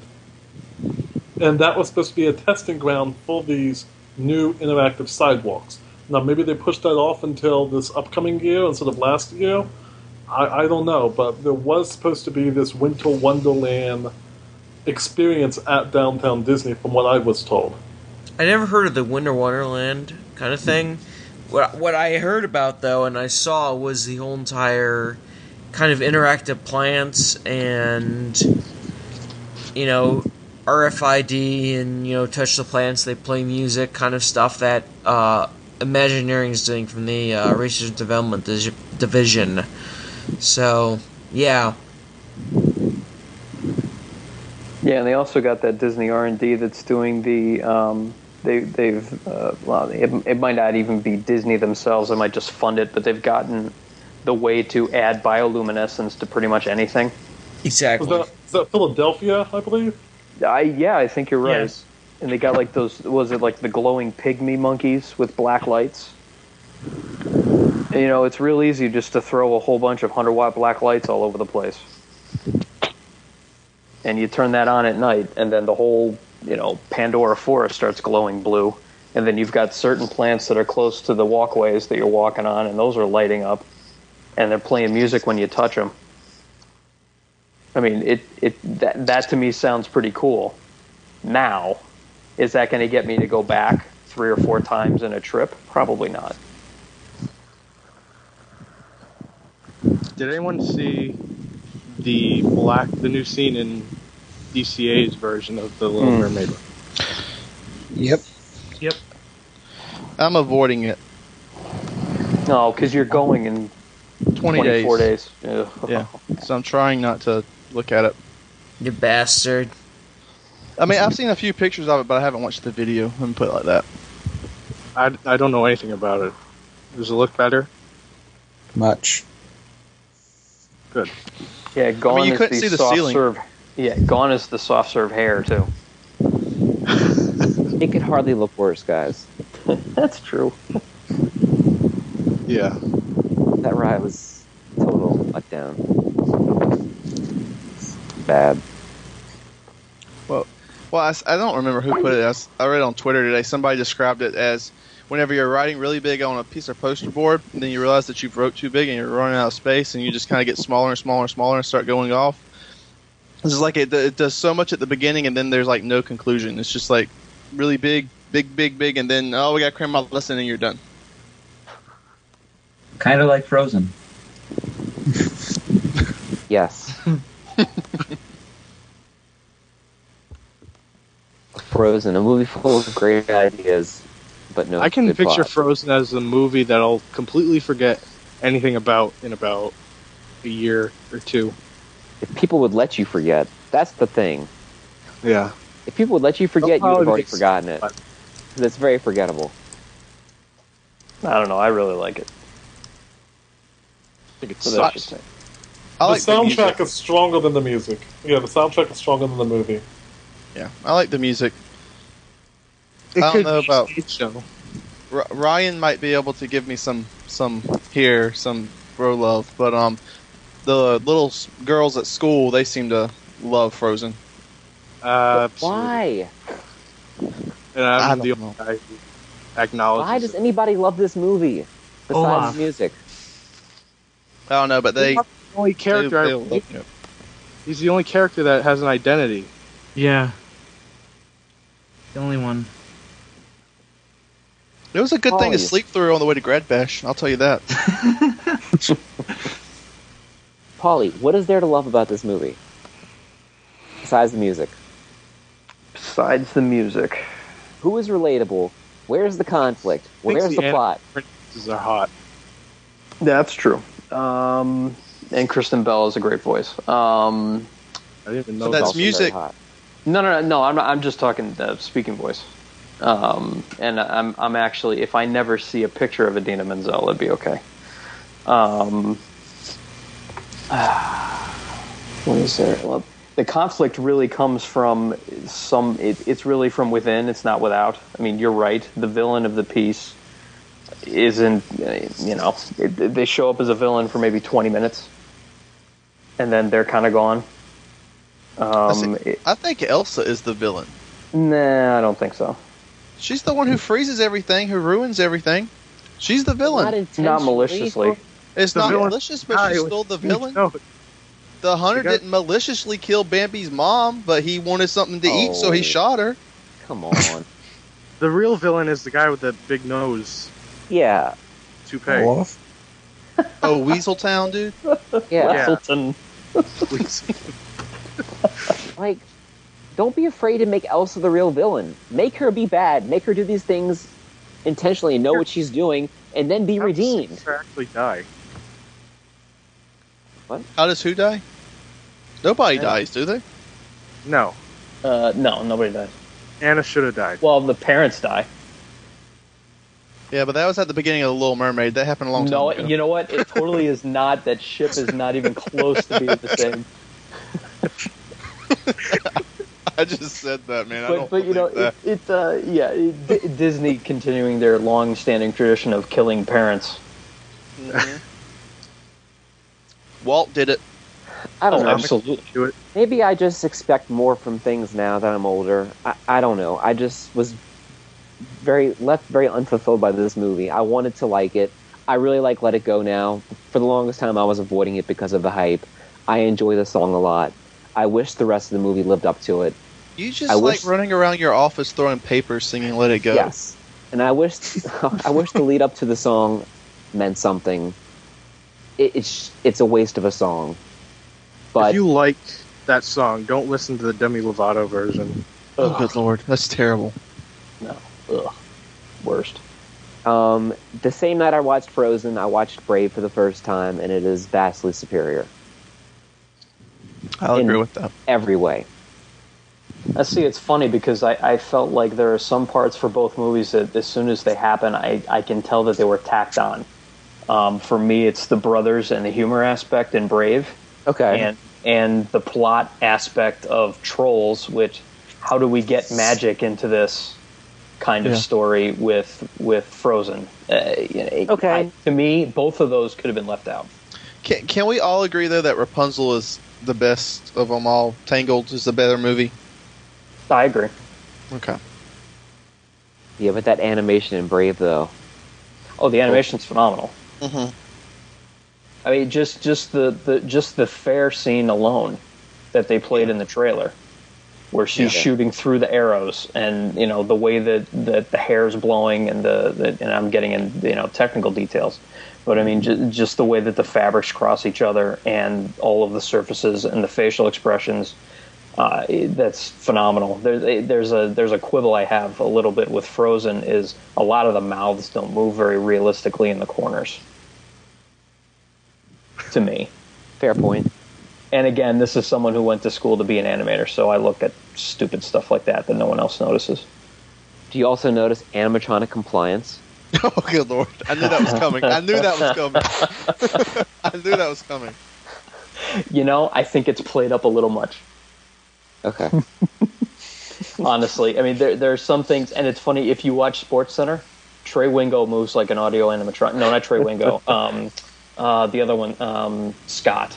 Speaker 10: and that was supposed to be a testing ground for these new interactive sidewalks. Now maybe they pushed that off until this upcoming year instead of last year. I, I don't know, but there was supposed to be this Winter Wonderland experience at downtown Disney, from what I was told.
Speaker 2: I never heard of the Winter Wonderland kind of thing. What what I heard about though, and I saw was the whole entire kind of interactive plants and you know RFID and you know touch the plants. They play music, kind of stuff that uh, Imagineering is doing from the uh, Research and Development Dis- Division. So yeah,
Speaker 4: Yeah, and they also got that Disney R and D that's doing the. Um, they, they've uh, well, it, it might not even be Disney themselves. They might just fund it, but they've gotten the way to add bioluminescence to pretty much anything.
Speaker 10: Is
Speaker 2: exactly.
Speaker 10: that, is that Philadelphia, I believe?
Speaker 4: I yeah, I think you're right.
Speaker 10: Yes.
Speaker 4: And they got like those was it like the glowing pygmy monkeys with black lights? And, you know, it's real easy just to throw a whole bunch of hundred watt black lights all over the place. And you turn that on at night and then the whole, you know, Pandora forest starts glowing blue. And then you've got certain plants that are close to the walkways that you're walking on and those are lighting up and they're playing music when you touch them. I mean, it, it that, that to me sounds pretty cool. Now, is that going to get me to go back three or four times in a trip? Probably not.
Speaker 5: Did anyone see the black, the new scene in DCA's version of the Little
Speaker 3: Hmm.
Speaker 5: Mermaid?
Speaker 3: Yep.
Speaker 8: Yep.
Speaker 3: I'm avoiding it.
Speaker 4: No, because you're going in
Speaker 3: 20
Speaker 4: 24 days.
Speaker 3: Yeah. So I'm trying not to look at it.
Speaker 2: You bastard.
Speaker 3: I mean, I've seen a few pictures of it, but I haven't watched the video. Let me put it like that.
Speaker 5: I, I don't know anything about it. Does it look better?
Speaker 9: Much.
Speaker 5: Good.
Speaker 4: Yeah, gone
Speaker 3: you
Speaker 4: is
Speaker 3: couldn't
Speaker 4: the
Speaker 3: see the
Speaker 4: soft
Speaker 3: ceiling.
Speaker 4: serve. Yeah, gone is the soft serve hair too.
Speaker 1: It could hardly look worse, guys.
Speaker 4: That's true.
Speaker 5: Yeah.
Speaker 1: That ride was total letdown. Bad.
Speaker 3: Well, well, I, s- I don't remember who put it. I, s- I read it on Twitter today. Somebody described it as whenever you're writing really big on a piece of poster board, and then you realize that you wrote too big and you're running out of space, and you just kind of get smaller and smaller and smaller and start going off. This is like it, d- it does so much at the beginning, and then there's like no conclusion. It's just like really big, big, big, big, and then oh, we got to cram out the lesson, and you're done.
Speaker 6: Kind of like Frozen.
Speaker 1: Yes. Frozen, a movie full of great ideas, but no.
Speaker 5: I can
Speaker 1: good
Speaker 5: picture
Speaker 1: plot.
Speaker 5: Frozen as a movie that I'll completely forget anything about in about a year or two.
Speaker 1: if people would let you forget. That's the thing.
Speaker 5: Yeah.
Speaker 1: If people would let you forget, you would
Speaker 3: Oh,
Speaker 1: have
Speaker 5: probably
Speaker 1: already
Speaker 5: be-
Speaker 1: forgotten it. That's very forgettable.
Speaker 4: I don't know. I really like it.
Speaker 5: I think it
Speaker 4: So that's
Speaker 5: sucks.
Speaker 4: just it.
Speaker 3: I
Speaker 10: the
Speaker 3: like the music.
Speaker 10: soundtrack is stronger than the music. Yeah, the soundtrack is stronger than the movie.
Speaker 3: Yeah, I like the music.
Speaker 5: It
Speaker 3: I don't
Speaker 5: could
Speaker 3: know
Speaker 5: be
Speaker 3: about-
Speaker 5: a stage show.
Speaker 3: R- Ryan might be able to give me some some here some bro love, but um, the little s- girls at school they seem to love Frozen.
Speaker 5: Uh,
Speaker 1: Why?
Speaker 5: And I'm
Speaker 3: I
Speaker 5: the
Speaker 3: don't
Speaker 5: only guy who acknowledges
Speaker 1: Why does
Speaker 5: it.
Speaker 1: anybody love this movie besides
Speaker 8: Olaf.
Speaker 1: the music?
Speaker 3: I don't know, but they,
Speaker 5: He's the only
Speaker 3: they,
Speaker 5: character. I
Speaker 3: they love
Speaker 5: believe-
Speaker 3: it.
Speaker 5: he's the only character that has an identity.
Speaker 8: Yeah. The only one.
Speaker 3: It was a good
Speaker 1: Oh,
Speaker 3: thing to
Speaker 1: yes.
Speaker 3: sleep through on the way to Grad Bash. I'll tell you that.
Speaker 1: Polly, what is there to love about this movie besides the music?
Speaker 4: Besides the music,
Speaker 1: Who is relatable? Where's the conflict? Where's the,
Speaker 5: the
Speaker 1: plot?
Speaker 5: Princesses are hot.
Speaker 4: That's true. Um, and Kristen Bell is a great voice. Um,
Speaker 5: I didn't even
Speaker 3: know So that's that. music.
Speaker 4: No, no, no, no. I'm not, I'm just talking uh, speaking voice. Um, and I'm I'm actually if I never see a picture of Adina Menzel, it'd be okay. Um, what is there? Well, the conflict really comes from some. It, it's really from within. It's not without. I mean, you're right. The villain of the piece isn't. uh, You know, it, they show up as a villain for maybe 20 minutes, and then they're kind of gone. Um, it-
Speaker 3: I think Elsa is the villain.
Speaker 4: nah, I don't think so.
Speaker 3: She's the one who freezes everything, who ruins everything. She's the
Speaker 1: Not
Speaker 3: villain.
Speaker 1: intentionally.
Speaker 4: Not maliciously.
Speaker 3: It's
Speaker 5: The
Speaker 3: not
Speaker 5: villain-
Speaker 3: malicious, but she's
Speaker 5: No, it
Speaker 3: still
Speaker 5: was-
Speaker 3: the villain.
Speaker 5: No,
Speaker 3: The hunter
Speaker 5: The guy-
Speaker 3: didn't maliciously kill Bambi's mom, but he wanted something to eat, so he
Speaker 1: Oh.
Speaker 3: shot her.
Speaker 1: Come on.
Speaker 5: the real villain is the guy with the big nose
Speaker 1: yeah.
Speaker 5: toupee.
Speaker 9: Wolf?
Speaker 3: Oh, Weasel Town, dude.
Speaker 1: Yeah.
Speaker 5: Yeah.
Speaker 4: Wesselton.
Speaker 1: Like, don't be afraid to make Elsa the real villain. Make her be bad. Make her do these things intentionally and know what she's doing, and then be
Speaker 5: How does
Speaker 1: redeemed.
Speaker 5: Caesar actually die.
Speaker 3: How does who die? Nobody dies, do they?
Speaker 5: No,
Speaker 4: Uh, no, nobody dies.
Speaker 5: Anna should have died.
Speaker 4: Well, the parents die.
Speaker 3: Yeah, but that was at the beginning of the Little Mermaid. That happened a long time
Speaker 4: no,
Speaker 3: ago.
Speaker 4: you know what? It totally is not. That ship is not even close to being the same.
Speaker 3: I just said that, man. I
Speaker 4: But,
Speaker 3: don't
Speaker 4: but you know,
Speaker 3: believe that.
Speaker 4: it, it uh, yeah, it, D- Disney continuing their long-standing tradition of killing parents.
Speaker 3: Walt did it.
Speaker 1: I don't know.
Speaker 4: Oh, absolutely.
Speaker 1: Maybe I just expect more from things now that I'm older. I, I don't know. I just was very left very unfulfilled by this movie. I wanted to like it. I really like Let It Go now. For the longest time, I was avoiding it because of the hype. I enjoy the song a lot. I wish the rest of the movie lived up to it.
Speaker 3: You just
Speaker 1: I
Speaker 3: like
Speaker 1: wish-
Speaker 3: running around your office throwing papers, singing "Let It Go."
Speaker 1: Yes, and I wish I wish the lead up to the song meant something. It, it's it's a waste of a song. But
Speaker 5: if you like that song, don't listen to the Demi Lovato version.
Speaker 3: Oh, good lord, that's terrible.
Speaker 4: Worst.
Speaker 1: Um, the same night I watched Frozen, I watched Brave for the first time, and it is vastly superior
Speaker 3: I'll
Speaker 1: In-
Speaker 3: agree with that.
Speaker 1: every way.
Speaker 4: I see. It's funny because I, I felt like there are some parts for both movies that as soon as they happen, I, I can tell that they were tacked on. Um, for me, it's the brothers and the humor aspect in Brave,
Speaker 1: Okay.
Speaker 4: and and the plot aspect of Trolls, which how do we get magic into this kind of
Speaker 3: Yeah.
Speaker 4: story with with Frozen? Uh, okay. to me, both of those could have been left out.
Speaker 3: Can, can we all agree though that Rapunzel is the best of them all? Tangled is the better movie.
Speaker 4: I agree.
Speaker 3: Okay.
Speaker 1: yeah, but that animation in Brave, though.
Speaker 4: Oh, the animation's phenomenal.
Speaker 3: Mhm.
Speaker 4: I mean, just just the, the just the fair scene alone that they played in the trailer, where she's
Speaker 1: Yeah.
Speaker 4: shooting through the arrows, and you know the way that, that the hair is blowing, and the, the and I'm getting in you know technical details, but I mean ju- just the way that the fabrics cross each other, and all of the surfaces and the facial expressions. Uh, it- that's phenomenal. There's there's a there's a quibble I have a little bit with Frozen is a lot of the mouths don't move very realistically in the corners. To me,
Speaker 1: Fair point.
Speaker 4: and again, this is someone who went to school to be an animator, so I look at stupid stuff like that that no one else notices.
Speaker 1: Do you also notice animatronic compliance?
Speaker 3: Oh, good lord! I knew that was coming. I knew that was coming. I knew that was coming.
Speaker 4: You know, I think it's played up a little much.
Speaker 1: Okay.
Speaker 4: Honestly, I mean, there there are some things, and it's funny if you watch Sports Center, Trey Wingo moves like an audio animatronic. No, not Trey Wingo. Um, uh, the other one, um, Scott.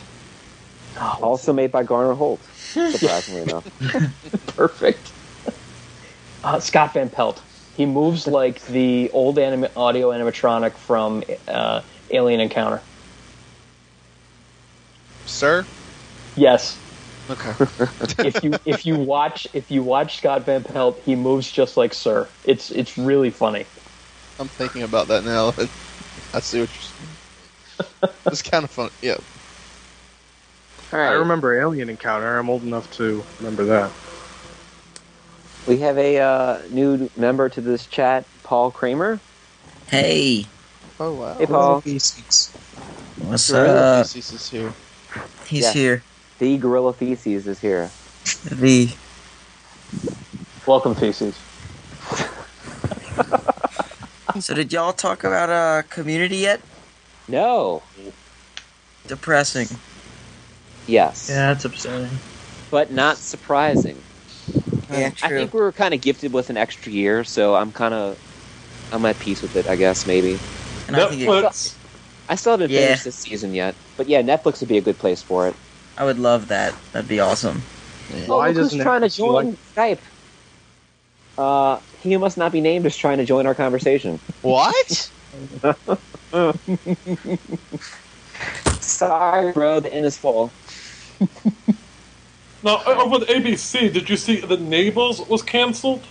Speaker 1: also made by Garner Holt, surprisingly enough.
Speaker 4: Perfect. Uh, Scott Van Pelt. He moves like the old anima audio animatronic from uh, Alien Encounter.
Speaker 3: Sir.
Speaker 4: Yes,
Speaker 3: Okay.
Speaker 4: if you if you watch if you watch Scott Van Pelt, he moves just like Sir. It's it's really funny.
Speaker 3: I'm thinking about that now. I see what you're saying. It's kind of funny. Yeah.
Speaker 1: All right.
Speaker 5: I remember Alien Encounter. I'm old enough to remember that.
Speaker 1: We have a uh, new member to this chat, Paul Kramer.
Speaker 13: Hey,
Speaker 3: Oh wow.
Speaker 1: Hey, Paul.
Speaker 13: what's
Speaker 3: Gorilla
Speaker 13: up?
Speaker 3: Thesis is here.
Speaker 13: He's
Speaker 1: Yeah.
Speaker 13: here.
Speaker 1: The Gorilla Theses is here.
Speaker 13: The
Speaker 4: Welcome, feces.
Speaker 13: so did y'all talk about uh community yet?
Speaker 1: No.
Speaker 13: Depressing.
Speaker 1: Yes.
Speaker 8: Yeah, that's upsetting.
Speaker 1: But not surprising.
Speaker 13: Yeah,
Speaker 1: I
Speaker 13: true.
Speaker 1: think we were kind of gifted with an extra year, so I'm kind of I'm at peace with it. I guess maybe.
Speaker 13: And I think it,
Speaker 10: Netflix.
Speaker 1: I still haven't
Speaker 13: Yeah.
Speaker 1: finished this season yet, but yeah, Netflix would be a good place for it.
Speaker 13: I would love that. That'd be awesome.
Speaker 1: Oh,
Speaker 12: Why
Speaker 1: look who's
Speaker 12: doesn't
Speaker 1: trying to
Speaker 12: Netflix
Speaker 1: join Skype? Uh, he who must not be named is trying to join our conversation.
Speaker 3: What?
Speaker 1: Sorry, bro, the end is full.
Speaker 10: Now, over the ABC, did you see The Neighbors was canceled?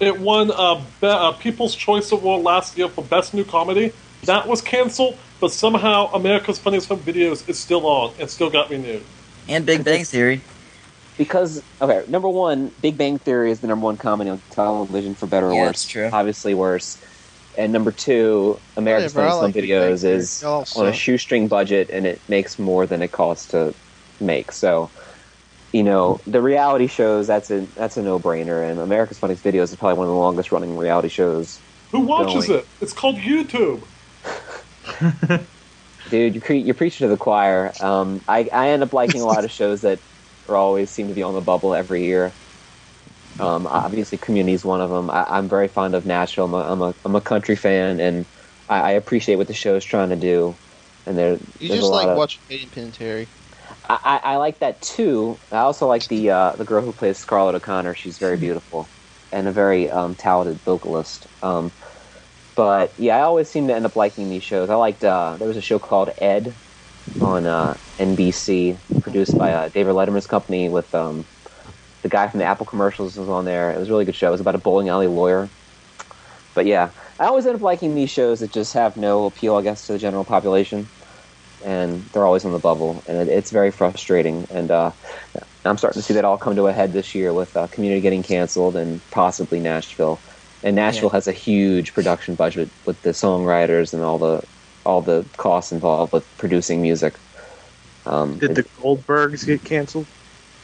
Speaker 10: It won uh, be- uh, People's Choice Award last year for Best New Comedy. That was canceled, but somehow America's Funniest Home Videos is still on and still got renewed.
Speaker 13: And Big Bang Theory.
Speaker 1: Because okay, number one, Big Bang Theory is the number one comedy on television for better or
Speaker 13: Yeah,
Speaker 1: worse.
Speaker 13: that's true.
Speaker 1: Obviously worse. And number two, America's
Speaker 3: Whatever, I
Speaker 1: Funniest Home
Speaker 3: like Big Bang
Speaker 1: Videos
Speaker 3: Theory.
Speaker 1: is
Speaker 3: Y'all
Speaker 1: on a
Speaker 3: suck.
Speaker 1: shoestring budget, and it makes more than it costs to make. So, you know, the reality shows that's a that's a no brainer. And America's Funniest Videos is probably one of the longest running reality shows.
Speaker 10: Who watches
Speaker 1: Going.
Speaker 10: it? It's called YouTube.
Speaker 1: Dude, you cre- you're preaching to the choir. Um, I I end up liking a lot of shows that are always seem to be on the bubble every year. Um, obviously, Community is one of them. I, I'm very fond of Nashville. I'm a, I'm a, I'm a country fan, and I, I appreciate what the show's trying to do. And there,
Speaker 3: You
Speaker 1: there's a
Speaker 3: just
Speaker 1: lot
Speaker 3: like
Speaker 1: of,
Speaker 3: watching Hayden Panettiere.
Speaker 1: I, I I like that too. I also like the uh, the girl who plays Scarlett O'Connor. She's very beautiful and a very um, talented vocalist. Um, but yeah, I always seem to end up liking these shows. I liked uh, there was a show called Ed on uh, NBC, produced by uh, David Letterman's company with um, the guy from the Apple commercials was on there. It was a really good show. It was about a bowling alley lawyer. But yeah, I always end up liking these shows that just have no appeal, I guess, to the general population and they're always on the bubble, and it, it's very frustrating. And uh, I'm starting to see that all come to a head this year with uh, Community getting canceled and possibly Nashville. And Nashville has a huge production budget with the songwriters and all the all the costs involved with producing music. Um,
Speaker 5: Did the Goldbergs get canceled?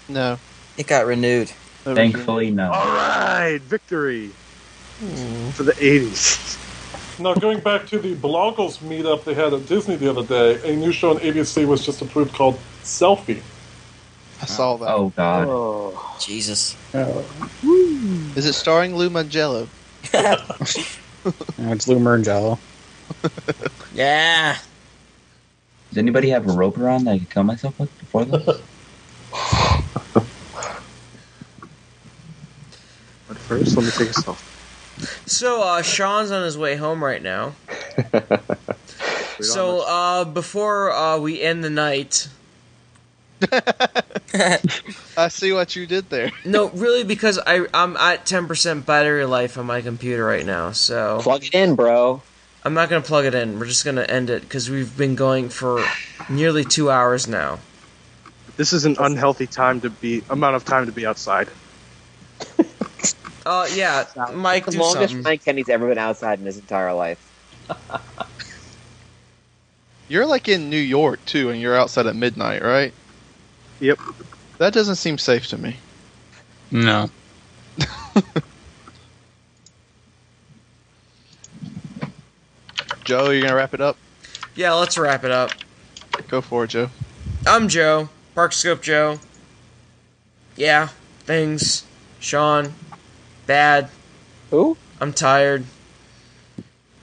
Speaker 3: No.
Speaker 13: It got renewed.
Speaker 6: Thankfully, no.
Speaker 5: All right, victory for the '80s.
Speaker 10: Hmm. Now, going back to the bloggers meetup they had at Disney the other day, a new show on ABC was just approved called Selfie.
Speaker 3: I saw that.
Speaker 6: Oh God.
Speaker 4: Oh,
Speaker 13: Jesus.
Speaker 9: Oh,
Speaker 3: Is it starring Lou Mangello?
Speaker 9: No, it's Lou Mergello.
Speaker 13: Yeah.
Speaker 6: Does anybody have a rope around that I could kill myself with before this?
Speaker 5: But first, let me take this off.
Speaker 13: So uh, Sean's on his way home right now.
Speaker 5: So,
Speaker 13: uh, before uh, we end the night,
Speaker 3: I see what you did there.
Speaker 13: no, really, because I I'm at ten percent battery life on my computer right now, so
Speaker 1: Plug it in, bro.
Speaker 13: I'm not gonna plug it in. We're just gonna end it because we've been going for nearly two hours now.
Speaker 5: This is an unhealthy time to be amount of time to be outside.
Speaker 13: Uh, yeah, Mike,
Speaker 1: The
Speaker 13: do
Speaker 1: longest
Speaker 13: something.
Speaker 1: Ryan Kenny's ever been outside in his entire life.
Speaker 3: You're like in New York too, and you're outside at midnight, right?
Speaker 5: Yep.
Speaker 3: That doesn't seem safe to me.
Speaker 9: No.
Speaker 3: Joe, you're gonna wrap it up.
Speaker 13: Yeah, let's wrap it up.
Speaker 3: Go for it, Joe.
Speaker 13: I'm Joe, Parkscope Joe. Yeah, things. Sean, bad.
Speaker 1: Who?
Speaker 13: I'm tired.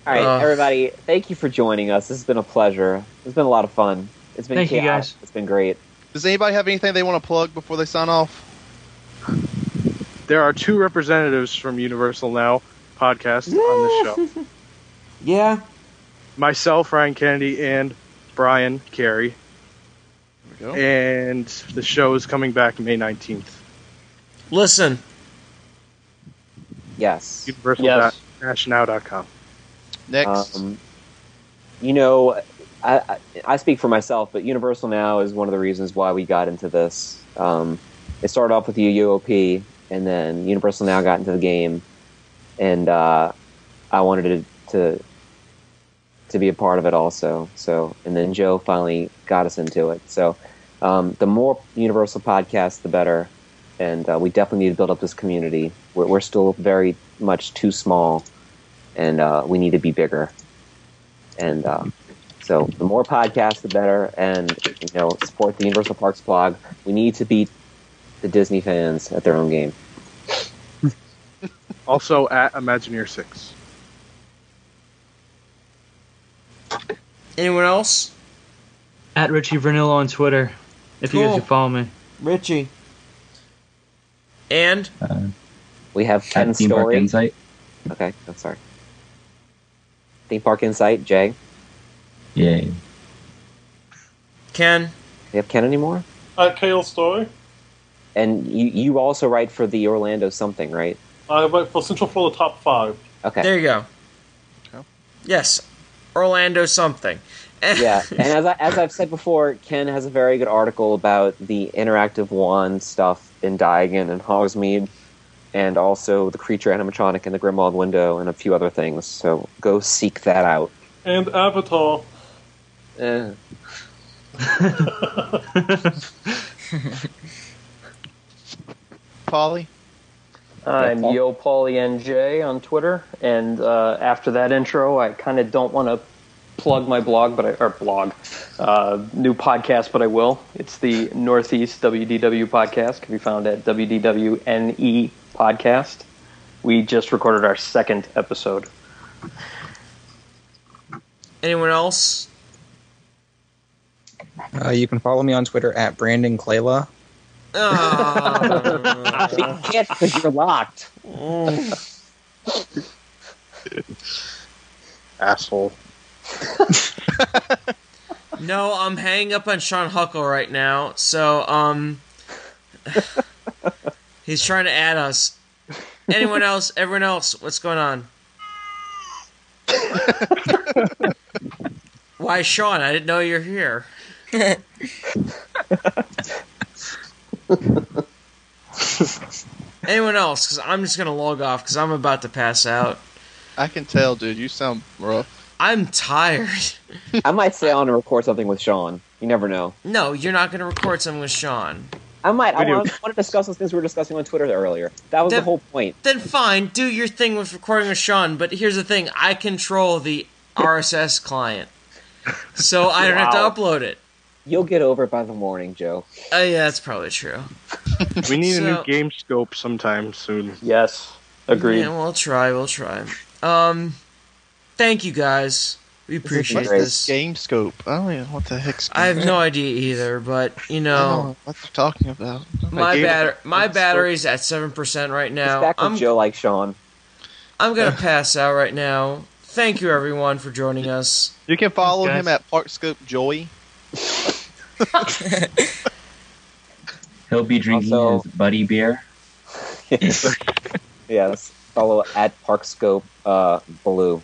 Speaker 1: All right,
Speaker 13: Uh.
Speaker 1: everybody. Thank you for joining us. This has been a pleasure. It's been a lot of fun. It's been
Speaker 8: Thank you,
Speaker 1: chaos.
Speaker 8: guys.
Speaker 1: It's been great.
Speaker 3: Does anybody have anything they want to plug before they sign off?
Speaker 5: There are two representatives from Universal Now podcast on this show.
Speaker 13: Yeah.
Speaker 5: Myself, Ryan Kennedy, and Brian Carey.
Speaker 3: There we go.
Speaker 5: And the show is coming back May 19th.
Speaker 13: Listen,
Speaker 1: Yes.
Speaker 4: Yes.
Speaker 5: Universal.nashnow.com.
Speaker 3: Next.
Speaker 1: Um, you know, I, I I speak for myself, but Universal now is one of the reasons why we got into this. Um, it started off with the UOP, and then Universal Now got into the game, and uh, I wanted to, to to be a part of it also. So, and then Joe finally got us into it. So, um, the more Universal podcasts, the better. And uh, we definitely need to build up this community. We're, we're still very much too small, and uh, we need to be bigger. And uh, so, the more podcasts, the better. And you know, support the Universal Parks blog. We need to beat the Disney fans at their own game.
Speaker 5: Also at Imagineer Six.
Speaker 2: Anyone else?
Speaker 8: At Richie Vernillo on Twitter, if you guys
Speaker 2: Cool.
Speaker 8: can follow me.
Speaker 2: Richie. And
Speaker 1: We have Ken's
Speaker 6: Theme Park
Speaker 1: story.
Speaker 6: Insight.
Speaker 1: Okay, I'm sorry. Theme Park Insight, Jay.
Speaker 6: Yay.
Speaker 2: Ken.
Speaker 1: You have Ken anymore?
Speaker 10: At Kale Story,
Speaker 1: And you, you also write for the Orlando something, right?
Speaker 10: I went for Central for the top five.
Speaker 1: Okay.
Speaker 2: There you go. Yes, Orlando something.
Speaker 1: yeah, and as, I, as I've said before, Ken has a very good article about the interactive wand stuff in Diagon and Hogsmeade, and also the creature animatronic in the Grimwald window and a few other things. So go seek that out.
Speaker 10: and Avatar.
Speaker 1: Eh.
Speaker 3: Polly.
Speaker 4: I'm Yo Pauly NJ on Twitter, and uh, after that intro, I kind of don't want to plug my blog, but I, or blog, uh, new podcast, but I will. It's the Northeast WDW podcast. Can be found at WDWNE E podcast. We just recorded our second episode.
Speaker 2: Anyone else?
Speaker 14: Uh, you can follow me on Twitter at Brandon Clayla.
Speaker 13: Ah.
Speaker 2: Oh.
Speaker 1: Can't because you're locked.
Speaker 5: Asshole.
Speaker 2: no, I'm hanging up on Sean Huckle right now. So, um, he's trying to add us. Anyone else? Everyone else? What's going on? Why, Sean? I didn't know you're here. Anyone else? Because I'm just gonna log off because I'm about to pass out.
Speaker 3: I can tell, dude. You sound rough.
Speaker 2: I'm tired.
Speaker 1: I might stay on and record something with Sean. You never know.
Speaker 2: No, you're not gonna record something with Sean.
Speaker 1: I might. I
Speaker 2: We do.
Speaker 1: want, to discuss those things we were discussing on Twitter earlier. That was the
Speaker 2: Then-
Speaker 1: whole point.
Speaker 2: Then fine, do your thing with recording with Sean. But here's the thing: I control the RSS client, so I don't have to upload it.
Speaker 1: You'll get over it by the morning, Joe.
Speaker 2: Oh yeah, that's probably true.
Speaker 5: We need a
Speaker 2: So-
Speaker 5: new game scope sometime soon.
Speaker 4: Yes,
Speaker 2: Yeah, we'll try. We'll try. Um, thank you guys. We appreciate
Speaker 3: What's this
Speaker 2: this.
Speaker 3: game scope? I don't even know Oh, what the heck's.
Speaker 2: I have no idea either, but you
Speaker 3: I don't
Speaker 2: know,
Speaker 3: know what they're talking about.
Speaker 2: my
Speaker 3: game
Speaker 2: batter my
Speaker 3: scope.
Speaker 2: battery's at seven percent right
Speaker 1: It's
Speaker 2: now.
Speaker 1: back with
Speaker 2: I'm
Speaker 1: Joe like Sean.
Speaker 2: I'm gonna pass out right now. Thank you everyone for joining us.
Speaker 3: You can follow
Speaker 2: Guys.
Speaker 3: him at ParkScope Joy.
Speaker 6: He'll be drinking
Speaker 1: Also-
Speaker 6: his buddy beer.
Speaker 1: Yes. Follow at Parkscope uh, Blue.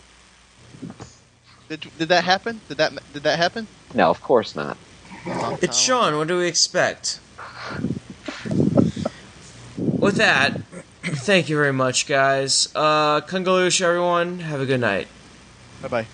Speaker 3: Did, did that happen? Did that did that happen?
Speaker 1: No, of course not.
Speaker 2: It's Sean. What do we expect? With that, thank you very much, guys. Uh, Kungaloosh, everyone. Have a good night.
Speaker 3: Bye bye.